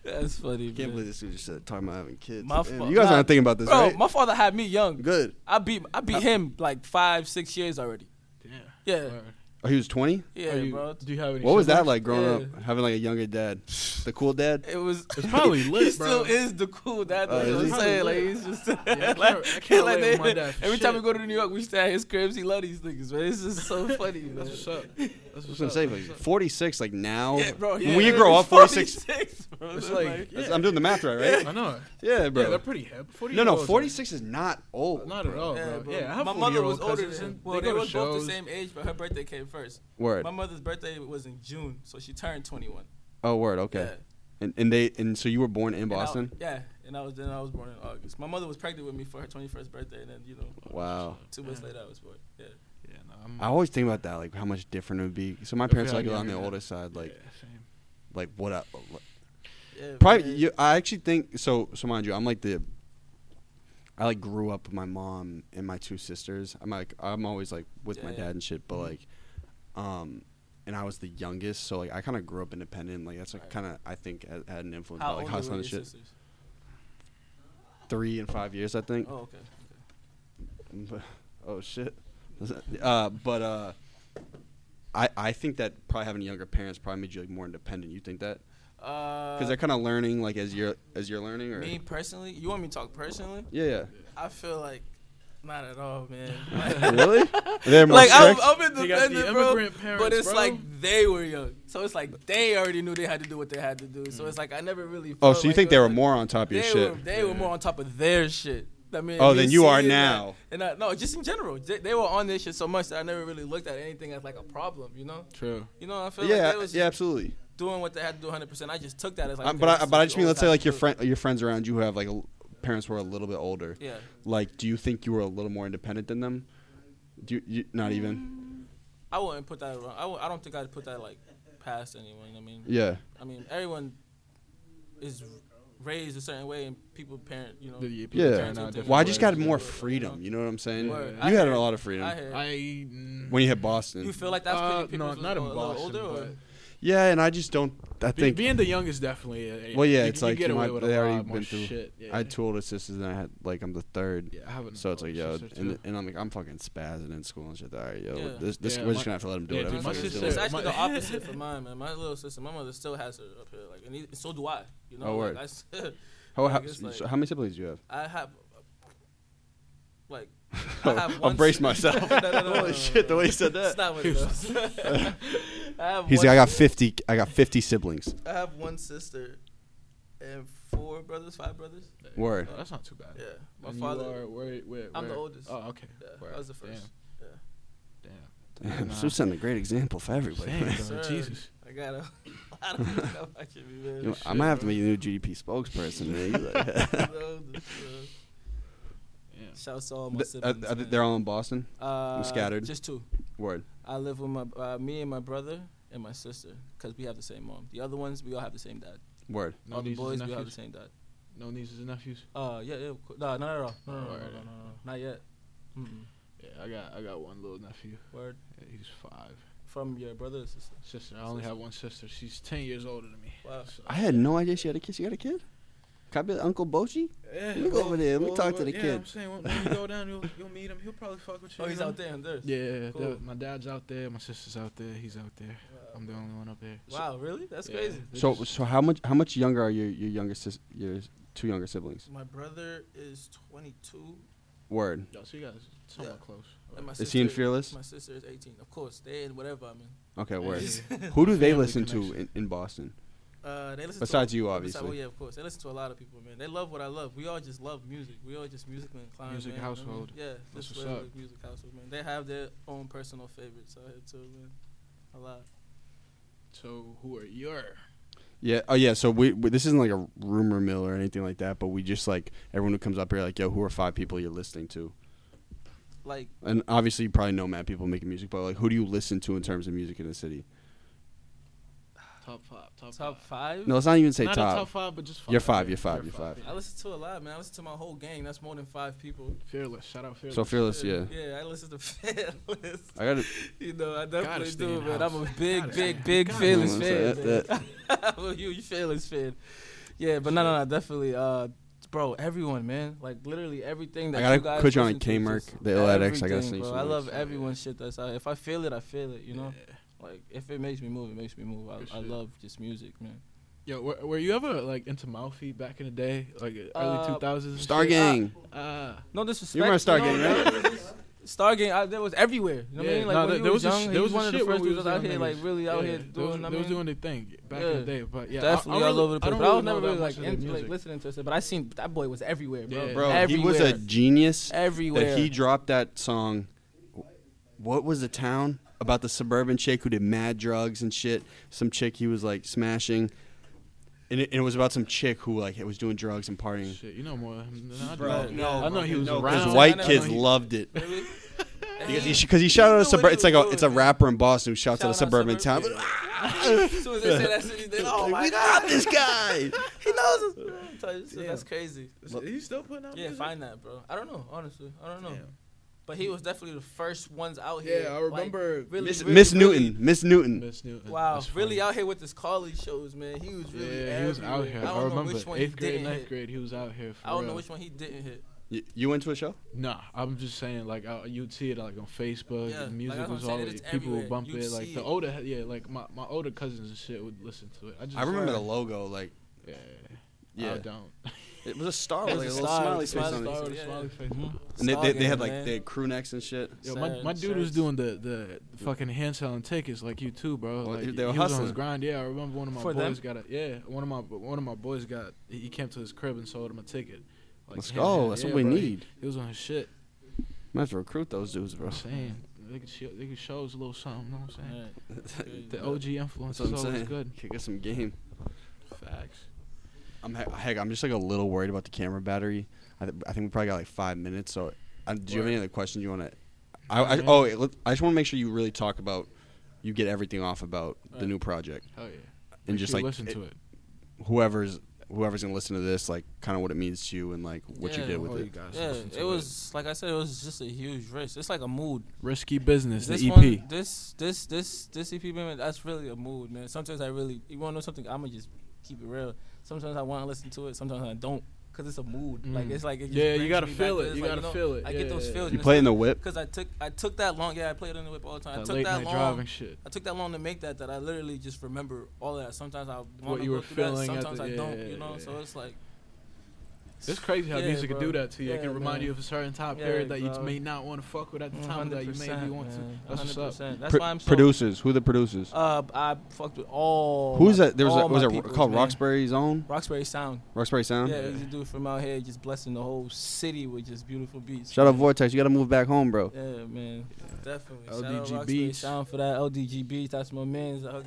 [SPEAKER 3] That's funny.
[SPEAKER 1] I can't
[SPEAKER 3] man.
[SPEAKER 1] believe this dude just said talking about having kids.
[SPEAKER 3] My
[SPEAKER 1] Damn,
[SPEAKER 3] fault.
[SPEAKER 1] you guys
[SPEAKER 3] Nah,
[SPEAKER 1] aren't thinking about this,
[SPEAKER 3] Bro,
[SPEAKER 1] right?
[SPEAKER 3] my father had me young.
[SPEAKER 1] Good.
[SPEAKER 3] I beat I beat him like five, six years already.
[SPEAKER 2] Yeah.
[SPEAKER 3] Yeah,
[SPEAKER 2] Word.
[SPEAKER 1] Oh, he was 20.
[SPEAKER 3] yeah,
[SPEAKER 2] Are you-
[SPEAKER 3] bro.
[SPEAKER 2] Do you have any
[SPEAKER 1] What was that
[SPEAKER 2] siblings?
[SPEAKER 1] like growing
[SPEAKER 3] Yeah.
[SPEAKER 1] up, having like a younger dad, the cool dad?
[SPEAKER 3] It was.
[SPEAKER 2] It's probably
[SPEAKER 3] he
[SPEAKER 2] lit,
[SPEAKER 3] still
[SPEAKER 2] bro.
[SPEAKER 3] is the cool dad.
[SPEAKER 1] Oh,
[SPEAKER 3] That's
[SPEAKER 1] is
[SPEAKER 3] what I'm
[SPEAKER 1] he?
[SPEAKER 3] saying. Like he's just
[SPEAKER 2] can't-
[SPEAKER 3] like,
[SPEAKER 2] I can't
[SPEAKER 3] like,
[SPEAKER 2] relate with
[SPEAKER 3] they-
[SPEAKER 2] my dad for
[SPEAKER 3] every time we
[SPEAKER 2] shit.
[SPEAKER 3] go to New York, we stay at his cribs. He love these niggas, man. It's just so funny, man.
[SPEAKER 2] That's what's up. That's
[SPEAKER 1] I
[SPEAKER 2] what's
[SPEAKER 1] was gonna
[SPEAKER 2] up.
[SPEAKER 1] say
[SPEAKER 2] That's
[SPEAKER 1] like
[SPEAKER 2] what's up.
[SPEAKER 1] 46, like now.
[SPEAKER 3] Yeah, bro.
[SPEAKER 1] When
[SPEAKER 3] yeah,
[SPEAKER 1] you grow up,
[SPEAKER 3] it's
[SPEAKER 1] 46.
[SPEAKER 3] 46, bro.
[SPEAKER 2] It's
[SPEAKER 3] That's
[SPEAKER 2] like,
[SPEAKER 1] That's-
[SPEAKER 2] yeah.
[SPEAKER 1] I'm doing the math right, right?
[SPEAKER 2] I know.
[SPEAKER 1] Yeah,
[SPEAKER 2] Yeah,
[SPEAKER 1] bro.
[SPEAKER 2] they're pretty hip. 40
[SPEAKER 1] No, no,
[SPEAKER 2] years old is
[SPEAKER 1] 46 is not old.
[SPEAKER 2] Not at all, bro.
[SPEAKER 3] Yeah,
[SPEAKER 2] Yeah,
[SPEAKER 3] bro.
[SPEAKER 2] I have
[SPEAKER 3] my mother was
[SPEAKER 2] 40-year-old
[SPEAKER 3] older
[SPEAKER 2] cousins,
[SPEAKER 3] than
[SPEAKER 2] and go
[SPEAKER 3] well, they,
[SPEAKER 2] to
[SPEAKER 3] were both
[SPEAKER 2] shows.
[SPEAKER 3] the same age, but her birthday came first.
[SPEAKER 1] Word.
[SPEAKER 3] My mother's birthday was in June, so she turned 21.
[SPEAKER 1] Oh, word. Okay.
[SPEAKER 3] Yeah.
[SPEAKER 1] And, and they and so you were born in
[SPEAKER 3] And I-
[SPEAKER 1] Boston.
[SPEAKER 3] yeah, and I was then I was born in August. My mother was pregnant with me for her 21st birthday, and then you know,
[SPEAKER 1] Wow.
[SPEAKER 3] two months
[SPEAKER 2] Yeah.
[SPEAKER 3] later I was born. Yeah,
[SPEAKER 2] Yeah, no, I'm,
[SPEAKER 1] I always think about that, like how much different it would be. So my
[SPEAKER 2] If
[SPEAKER 1] parents
[SPEAKER 2] you
[SPEAKER 1] like
[SPEAKER 2] had
[SPEAKER 1] it on the
[SPEAKER 2] younger dad.
[SPEAKER 1] older side, like
[SPEAKER 2] yeah, same.
[SPEAKER 1] like what I
[SPEAKER 3] yeah.
[SPEAKER 1] probably.
[SPEAKER 3] man.
[SPEAKER 1] You, I actually think so. So mind you, I'm like the. I like grew up with my mom and my two sisters. I'm like I'm always like with my
[SPEAKER 3] Yeah, yeah.
[SPEAKER 1] dad and shit, but like, um, and I was the youngest, so like I kind of grew up independent. Like that's like
[SPEAKER 3] Right.
[SPEAKER 1] kind of I think had, had an influence
[SPEAKER 3] How
[SPEAKER 1] about like
[SPEAKER 3] old were
[SPEAKER 1] hustling and
[SPEAKER 3] your
[SPEAKER 1] shit.
[SPEAKER 3] sisters?
[SPEAKER 1] three and five years, I think.
[SPEAKER 3] Oh, okay.
[SPEAKER 1] But- oh shit. Is that- Uh, but uh, I I think that probably having younger parents probably made you like more independent. You think that because
[SPEAKER 3] Uh,
[SPEAKER 1] they're kind of learning like as you're as you're learning or
[SPEAKER 3] me personally, you want me to talk personally?
[SPEAKER 1] yeah yeah
[SPEAKER 3] I feel like not at all, man.
[SPEAKER 1] really they're more
[SPEAKER 3] like I'm,
[SPEAKER 1] strict?
[SPEAKER 3] I'm
[SPEAKER 2] They got the
[SPEAKER 3] independent, bro.
[SPEAKER 2] immigrant parents,
[SPEAKER 3] But it's
[SPEAKER 2] bro.
[SPEAKER 3] like they were young, so it's like they already knew they had to do what they had to do. So it's like I never really.
[SPEAKER 1] Mm. oh
[SPEAKER 3] felt
[SPEAKER 1] so you
[SPEAKER 3] like
[SPEAKER 1] think
[SPEAKER 3] it
[SPEAKER 1] they
[SPEAKER 3] was
[SPEAKER 1] were
[SPEAKER 3] like-
[SPEAKER 1] more on top of your
[SPEAKER 3] they
[SPEAKER 1] shit
[SPEAKER 3] Were, they were more on top of their shit. I mean,
[SPEAKER 1] Oh,
[SPEAKER 3] me
[SPEAKER 1] then you are
[SPEAKER 3] seeing that-
[SPEAKER 1] now.
[SPEAKER 3] and I, no, just in general, they, they were on this shit so much that I never really looked at anything as like a problem. You know,
[SPEAKER 2] True.
[SPEAKER 3] you know, I feel
[SPEAKER 1] yeah
[SPEAKER 3] like they was
[SPEAKER 1] yeah absolutely
[SPEAKER 3] doing what they had to do 100. percent I just took that as like.
[SPEAKER 1] Um,
[SPEAKER 3] okay,
[SPEAKER 1] but
[SPEAKER 3] this
[SPEAKER 1] I,
[SPEAKER 3] is
[SPEAKER 1] but I
[SPEAKER 3] the
[SPEAKER 1] just mean
[SPEAKER 3] old
[SPEAKER 1] let's say like
[SPEAKER 3] time
[SPEAKER 1] your
[SPEAKER 3] shit.
[SPEAKER 1] friend your friends around you who have like a l- parents who are a little bit older
[SPEAKER 3] Yeah.
[SPEAKER 1] like do you think you were a little more independent than them do you, you not
[SPEAKER 3] Mm.
[SPEAKER 1] even
[SPEAKER 3] I wouldn't put that around. I w- I don't think I'd put that like past anyone. You know what I mean?
[SPEAKER 1] yeah
[SPEAKER 3] I mean, everyone is raised a certain way, and people parent, you know.
[SPEAKER 2] The- yeah, people
[SPEAKER 1] yeah
[SPEAKER 2] turn out different
[SPEAKER 1] well I just got
[SPEAKER 2] ways.
[SPEAKER 1] more freedom you know what I'm saying
[SPEAKER 3] Word.
[SPEAKER 1] you
[SPEAKER 3] I
[SPEAKER 1] had
[SPEAKER 3] hear
[SPEAKER 1] a
[SPEAKER 3] it.
[SPEAKER 1] lot of
[SPEAKER 3] I
[SPEAKER 1] freedom
[SPEAKER 3] hear.
[SPEAKER 2] I. mm,
[SPEAKER 1] when you hit Boston
[SPEAKER 3] you feel like that's
[SPEAKER 2] uh,
[SPEAKER 3] pretty people
[SPEAKER 2] no,
[SPEAKER 3] was
[SPEAKER 2] not
[SPEAKER 3] a
[SPEAKER 2] in
[SPEAKER 3] little
[SPEAKER 2] Boston.
[SPEAKER 3] older, or-
[SPEAKER 2] but
[SPEAKER 1] yeah and I just don't I
[SPEAKER 2] be-
[SPEAKER 1] think
[SPEAKER 2] being the youngest definitely. a- a-
[SPEAKER 1] Well, yeah,
[SPEAKER 2] you-
[SPEAKER 1] it's
[SPEAKER 2] you
[SPEAKER 1] like
[SPEAKER 2] get
[SPEAKER 1] you
[SPEAKER 2] away
[SPEAKER 1] might-
[SPEAKER 2] with
[SPEAKER 1] they
[SPEAKER 2] a
[SPEAKER 1] already
[SPEAKER 2] lot more
[SPEAKER 1] been through-
[SPEAKER 2] shit. Yeah,
[SPEAKER 1] I had two older sisters and I had like I'm the third
[SPEAKER 2] yeah, I haven't.
[SPEAKER 1] So it's like yo,
[SPEAKER 2] sister
[SPEAKER 1] and,
[SPEAKER 2] too.
[SPEAKER 1] and I'm like I'm fucking spazzing in school and shit. All right, yo,
[SPEAKER 3] Yeah.
[SPEAKER 1] this, this
[SPEAKER 2] Yeah,
[SPEAKER 1] we're just
[SPEAKER 2] my-
[SPEAKER 1] gonna have to let him do
[SPEAKER 2] yeah,
[SPEAKER 1] it.
[SPEAKER 2] dude,
[SPEAKER 1] whatever.
[SPEAKER 2] my
[SPEAKER 1] the fuck he's
[SPEAKER 2] sister-
[SPEAKER 1] doing.
[SPEAKER 3] It's actually
[SPEAKER 2] my-
[SPEAKER 3] the opposite for mine, man. My little sister, my mother still has her up here, like, and he- so do I. You know,
[SPEAKER 1] Oh,
[SPEAKER 3] like,
[SPEAKER 1] word.
[SPEAKER 3] I, s-
[SPEAKER 1] Oh, How,
[SPEAKER 3] like,
[SPEAKER 1] how,
[SPEAKER 3] it's like-
[SPEAKER 1] so how many siblings do you have?
[SPEAKER 3] I have, uh, like, I have
[SPEAKER 1] I'll
[SPEAKER 3] one
[SPEAKER 1] brace
[SPEAKER 3] si-
[SPEAKER 1] myself.
[SPEAKER 3] No, no, no, no,
[SPEAKER 1] Holy
[SPEAKER 3] no,
[SPEAKER 1] shit, the
[SPEAKER 3] no.
[SPEAKER 1] way you said
[SPEAKER 3] It's
[SPEAKER 1] that.
[SPEAKER 3] not what it is. I have
[SPEAKER 1] He's
[SPEAKER 3] one,
[SPEAKER 1] like, I got 50. I got 50 siblings.
[SPEAKER 3] I have one sister and four brothers, five brothers.
[SPEAKER 1] Word.
[SPEAKER 2] Oh, that's not too bad.
[SPEAKER 3] Yeah, my
[SPEAKER 2] And you
[SPEAKER 3] father.
[SPEAKER 2] are- where- where-
[SPEAKER 3] I'm the
[SPEAKER 2] where-
[SPEAKER 3] oldest.
[SPEAKER 2] Oh, okay.
[SPEAKER 3] yeah,
[SPEAKER 2] Word.
[SPEAKER 3] I was the first.
[SPEAKER 2] Damn.
[SPEAKER 1] Damn,
[SPEAKER 2] Nah.
[SPEAKER 1] so setting a great example for everybody.
[SPEAKER 2] Damn.
[SPEAKER 1] man.
[SPEAKER 2] Damn,
[SPEAKER 3] Sir.
[SPEAKER 2] Jesus.
[SPEAKER 3] I got a lot of things that I should be
[SPEAKER 1] You
[SPEAKER 3] man.
[SPEAKER 1] know, I might have to be a new GDP spokesperson. man. You
[SPEAKER 3] I'm
[SPEAKER 1] like-
[SPEAKER 3] the oldest, bro.
[SPEAKER 2] Yeah.
[SPEAKER 3] Shouts uh, to all my
[SPEAKER 1] Th- uh,
[SPEAKER 3] siblings.
[SPEAKER 1] uh,
[SPEAKER 3] man.
[SPEAKER 1] They're all in Boston.
[SPEAKER 3] Uh,
[SPEAKER 1] scattered.
[SPEAKER 3] Just two.
[SPEAKER 1] Word.
[SPEAKER 3] I live with my uh, me and my brother and my sister because we have the same mom. The other ones we all have the same dad.
[SPEAKER 1] Word.
[SPEAKER 2] No
[SPEAKER 3] all the
[SPEAKER 2] nieces and
[SPEAKER 3] boys we all have the
[SPEAKER 2] nephews.
[SPEAKER 3] same dad.
[SPEAKER 2] No nieces and nephews.
[SPEAKER 3] Uh yeah yeah of cour- no no no no no no, no, no,
[SPEAKER 2] Word.
[SPEAKER 3] no, no, no. not yet. Mm-mm.
[SPEAKER 2] Yeah, I got I got one little nephew.
[SPEAKER 3] Word
[SPEAKER 2] Yeah, he's five.
[SPEAKER 3] from your brother or sister.
[SPEAKER 2] Sister. I only have one sister. She's ten years older than me.
[SPEAKER 3] Wow.
[SPEAKER 2] So-
[SPEAKER 1] I had no idea she had a kid. She got a kid. Can I be Uncle Bochi?
[SPEAKER 2] Yeah,
[SPEAKER 1] Let me go over there. Let me talk to the
[SPEAKER 2] yeah,
[SPEAKER 1] kid.
[SPEAKER 2] I'm saying when, when you go down, you'll you'll meet him. He'll probably fuck with you.
[SPEAKER 3] Oh he's
[SPEAKER 2] you know?
[SPEAKER 3] out there and there.
[SPEAKER 2] Yeah,
[SPEAKER 3] Cool.
[SPEAKER 2] that- my dad's out there. My sister's out there. He's out there. I'm the only one up there.
[SPEAKER 3] Wow really that's
[SPEAKER 2] Yeah.
[SPEAKER 3] crazy.
[SPEAKER 2] They're
[SPEAKER 1] So,
[SPEAKER 2] just-
[SPEAKER 1] so how much how much younger are your your younger sis, your two younger siblings?
[SPEAKER 3] My brother is 22
[SPEAKER 1] Word.
[SPEAKER 2] Yo, so you guys somewhat
[SPEAKER 3] Yeah.
[SPEAKER 2] close.
[SPEAKER 3] and my
[SPEAKER 1] Is
[SPEAKER 3] sister.
[SPEAKER 1] he in Fearless?
[SPEAKER 3] My sister is 18. Of course they and whatever I mean.
[SPEAKER 1] Okay, word.
[SPEAKER 2] Yeah.
[SPEAKER 1] Who do they
[SPEAKER 2] Family
[SPEAKER 1] listen to
[SPEAKER 2] connection.
[SPEAKER 1] in, in Boston?
[SPEAKER 3] Uh, they listen
[SPEAKER 1] Besides
[SPEAKER 3] to,
[SPEAKER 1] you,
[SPEAKER 3] besides-
[SPEAKER 1] obviously.
[SPEAKER 3] oh yeah, of course. They listen to a lot of people, man. They love what I love. We all just love music. We all just music inclined.
[SPEAKER 2] Music
[SPEAKER 3] man. I mean,
[SPEAKER 2] household.
[SPEAKER 3] yeah,
[SPEAKER 2] That's
[SPEAKER 3] just
[SPEAKER 2] what's
[SPEAKER 3] literally
[SPEAKER 2] up.
[SPEAKER 3] music household, man. They have their own personal favorites out here too, man. A lot.
[SPEAKER 2] So who are your?
[SPEAKER 1] Yeah. Oh yeah. So we, we this isn't like a rumor mill or anything like that, but we just like everyone who comes up here like, yo, who are five people you're listening to?
[SPEAKER 3] Like
[SPEAKER 1] And obviously, you probably know mad people making music, but like, who do you listen to in terms of music in the city?
[SPEAKER 2] Top five. Top,
[SPEAKER 3] top five.
[SPEAKER 1] No, let's not even say
[SPEAKER 2] Not
[SPEAKER 1] top.
[SPEAKER 2] a top five, but just five.
[SPEAKER 1] You're five,
[SPEAKER 2] Yeah,
[SPEAKER 1] you're five,
[SPEAKER 2] you're
[SPEAKER 1] you're five.
[SPEAKER 2] yeah.
[SPEAKER 3] I listen to a lot, man. I listen to my whole gang. That's more than five people.
[SPEAKER 2] Fearless. Shout out Fearless.
[SPEAKER 1] so fearless, yeah.
[SPEAKER 3] Yeah, I listen to Fearless.
[SPEAKER 1] I got it.
[SPEAKER 3] You know, I
[SPEAKER 2] Gotta
[SPEAKER 3] definitely
[SPEAKER 2] stay
[SPEAKER 3] do,
[SPEAKER 2] in
[SPEAKER 3] man.
[SPEAKER 2] house.
[SPEAKER 3] I'm a
[SPEAKER 2] Gotta
[SPEAKER 3] big,
[SPEAKER 2] stay-
[SPEAKER 3] big, big
[SPEAKER 2] gotta
[SPEAKER 3] fearless
[SPEAKER 1] stay in
[SPEAKER 3] fan.
[SPEAKER 1] house.
[SPEAKER 3] man. Well, you, you fearless fan. Yeah, but no, no, no, definitely, uh, bro. Everyone, man, like literally everything that
[SPEAKER 1] I gotta
[SPEAKER 3] you guys
[SPEAKER 1] put you on
[SPEAKER 3] listen to,
[SPEAKER 1] K-Merc,
[SPEAKER 3] just
[SPEAKER 1] the LAX, I gotta
[SPEAKER 3] everything,
[SPEAKER 1] send you
[SPEAKER 3] bro.
[SPEAKER 1] some
[SPEAKER 3] I love
[SPEAKER 1] links.
[SPEAKER 3] everyone's shit that's out. If I feel it, I feel it. You know,
[SPEAKER 2] Yeah.
[SPEAKER 3] like if it makes me move, it makes me move.
[SPEAKER 2] Good
[SPEAKER 3] I, I
[SPEAKER 2] shit.
[SPEAKER 3] love just music, man.
[SPEAKER 2] Yo, were, were you ever like into Malfi back in the day, like
[SPEAKER 3] Uh,
[SPEAKER 2] early 2000s?
[SPEAKER 1] Stargang.
[SPEAKER 2] Uh,
[SPEAKER 3] No disrespect.
[SPEAKER 1] You remember Stargate,
[SPEAKER 3] no,
[SPEAKER 1] right?
[SPEAKER 3] no, this- Stargate, I, there was everywhere. You know what I
[SPEAKER 2] Yeah,
[SPEAKER 3] mean? Like
[SPEAKER 2] no,
[SPEAKER 3] when
[SPEAKER 2] there-
[SPEAKER 3] you
[SPEAKER 2] there
[SPEAKER 3] was,
[SPEAKER 2] was a sh-
[SPEAKER 3] young,
[SPEAKER 2] there
[SPEAKER 3] he
[SPEAKER 2] was
[SPEAKER 3] was,
[SPEAKER 2] a
[SPEAKER 3] one of the
[SPEAKER 2] shit when
[SPEAKER 3] first
[SPEAKER 2] we
[SPEAKER 3] dudes
[SPEAKER 2] was
[SPEAKER 3] out
[SPEAKER 2] young
[SPEAKER 3] here, like
[SPEAKER 2] niggas.
[SPEAKER 3] really out
[SPEAKER 2] yeah,
[SPEAKER 3] here
[SPEAKER 2] they was,
[SPEAKER 3] doing. I
[SPEAKER 2] they was
[SPEAKER 3] mean,
[SPEAKER 2] doing their thing back in the
[SPEAKER 3] Yeah.
[SPEAKER 2] day, but yeah, I- I
[SPEAKER 3] Definitely
[SPEAKER 2] don't
[SPEAKER 3] all
[SPEAKER 2] really-
[SPEAKER 3] over the
[SPEAKER 2] I
[SPEAKER 3] place.
[SPEAKER 2] don't
[SPEAKER 3] But I was
[SPEAKER 2] really know
[SPEAKER 3] never
[SPEAKER 2] that
[SPEAKER 3] really
[SPEAKER 2] much
[SPEAKER 3] like,
[SPEAKER 2] of their
[SPEAKER 3] into, like
[SPEAKER 2] music.
[SPEAKER 3] listening to it. But I seen that boy was everywhere, bro.
[SPEAKER 2] Yeah.
[SPEAKER 1] Bro, he
[SPEAKER 3] everywhere.
[SPEAKER 1] was a genius.
[SPEAKER 3] everywhere.
[SPEAKER 1] That he dropped that song. What was the town about the suburban chick who did mad drugs and shit? Some chick he was like smashing, and it, and it was about some chick who like was doing drugs and partying.
[SPEAKER 2] Shit, you know more. than- than I do.
[SPEAKER 1] Bro,
[SPEAKER 3] no,
[SPEAKER 2] I know he was
[SPEAKER 3] no, 'cause
[SPEAKER 2] around.
[SPEAKER 1] Because
[SPEAKER 3] Brown.
[SPEAKER 1] white
[SPEAKER 3] No, no,
[SPEAKER 1] kids
[SPEAKER 2] I know he-
[SPEAKER 1] loved it.
[SPEAKER 3] Really?
[SPEAKER 1] Because he, because he shouted out a
[SPEAKER 3] knew what
[SPEAKER 1] suburb.
[SPEAKER 3] he
[SPEAKER 1] It's like
[SPEAKER 3] was
[SPEAKER 1] a it's a
[SPEAKER 3] doing.
[SPEAKER 1] rapper in Boston who shouts out a
[SPEAKER 3] Shout out
[SPEAKER 1] suburban town.
[SPEAKER 3] suburban- As soon as they say that city, they oh my
[SPEAKER 1] we
[SPEAKER 3] god,
[SPEAKER 1] got this guy.
[SPEAKER 3] he knows us. Bro. That's crazy.
[SPEAKER 2] He's still putting out
[SPEAKER 3] Yeah,
[SPEAKER 2] music.
[SPEAKER 3] find that, bro. I don't know, honestly. I don't know.
[SPEAKER 2] Damn.
[SPEAKER 3] But he was definitely the first ones out here.
[SPEAKER 5] Yeah, I
[SPEAKER 3] like,
[SPEAKER 5] remember.
[SPEAKER 3] really,
[SPEAKER 1] Miss,
[SPEAKER 3] really,
[SPEAKER 1] Miss
[SPEAKER 3] really-
[SPEAKER 1] Newton, Miss Newton.
[SPEAKER 2] Miss Newton.
[SPEAKER 3] Wow,
[SPEAKER 2] That's
[SPEAKER 3] really
[SPEAKER 2] funny.
[SPEAKER 3] out here with his college shows, man. He was really
[SPEAKER 2] Yeah, he was out
[SPEAKER 3] everywhere.
[SPEAKER 2] here.
[SPEAKER 3] I don't
[SPEAKER 2] I,
[SPEAKER 3] know
[SPEAKER 2] remember
[SPEAKER 3] which one he
[SPEAKER 2] eighth grade,
[SPEAKER 3] didn't
[SPEAKER 2] ninth
[SPEAKER 3] hit.
[SPEAKER 2] grade. He was out here. For
[SPEAKER 3] I don't
[SPEAKER 2] real.
[SPEAKER 3] know which one he didn't hit.
[SPEAKER 1] You, you went to a show?
[SPEAKER 2] Nah, I'm just saying, like, out at UT, it, like, on Facebook,
[SPEAKER 3] Yeah,
[SPEAKER 2] the
[SPEAKER 3] like,
[SPEAKER 2] music
[SPEAKER 3] that's what
[SPEAKER 2] was
[SPEAKER 3] I'm saying,
[SPEAKER 2] always,
[SPEAKER 3] it's
[SPEAKER 2] people
[SPEAKER 3] everywhere.
[SPEAKER 2] would bump
[SPEAKER 3] You'd
[SPEAKER 2] it. Like,
[SPEAKER 3] see
[SPEAKER 2] the
[SPEAKER 3] it.
[SPEAKER 2] older, yeah, like, my, my older cousins and shit would listen to it. I, just
[SPEAKER 1] I remember the logo. Like
[SPEAKER 2] Yeah.
[SPEAKER 1] Yeah.
[SPEAKER 2] I don't.
[SPEAKER 1] it was a star
[SPEAKER 3] It
[SPEAKER 1] with
[SPEAKER 3] was
[SPEAKER 1] like a
[SPEAKER 3] a
[SPEAKER 1] little smiley
[SPEAKER 3] star, it
[SPEAKER 1] face
[SPEAKER 3] was a
[SPEAKER 1] on
[SPEAKER 3] star.
[SPEAKER 1] it.
[SPEAKER 3] yeah. Mm-hmm.
[SPEAKER 2] Smiley face.
[SPEAKER 1] And they, they, they had like
[SPEAKER 3] man.
[SPEAKER 1] they had crew necks and shit.
[SPEAKER 2] Yo, my,
[SPEAKER 3] Sad
[SPEAKER 2] my dude was
[SPEAKER 3] shirts.
[SPEAKER 2] doing the, the fucking hand selling tickets like you too, bro.
[SPEAKER 1] Well,
[SPEAKER 2] Like
[SPEAKER 1] they
[SPEAKER 2] he
[SPEAKER 1] were
[SPEAKER 2] was on his
[SPEAKER 1] hustling.
[SPEAKER 2] grind. Yeah, I remember one of my
[SPEAKER 3] For them?
[SPEAKER 2] boys got a yeah. One of my one of my boys got he he came to his crib and sold him a ticket. Like,
[SPEAKER 1] Let's
[SPEAKER 2] hand-
[SPEAKER 1] go.
[SPEAKER 2] hand-
[SPEAKER 1] oh, That's
[SPEAKER 2] yeah,
[SPEAKER 1] what we
[SPEAKER 2] bro, he-
[SPEAKER 1] need.
[SPEAKER 2] He, was on his shit.
[SPEAKER 1] Might have to recruit those dudes, bro.
[SPEAKER 2] I'm saying they could show, they could show us a little something. You know what I'm saying?
[SPEAKER 3] Alright.
[SPEAKER 2] The OG influence
[SPEAKER 1] That's
[SPEAKER 2] is
[SPEAKER 1] what I'm saying.
[SPEAKER 2] always good.
[SPEAKER 1] Kick us some game.
[SPEAKER 2] Facts.
[SPEAKER 1] I'm he- heck. I'm just like a little worried about the camera battery. I, th- I think we probably got like five minutes. So, uh, do you have any other questions you want to? I, I
[SPEAKER 2] Alright.
[SPEAKER 1] oh wait, let- I just want to make sure you really talk about, you get everything off about the
[SPEAKER 3] Alright.
[SPEAKER 1] new project
[SPEAKER 2] Hell yeah.
[SPEAKER 1] and
[SPEAKER 2] Make
[SPEAKER 1] just
[SPEAKER 2] sure
[SPEAKER 1] like
[SPEAKER 2] you listen
[SPEAKER 1] it-
[SPEAKER 2] to it.
[SPEAKER 1] whoever's whoever's gonna listen to this, like kind of what it means to you and like what you
[SPEAKER 3] Yeah,
[SPEAKER 1] did
[SPEAKER 2] Oh,
[SPEAKER 1] with
[SPEAKER 2] you
[SPEAKER 1] it.
[SPEAKER 2] guys
[SPEAKER 3] Yeah,
[SPEAKER 2] listen to
[SPEAKER 3] it was like I said, it was just a huge risk. It's like a mood.
[SPEAKER 2] risky business.
[SPEAKER 3] this
[SPEAKER 2] the E EP.
[SPEAKER 1] E
[SPEAKER 3] one, this this this this EP, man, that's really a mood, man. Sometimes I really, you want to know something? I'ma just keep it real. Sometimes I want to listen to it. Sometimes I don't, cause it's a mood. Like
[SPEAKER 2] Mm.
[SPEAKER 3] it's like it just
[SPEAKER 2] Yeah, you
[SPEAKER 3] brings
[SPEAKER 2] gotta
[SPEAKER 3] me back
[SPEAKER 2] feel
[SPEAKER 3] to
[SPEAKER 2] it.
[SPEAKER 3] this,
[SPEAKER 2] You
[SPEAKER 3] like,
[SPEAKER 2] gotta
[SPEAKER 3] know,
[SPEAKER 2] feel it.
[SPEAKER 3] I get
[SPEAKER 2] Yeah,
[SPEAKER 3] those
[SPEAKER 2] yeah,
[SPEAKER 3] feels.
[SPEAKER 2] yeah.
[SPEAKER 1] You play in the whip.
[SPEAKER 3] Cause I took I took that long. Yeah, I played on the whip all the time. I
[SPEAKER 2] that
[SPEAKER 3] took
[SPEAKER 2] late
[SPEAKER 3] that
[SPEAKER 2] night driving
[SPEAKER 3] long.
[SPEAKER 2] shit.
[SPEAKER 3] I took that long to make that that I literally just remember all that. Sometimes I want
[SPEAKER 2] What
[SPEAKER 3] to
[SPEAKER 2] you
[SPEAKER 3] go
[SPEAKER 2] were
[SPEAKER 3] through that.
[SPEAKER 2] feeling at
[SPEAKER 3] Sometimes
[SPEAKER 2] the-
[SPEAKER 3] I
[SPEAKER 2] yeah,
[SPEAKER 3] don't.
[SPEAKER 2] yeah,
[SPEAKER 3] you know,
[SPEAKER 2] yeah.
[SPEAKER 3] so it's like
[SPEAKER 2] It's crazy how
[SPEAKER 3] Yeah,
[SPEAKER 2] music can do
[SPEAKER 3] bro.
[SPEAKER 2] that to you. it
[SPEAKER 3] Yeah,
[SPEAKER 2] can remind
[SPEAKER 3] man.
[SPEAKER 2] you of a certain time
[SPEAKER 3] Yeah,
[SPEAKER 2] period that you
[SPEAKER 3] bro.
[SPEAKER 2] may not want to fuck with at the time that you maybe
[SPEAKER 3] 100%,
[SPEAKER 2] want to.
[SPEAKER 3] man.
[SPEAKER 2] That's what's up.
[SPEAKER 3] 100%. That's
[SPEAKER 1] Pro-
[SPEAKER 3] why I'm so
[SPEAKER 1] producers. Who the producers?
[SPEAKER 3] Uh, I fucked with all.
[SPEAKER 1] Who's
[SPEAKER 3] my-
[SPEAKER 1] that? There was a,
[SPEAKER 3] all
[SPEAKER 1] was
[SPEAKER 3] my
[SPEAKER 1] it
[SPEAKER 3] peoples,
[SPEAKER 1] called
[SPEAKER 3] man.
[SPEAKER 1] Roxbury Zone?
[SPEAKER 3] Roxbury Sound.
[SPEAKER 1] Roxbury Sound.
[SPEAKER 3] Yeah, there's a dude from out here just blessing the whole city with just beautiful beats.
[SPEAKER 1] Shout out Vortex. You gotta move back home, bro.
[SPEAKER 3] Yeah, man, definitely. Shout out
[SPEAKER 2] LDG
[SPEAKER 3] Roxbury
[SPEAKER 2] Beats.
[SPEAKER 3] Sound for that LDG Beats. That's my man's. I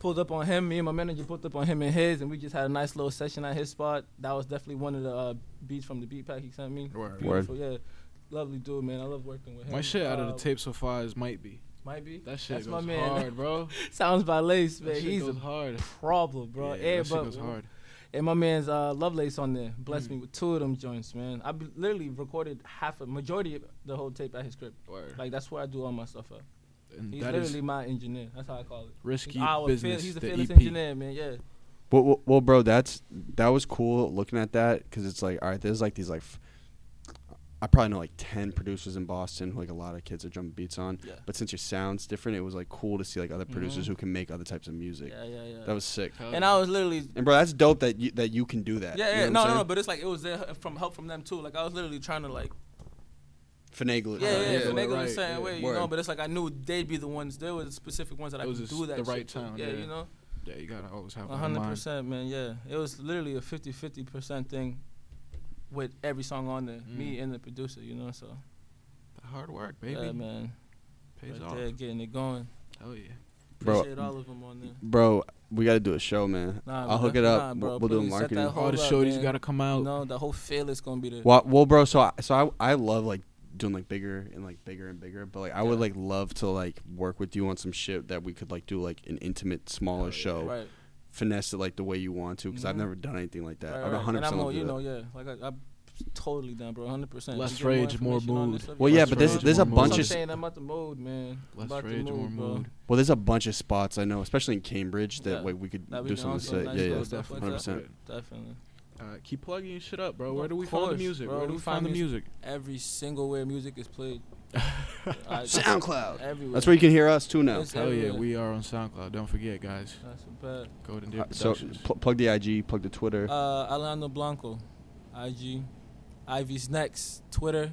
[SPEAKER 3] pulled up on him. Me and my manager pulled up on him and his, and we just had a nice little session at his spot. That was definitely one of the uh, beats from the beat pack he sent me.
[SPEAKER 2] Word.
[SPEAKER 3] Beautiful, yeah. Lovely dude, man. I love working with him.
[SPEAKER 2] My shit out of
[SPEAKER 3] Uh,
[SPEAKER 2] the tape so far is might be.
[SPEAKER 3] Might be.
[SPEAKER 2] That shit
[SPEAKER 3] That's
[SPEAKER 2] goes
[SPEAKER 3] my man.
[SPEAKER 2] hard, bro.
[SPEAKER 3] Sounds by Lace,
[SPEAKER 2] that
[SPEAKER 3] man.
[SPEAKER 2] shit
[SPEAKER 3] He's
[SPEAKER 2] goes
[SPEAKER 3] a
[SPEAKER 2] hard.
[SPEAKER 3] problem, bro.
[SPEAKER 2] Yeah,
[SPEAKER 3] Yeah,
[SPEAKER 2] that shit
[SPEAKER 3] but-
[SPEAKER 2] goes hard.
[SPEAKER 3] And my man's uh, Lovelace on there blessed
[SPEAKER 2] Mm.
[SPEAKER 3] me with two of them joints, man. I be- literally recorded half a majority of the whole tape at his crib.
[SPEAKER 2] Word.
[SPEAKER 3] Like that's where I do all my stuff at.
[SPEAKER 2] and
[SPEAKER 3] He's
[SPEAKER 2] that is
[SPEAKER 3] literally my engineer. That's how I call it.
[SPEAKER 2] risky
[SPEAKER 3] our
[SPEAKER 2] business.
[SPEAKER 3] he's a
[SPEAKER 2] the E
[SPEAKER 3] fearless
[SPEAKER 2] EP.
[SPEAKER 3] engineer, man. Yeah.
[SPEAKER 1] Well, well, well, bro, that's that was cool looking at that because it's like, all right, there's like these like, f- I probably know like ten producers in Boston who like a lot of kids are jumping beats on.
[SPEAKER 3] Yeah.
[SPEAKER 1] But since your sound's different, it was like cool to see like other producers
[SPEAKER 3] Mhm.
[SPEAKER 1] who can make other types of music.
[SPEAKER 3] Yeah, yeah, yeah.
[SPEAKER 1] That was sick.
[SPEAKER 2] Hell
[SPEAKER 3] and
[SPEAKER 2] yeah.
[SPEAKER 3] I was literally
[SPEAKER 1] And bro, that's dope that you that you can do that.
[SPEAKER 3] Yeah, yeah.
[SPEAKER 1] You know
[SPEAKER 3] no,
[SPEAKER 1] what
[SPEAKER 3] no,
[SPEAKER 1] I'm
[SPEAKER 3] no, but it's like it was there from help from them too. Like I was literally trying to like
[SPEAKER 1] saying? finagle it.
[SPEAKER 3] Yeah, yeah,
[SPEAKER 2] yeah,
[SPEAKER 3] yeah. So they go
[SPEAKER 2] right,
[SPEAKER 3] the same
[SPEAKER 2] yeah.
[SPEAKER 3] way, you
[SPEAKER 1] Word.
[SPEAKER 3] know, but it's like I knew they'd be the ones they were the specific ones that I
[SPEAKER 2] It was
[SPEAKER 3] could
[SPEAKER 2] just
[SPEAKER 3] do that
[SPEAKER 2] the
[SPEAKER 3] shit
[SPEAKER 2] right
[SPEAKER 3] to.
[SPEAKER 2] time,
[SPEAKER 3] Yeah,
[SPEAKER 2] yeah.
[SPEAKER 3] you know?
[SPEAKER 2] yeah, you gotta always have
[SPEAKER 3] A
[SPEAKER 2] that in
[SPEAKER 3] hundred
[SPEAKER 2] mind.
[SPEAKER 3] percent, man. Yeah, it was literally a 50-50 percent thing with every song on there. Me
[SPEAKER 2] Mm.
[SPEAKER 3] and the producer, you know. So
[SPEAKER 2] The hard work, baby.
[SPEAKER 3] yeah, man,
[SPEAKER 2] Pays
[SPEAKER 3] right
[SPEAKER 2] off.
[SPEAKER 3] there, getting it going.
[SPEAKER 2] Hell yeah.
[SPEAKER 1] Bro.
[SPEAKER 3] Appreciate all of them on there.
[SPEAKER 1] Bro, we gotta do a show, man.
[SPEAKER 3] Nah,
[SPEAKER 1] I'll
[SPEAKER 3] bro,
[SPEAKER 1] hook it up.
[SPEAKER 3] nah, bro,
[SPEAKER 1] we'll, we'll do a
[SPEAKER 3] please set
[SPEAKER 1] marketing.
[SPEAKER 3] that
[SPEAKER 2] All the
[SPEAKER 3] Hold up,
[SPEAKER 2] shorties
[SPEAKER 3] man.
[SPEAKER 2] gotta come out.
[SPEAKER 3] No, the whole feel is gonna be there.
[SPEAKER 1] Well, well, bro. So, I, so I, I love like doing like bigger and like bigger and bigger. But like, I would
[SPEAKER 3] Yeah.
[SPEAKER 1] like love to like work with you on some shit that we could like do like an intimate, smaller show,
[SPEAKER 3] Right,
[SPEAKER 1] finesse it like the way you want to. Because I've
[SPEAKER 3] Mhm.
[SPEAKER 1] never done anything like that.
[SPEAKER 3] right,
[SPEAKER 1] I'd
[SPEAKER 3] right.
[SPEAKER 1] 100
[SPEAKER 3] And I'm
[SPEAKER 1] percent
[SPEAKER 3] all,
[SPEAKER 1] love to
[SPEAKER 3] you
[SPEAKER 1] do
[SPEAKER 3] know,
[SPEAKER 1] that.
[SPEAKER 3] yeah, like I, I'm totally down, bro, 100. percent
[SPEAKER 2] Less rage, more mood.
[SPEAKER 1] Well, yeah,
[SPEAKER 2] Less
[SPEAKER 1] but there's
[SPEAKER 2] rage,
[SPEAKER 1] there's a
[SPEAKER 2] more mood.
[SPEAKER 1] bunch
[SPEAKER 3] I'm
[SPEAKER 1] of
[SPEAKER 3] saying I'm about the mood, man.
[SPEAKER 2] Less
[SPEAKER 3] about
[SPEAKER 2] rage,
[SPEAKER 3] the
[SPEAKER 2] more
[SPEAKER 3] mood, bro.
[SPEAKER 2] mood.
[SPEAKER 1] well, there's a bunch of spots I know, especially in Cambridge that
[SPEAKER 3] Yeah.
[SPEAKER 1] like we could
[SPEAKER 3] That we
[SPEAKER 1] do
[SPEAKER 3] can
[SPEAKER 1] something.
[SPEAKER 3] also
[SPEAKER 1] Sick.
[SPEAKER 3] nice
[SPEAKER 1] Yeah, yeah.
[SPEAKER 3] little
[SPEAKER 2] Most
[SPEAKER 3] stuff like
[SPEAKER 2] definitely.
[SPEAKER 1] 100%.
[SPEAKER 3] Definitely.
[SPEAKER 2] Alright, keep plugging your shit up, bro. Where
[SPEAKER 3] Of
[SPEAKER 2] do we find the
[SPEAKER 3] course,
[SPEAKER 2] music?
[SPEAKER 3] bro.
[SPEAKER 2] Where do
[SPEAKER 3] We
[SPEAKER 2] we find the
[SPEAKER 3] find
[SPEAKER 2] music?
[SPEAKER 3] Every single where music is played. I-
[SPEAKER 1] SoundCloud.
[SPEAKER 3] Everywhere.
[SPEAKER 1] That's where you can hear us too now.
[SPEAKER 3] It's
[SPEAKER 2] Hell yeah,
[SPEAKER 3] everywhere.
[SPEAKER 2] we are on SoundCloud. Don't forget, guys.
[SPEAKER 3] That's bad.
[SPEAKER 2] Golden Deer
[SPEAKER 1] Uh, So
[SPEAKER 2] Productions.
[SPEAKER 1] pl- plug the IG, plug the Twitter.
[SPEAKER 3] Uh, Alano Blanco, IG, Ivy's next, Twitter,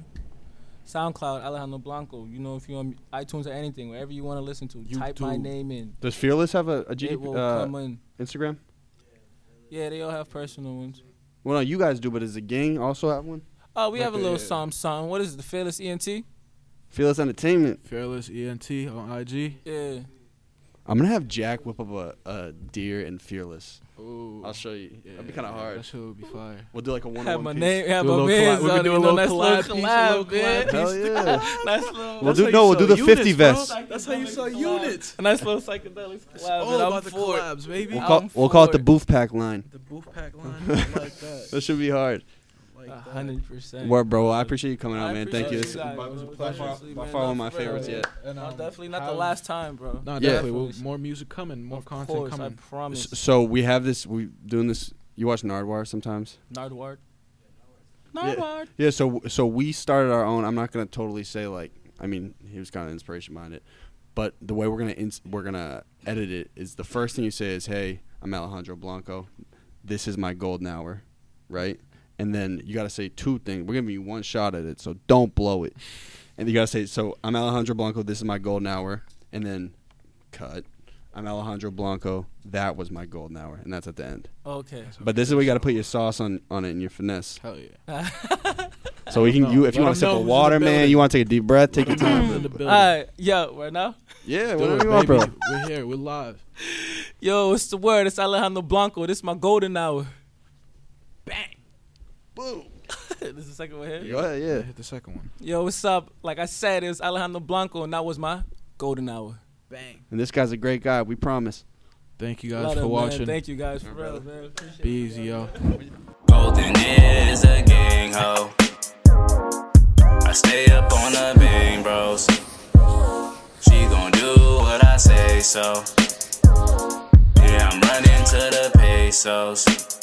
[SPEAKER 3] SoundCloud, Alejandro Blanco. You know, if you're on iTunes or anything, wherever you want to listen to, type my
[SPEAKER 2] YouTube.
[SPEAKER 3] name in.
[SPEAKER 1] Does Fearless have a, a
[SPEAKER 3] It
[SPEAKER 1] GDP,
[SPEAKER 3] will come
[SPEAKER 1] uh,
[SPEAKER 3] in.
[SPEAKER 1] Instagram?
[SPEAKER 3] Yeah, they all have personal ones.
[SPEAKER 1] Well, no, you guys do, but does the gang also have one?
[SPEAKER 3] Oh, we have a
[SPEAKER 2] Like a-
[SPEAKER 3] little something, something. What is it, the Fearless E ENT?
[SPEAKER 1] Fearless Entertainment.
[SPEAKER 2] Fearless ENT on IG.
[SPEAKER 3] Yeah.
[SPEAKER 1] I'm gonna have Jack whip up a, a deer and fearless.
[SPEAKER 2] Ooh.
[SPEAKER 1] I'll show you. That'd be kind of
[SPEAKER 2] That
[SPEAKER 1] hard.
[SPEAKER 2] shit would be fire.
[SPEAKER 1] We'll do like a one
[SPEAKER 3] Have
[SPEAKER 1] on
[SPEAKER 3] my
[SPEAKER 1] one.
[SPEAKER 3] name, have
[SPEAKER 2] Do a
[SPEAKER 3] my
[SPEAKER 2] little
[SPEAKER 3] man's
[SPEAKER 2] collab- we
[SPEAKER 3] on
[SPEAKER 2] could do
[SPEAKER 3] it,
[SPEAKER 2] a
[SPEAKER 3] you know,
[SPEAKER 2] little
[SPEAKER 3] nice
[SPEAKER 2] collab piece, a little
[SPEAKER 3] collab, man.
[SPEAKER 2] collab
[SPEAKER 1] Hell yeah!
[SPEAKER 3] Nice little.
[SPEAKER 1] we'll do no. We'll do the 50 vest.
[SPEAKER 2] That's how you sell units.
[SPEAKER 3] A nice little psychedelic collab.
[SPEAKER 2] All
[SPEAKER 3] and I'm
[SPEAKER 2] about the
[SPEAKER 3] for it.
[SPEAKER 2] collabs, baby.
[SPEAKER 1] We'll
[SPEAKER 3] I'm
[SPEAKER 1] call, we'll call it the
[SPEAKER 3] for it.
[SPEAKER 1] booth pack line.
[SPEAKER 2] The booth pack line. I like that.
[SPEAKER 1] That should be hard.
[SPEAKER 2] I like
[SPEAKER 3] A
[SPEAKER 2] that.
[SPEAKER 3] Uh, hundred percent.
[SPEAKER 1] Well, bro, I appreciate you coming
[SPEAKER 3] I
[SPEAKER 1] out, man. Thank you.
[SPEAKER 3] appreciate
[SPEAKER 1] This
[SPEAKER 3] you guys,
[SPEAKER 1] by,
[SPEAKER 3] bro.
[SPEAKER 2] was a
[SPEAKER 3] It was
[SPEAKER 2] pleasure.
[SPEAKER 3] honestly,
[SPEAKER 1] by
[SPEAKER 3] man,
[SPEAKER 1] far
[SPEAKER 3] not
[SPEAKER 1] one of my
[SPEAKER 3] for real.
[SPEAKER 1] favorites yet.
[SPEAKER 2] And,
[SPEAKER 3] No,
[SPEAKER 2] um,
[SPEAKER 3] definitely not the
[SPEAKER 2] have-
[SPEAKER 3] last time, bro.
[SPEAKER 2] No,
[SPEAKER 1] Yeah.
[SPEAKER 2] definitely. Well,
[SPEAKER 3] Definitely.
[SPEAKER 2] more music coming, more
[SPEAKER 3] Of
[SPEAKER 2] content
[SPEAKER 3] course, I
[SPEAKER 2] coming.
[SPEAKER 3] promise.
[SPEAKER 1] S- So we have this. We doing this. You watch Nardwar sometimes.
[SPEAKER 3] Nardward.
[SPEAKER 1] Yeah.
[SPEAKER 3] Nardward.
[SPEAKER 1] Yeah. So so we started our own. I'm not gonna totally say like. I mean, he was kind of inspiration behind it, but the way we're gonna ins- we're gonna edit it is the first thing you say is, "Hey, I'm Alejandro Blanco. This is my golden hour," right? And then you gotta say two things. We're giving you one shot at it, so don't blow it. And you gotta say, "So I'm Alejandro Blanco. This is my golden hour," and then cut. I'm Alejandro Blanco. That was my golden hour, and that's at the end.
[SPEAKER 3] Okay.
[SPEAKER 1] But this is where you got to put your sauce on on it and your finesse.
[SPEAKER 2] Hell yeah.
[SPEAKER 1] So we can
[SPEAKER 2] know.
[SPEAKER 1] you if you
[SPEAKER 2] Let
[SPEAKER 1] want
[SPEAKER 2] them
[SPEAKER 1] to sip
[SPEAKER 2] know
[SPEAKER 1] a
[SPEAKER 2] who's in
[SPEAKER 1] water,
[SPEAKER 2] the
[SPEAKER 1] man.
[SPEAKER 2] building.
[SPEAKER 1] You want to take a deep breath, take your
[SPEAKER 2] Time in
[SPEAKER 1] time.
[SPEAKER 2] the building.
[SPEAKER 3] All right. Yo, right now.
[SPEAKER 1] Yeah,
[SPEAKER 2] Do
[SPEAKER 1] whatever
[SPEAKER 2] it,
[SPEAKER 1] you want, bro.
[SPEAKER 2] baby. We're here. We're live.
[SPEAKER 3] Yo, what's the word? It's Alejandro Blanco. This is my golden hour. Bang.
[SPEAKER 1] Boom.
[SPEAKER 3] this is the second one here.
[SPEAKER 1] Go ahead, yeah.
[SPEAKER 2] Hit the second one.
[SPEAKER 3] Yo, what's up? Like I said, it was Alejandro Blanco, and that was my golden hour. Bang.
[SPEAKER 1] And this guy's a great guy. We promise.
[SPEAKER 2] Thank you
[SPEAKER 3] Love
[SPEAKER 2] guys
[SPEAKER 3] it,
[SPEAKER 2] for
[SPEAKER 3] man.
[SPEAKER 2] watching.
[SPEAKER 3] Thank you guys for real, man.
[SPEAKER 2] Be easy, yo.
[SPEAKER 4] Golden is a gang ho. I stay up on the bang bros. She gon' do what I say so. Yeah, I'm running to the pesos.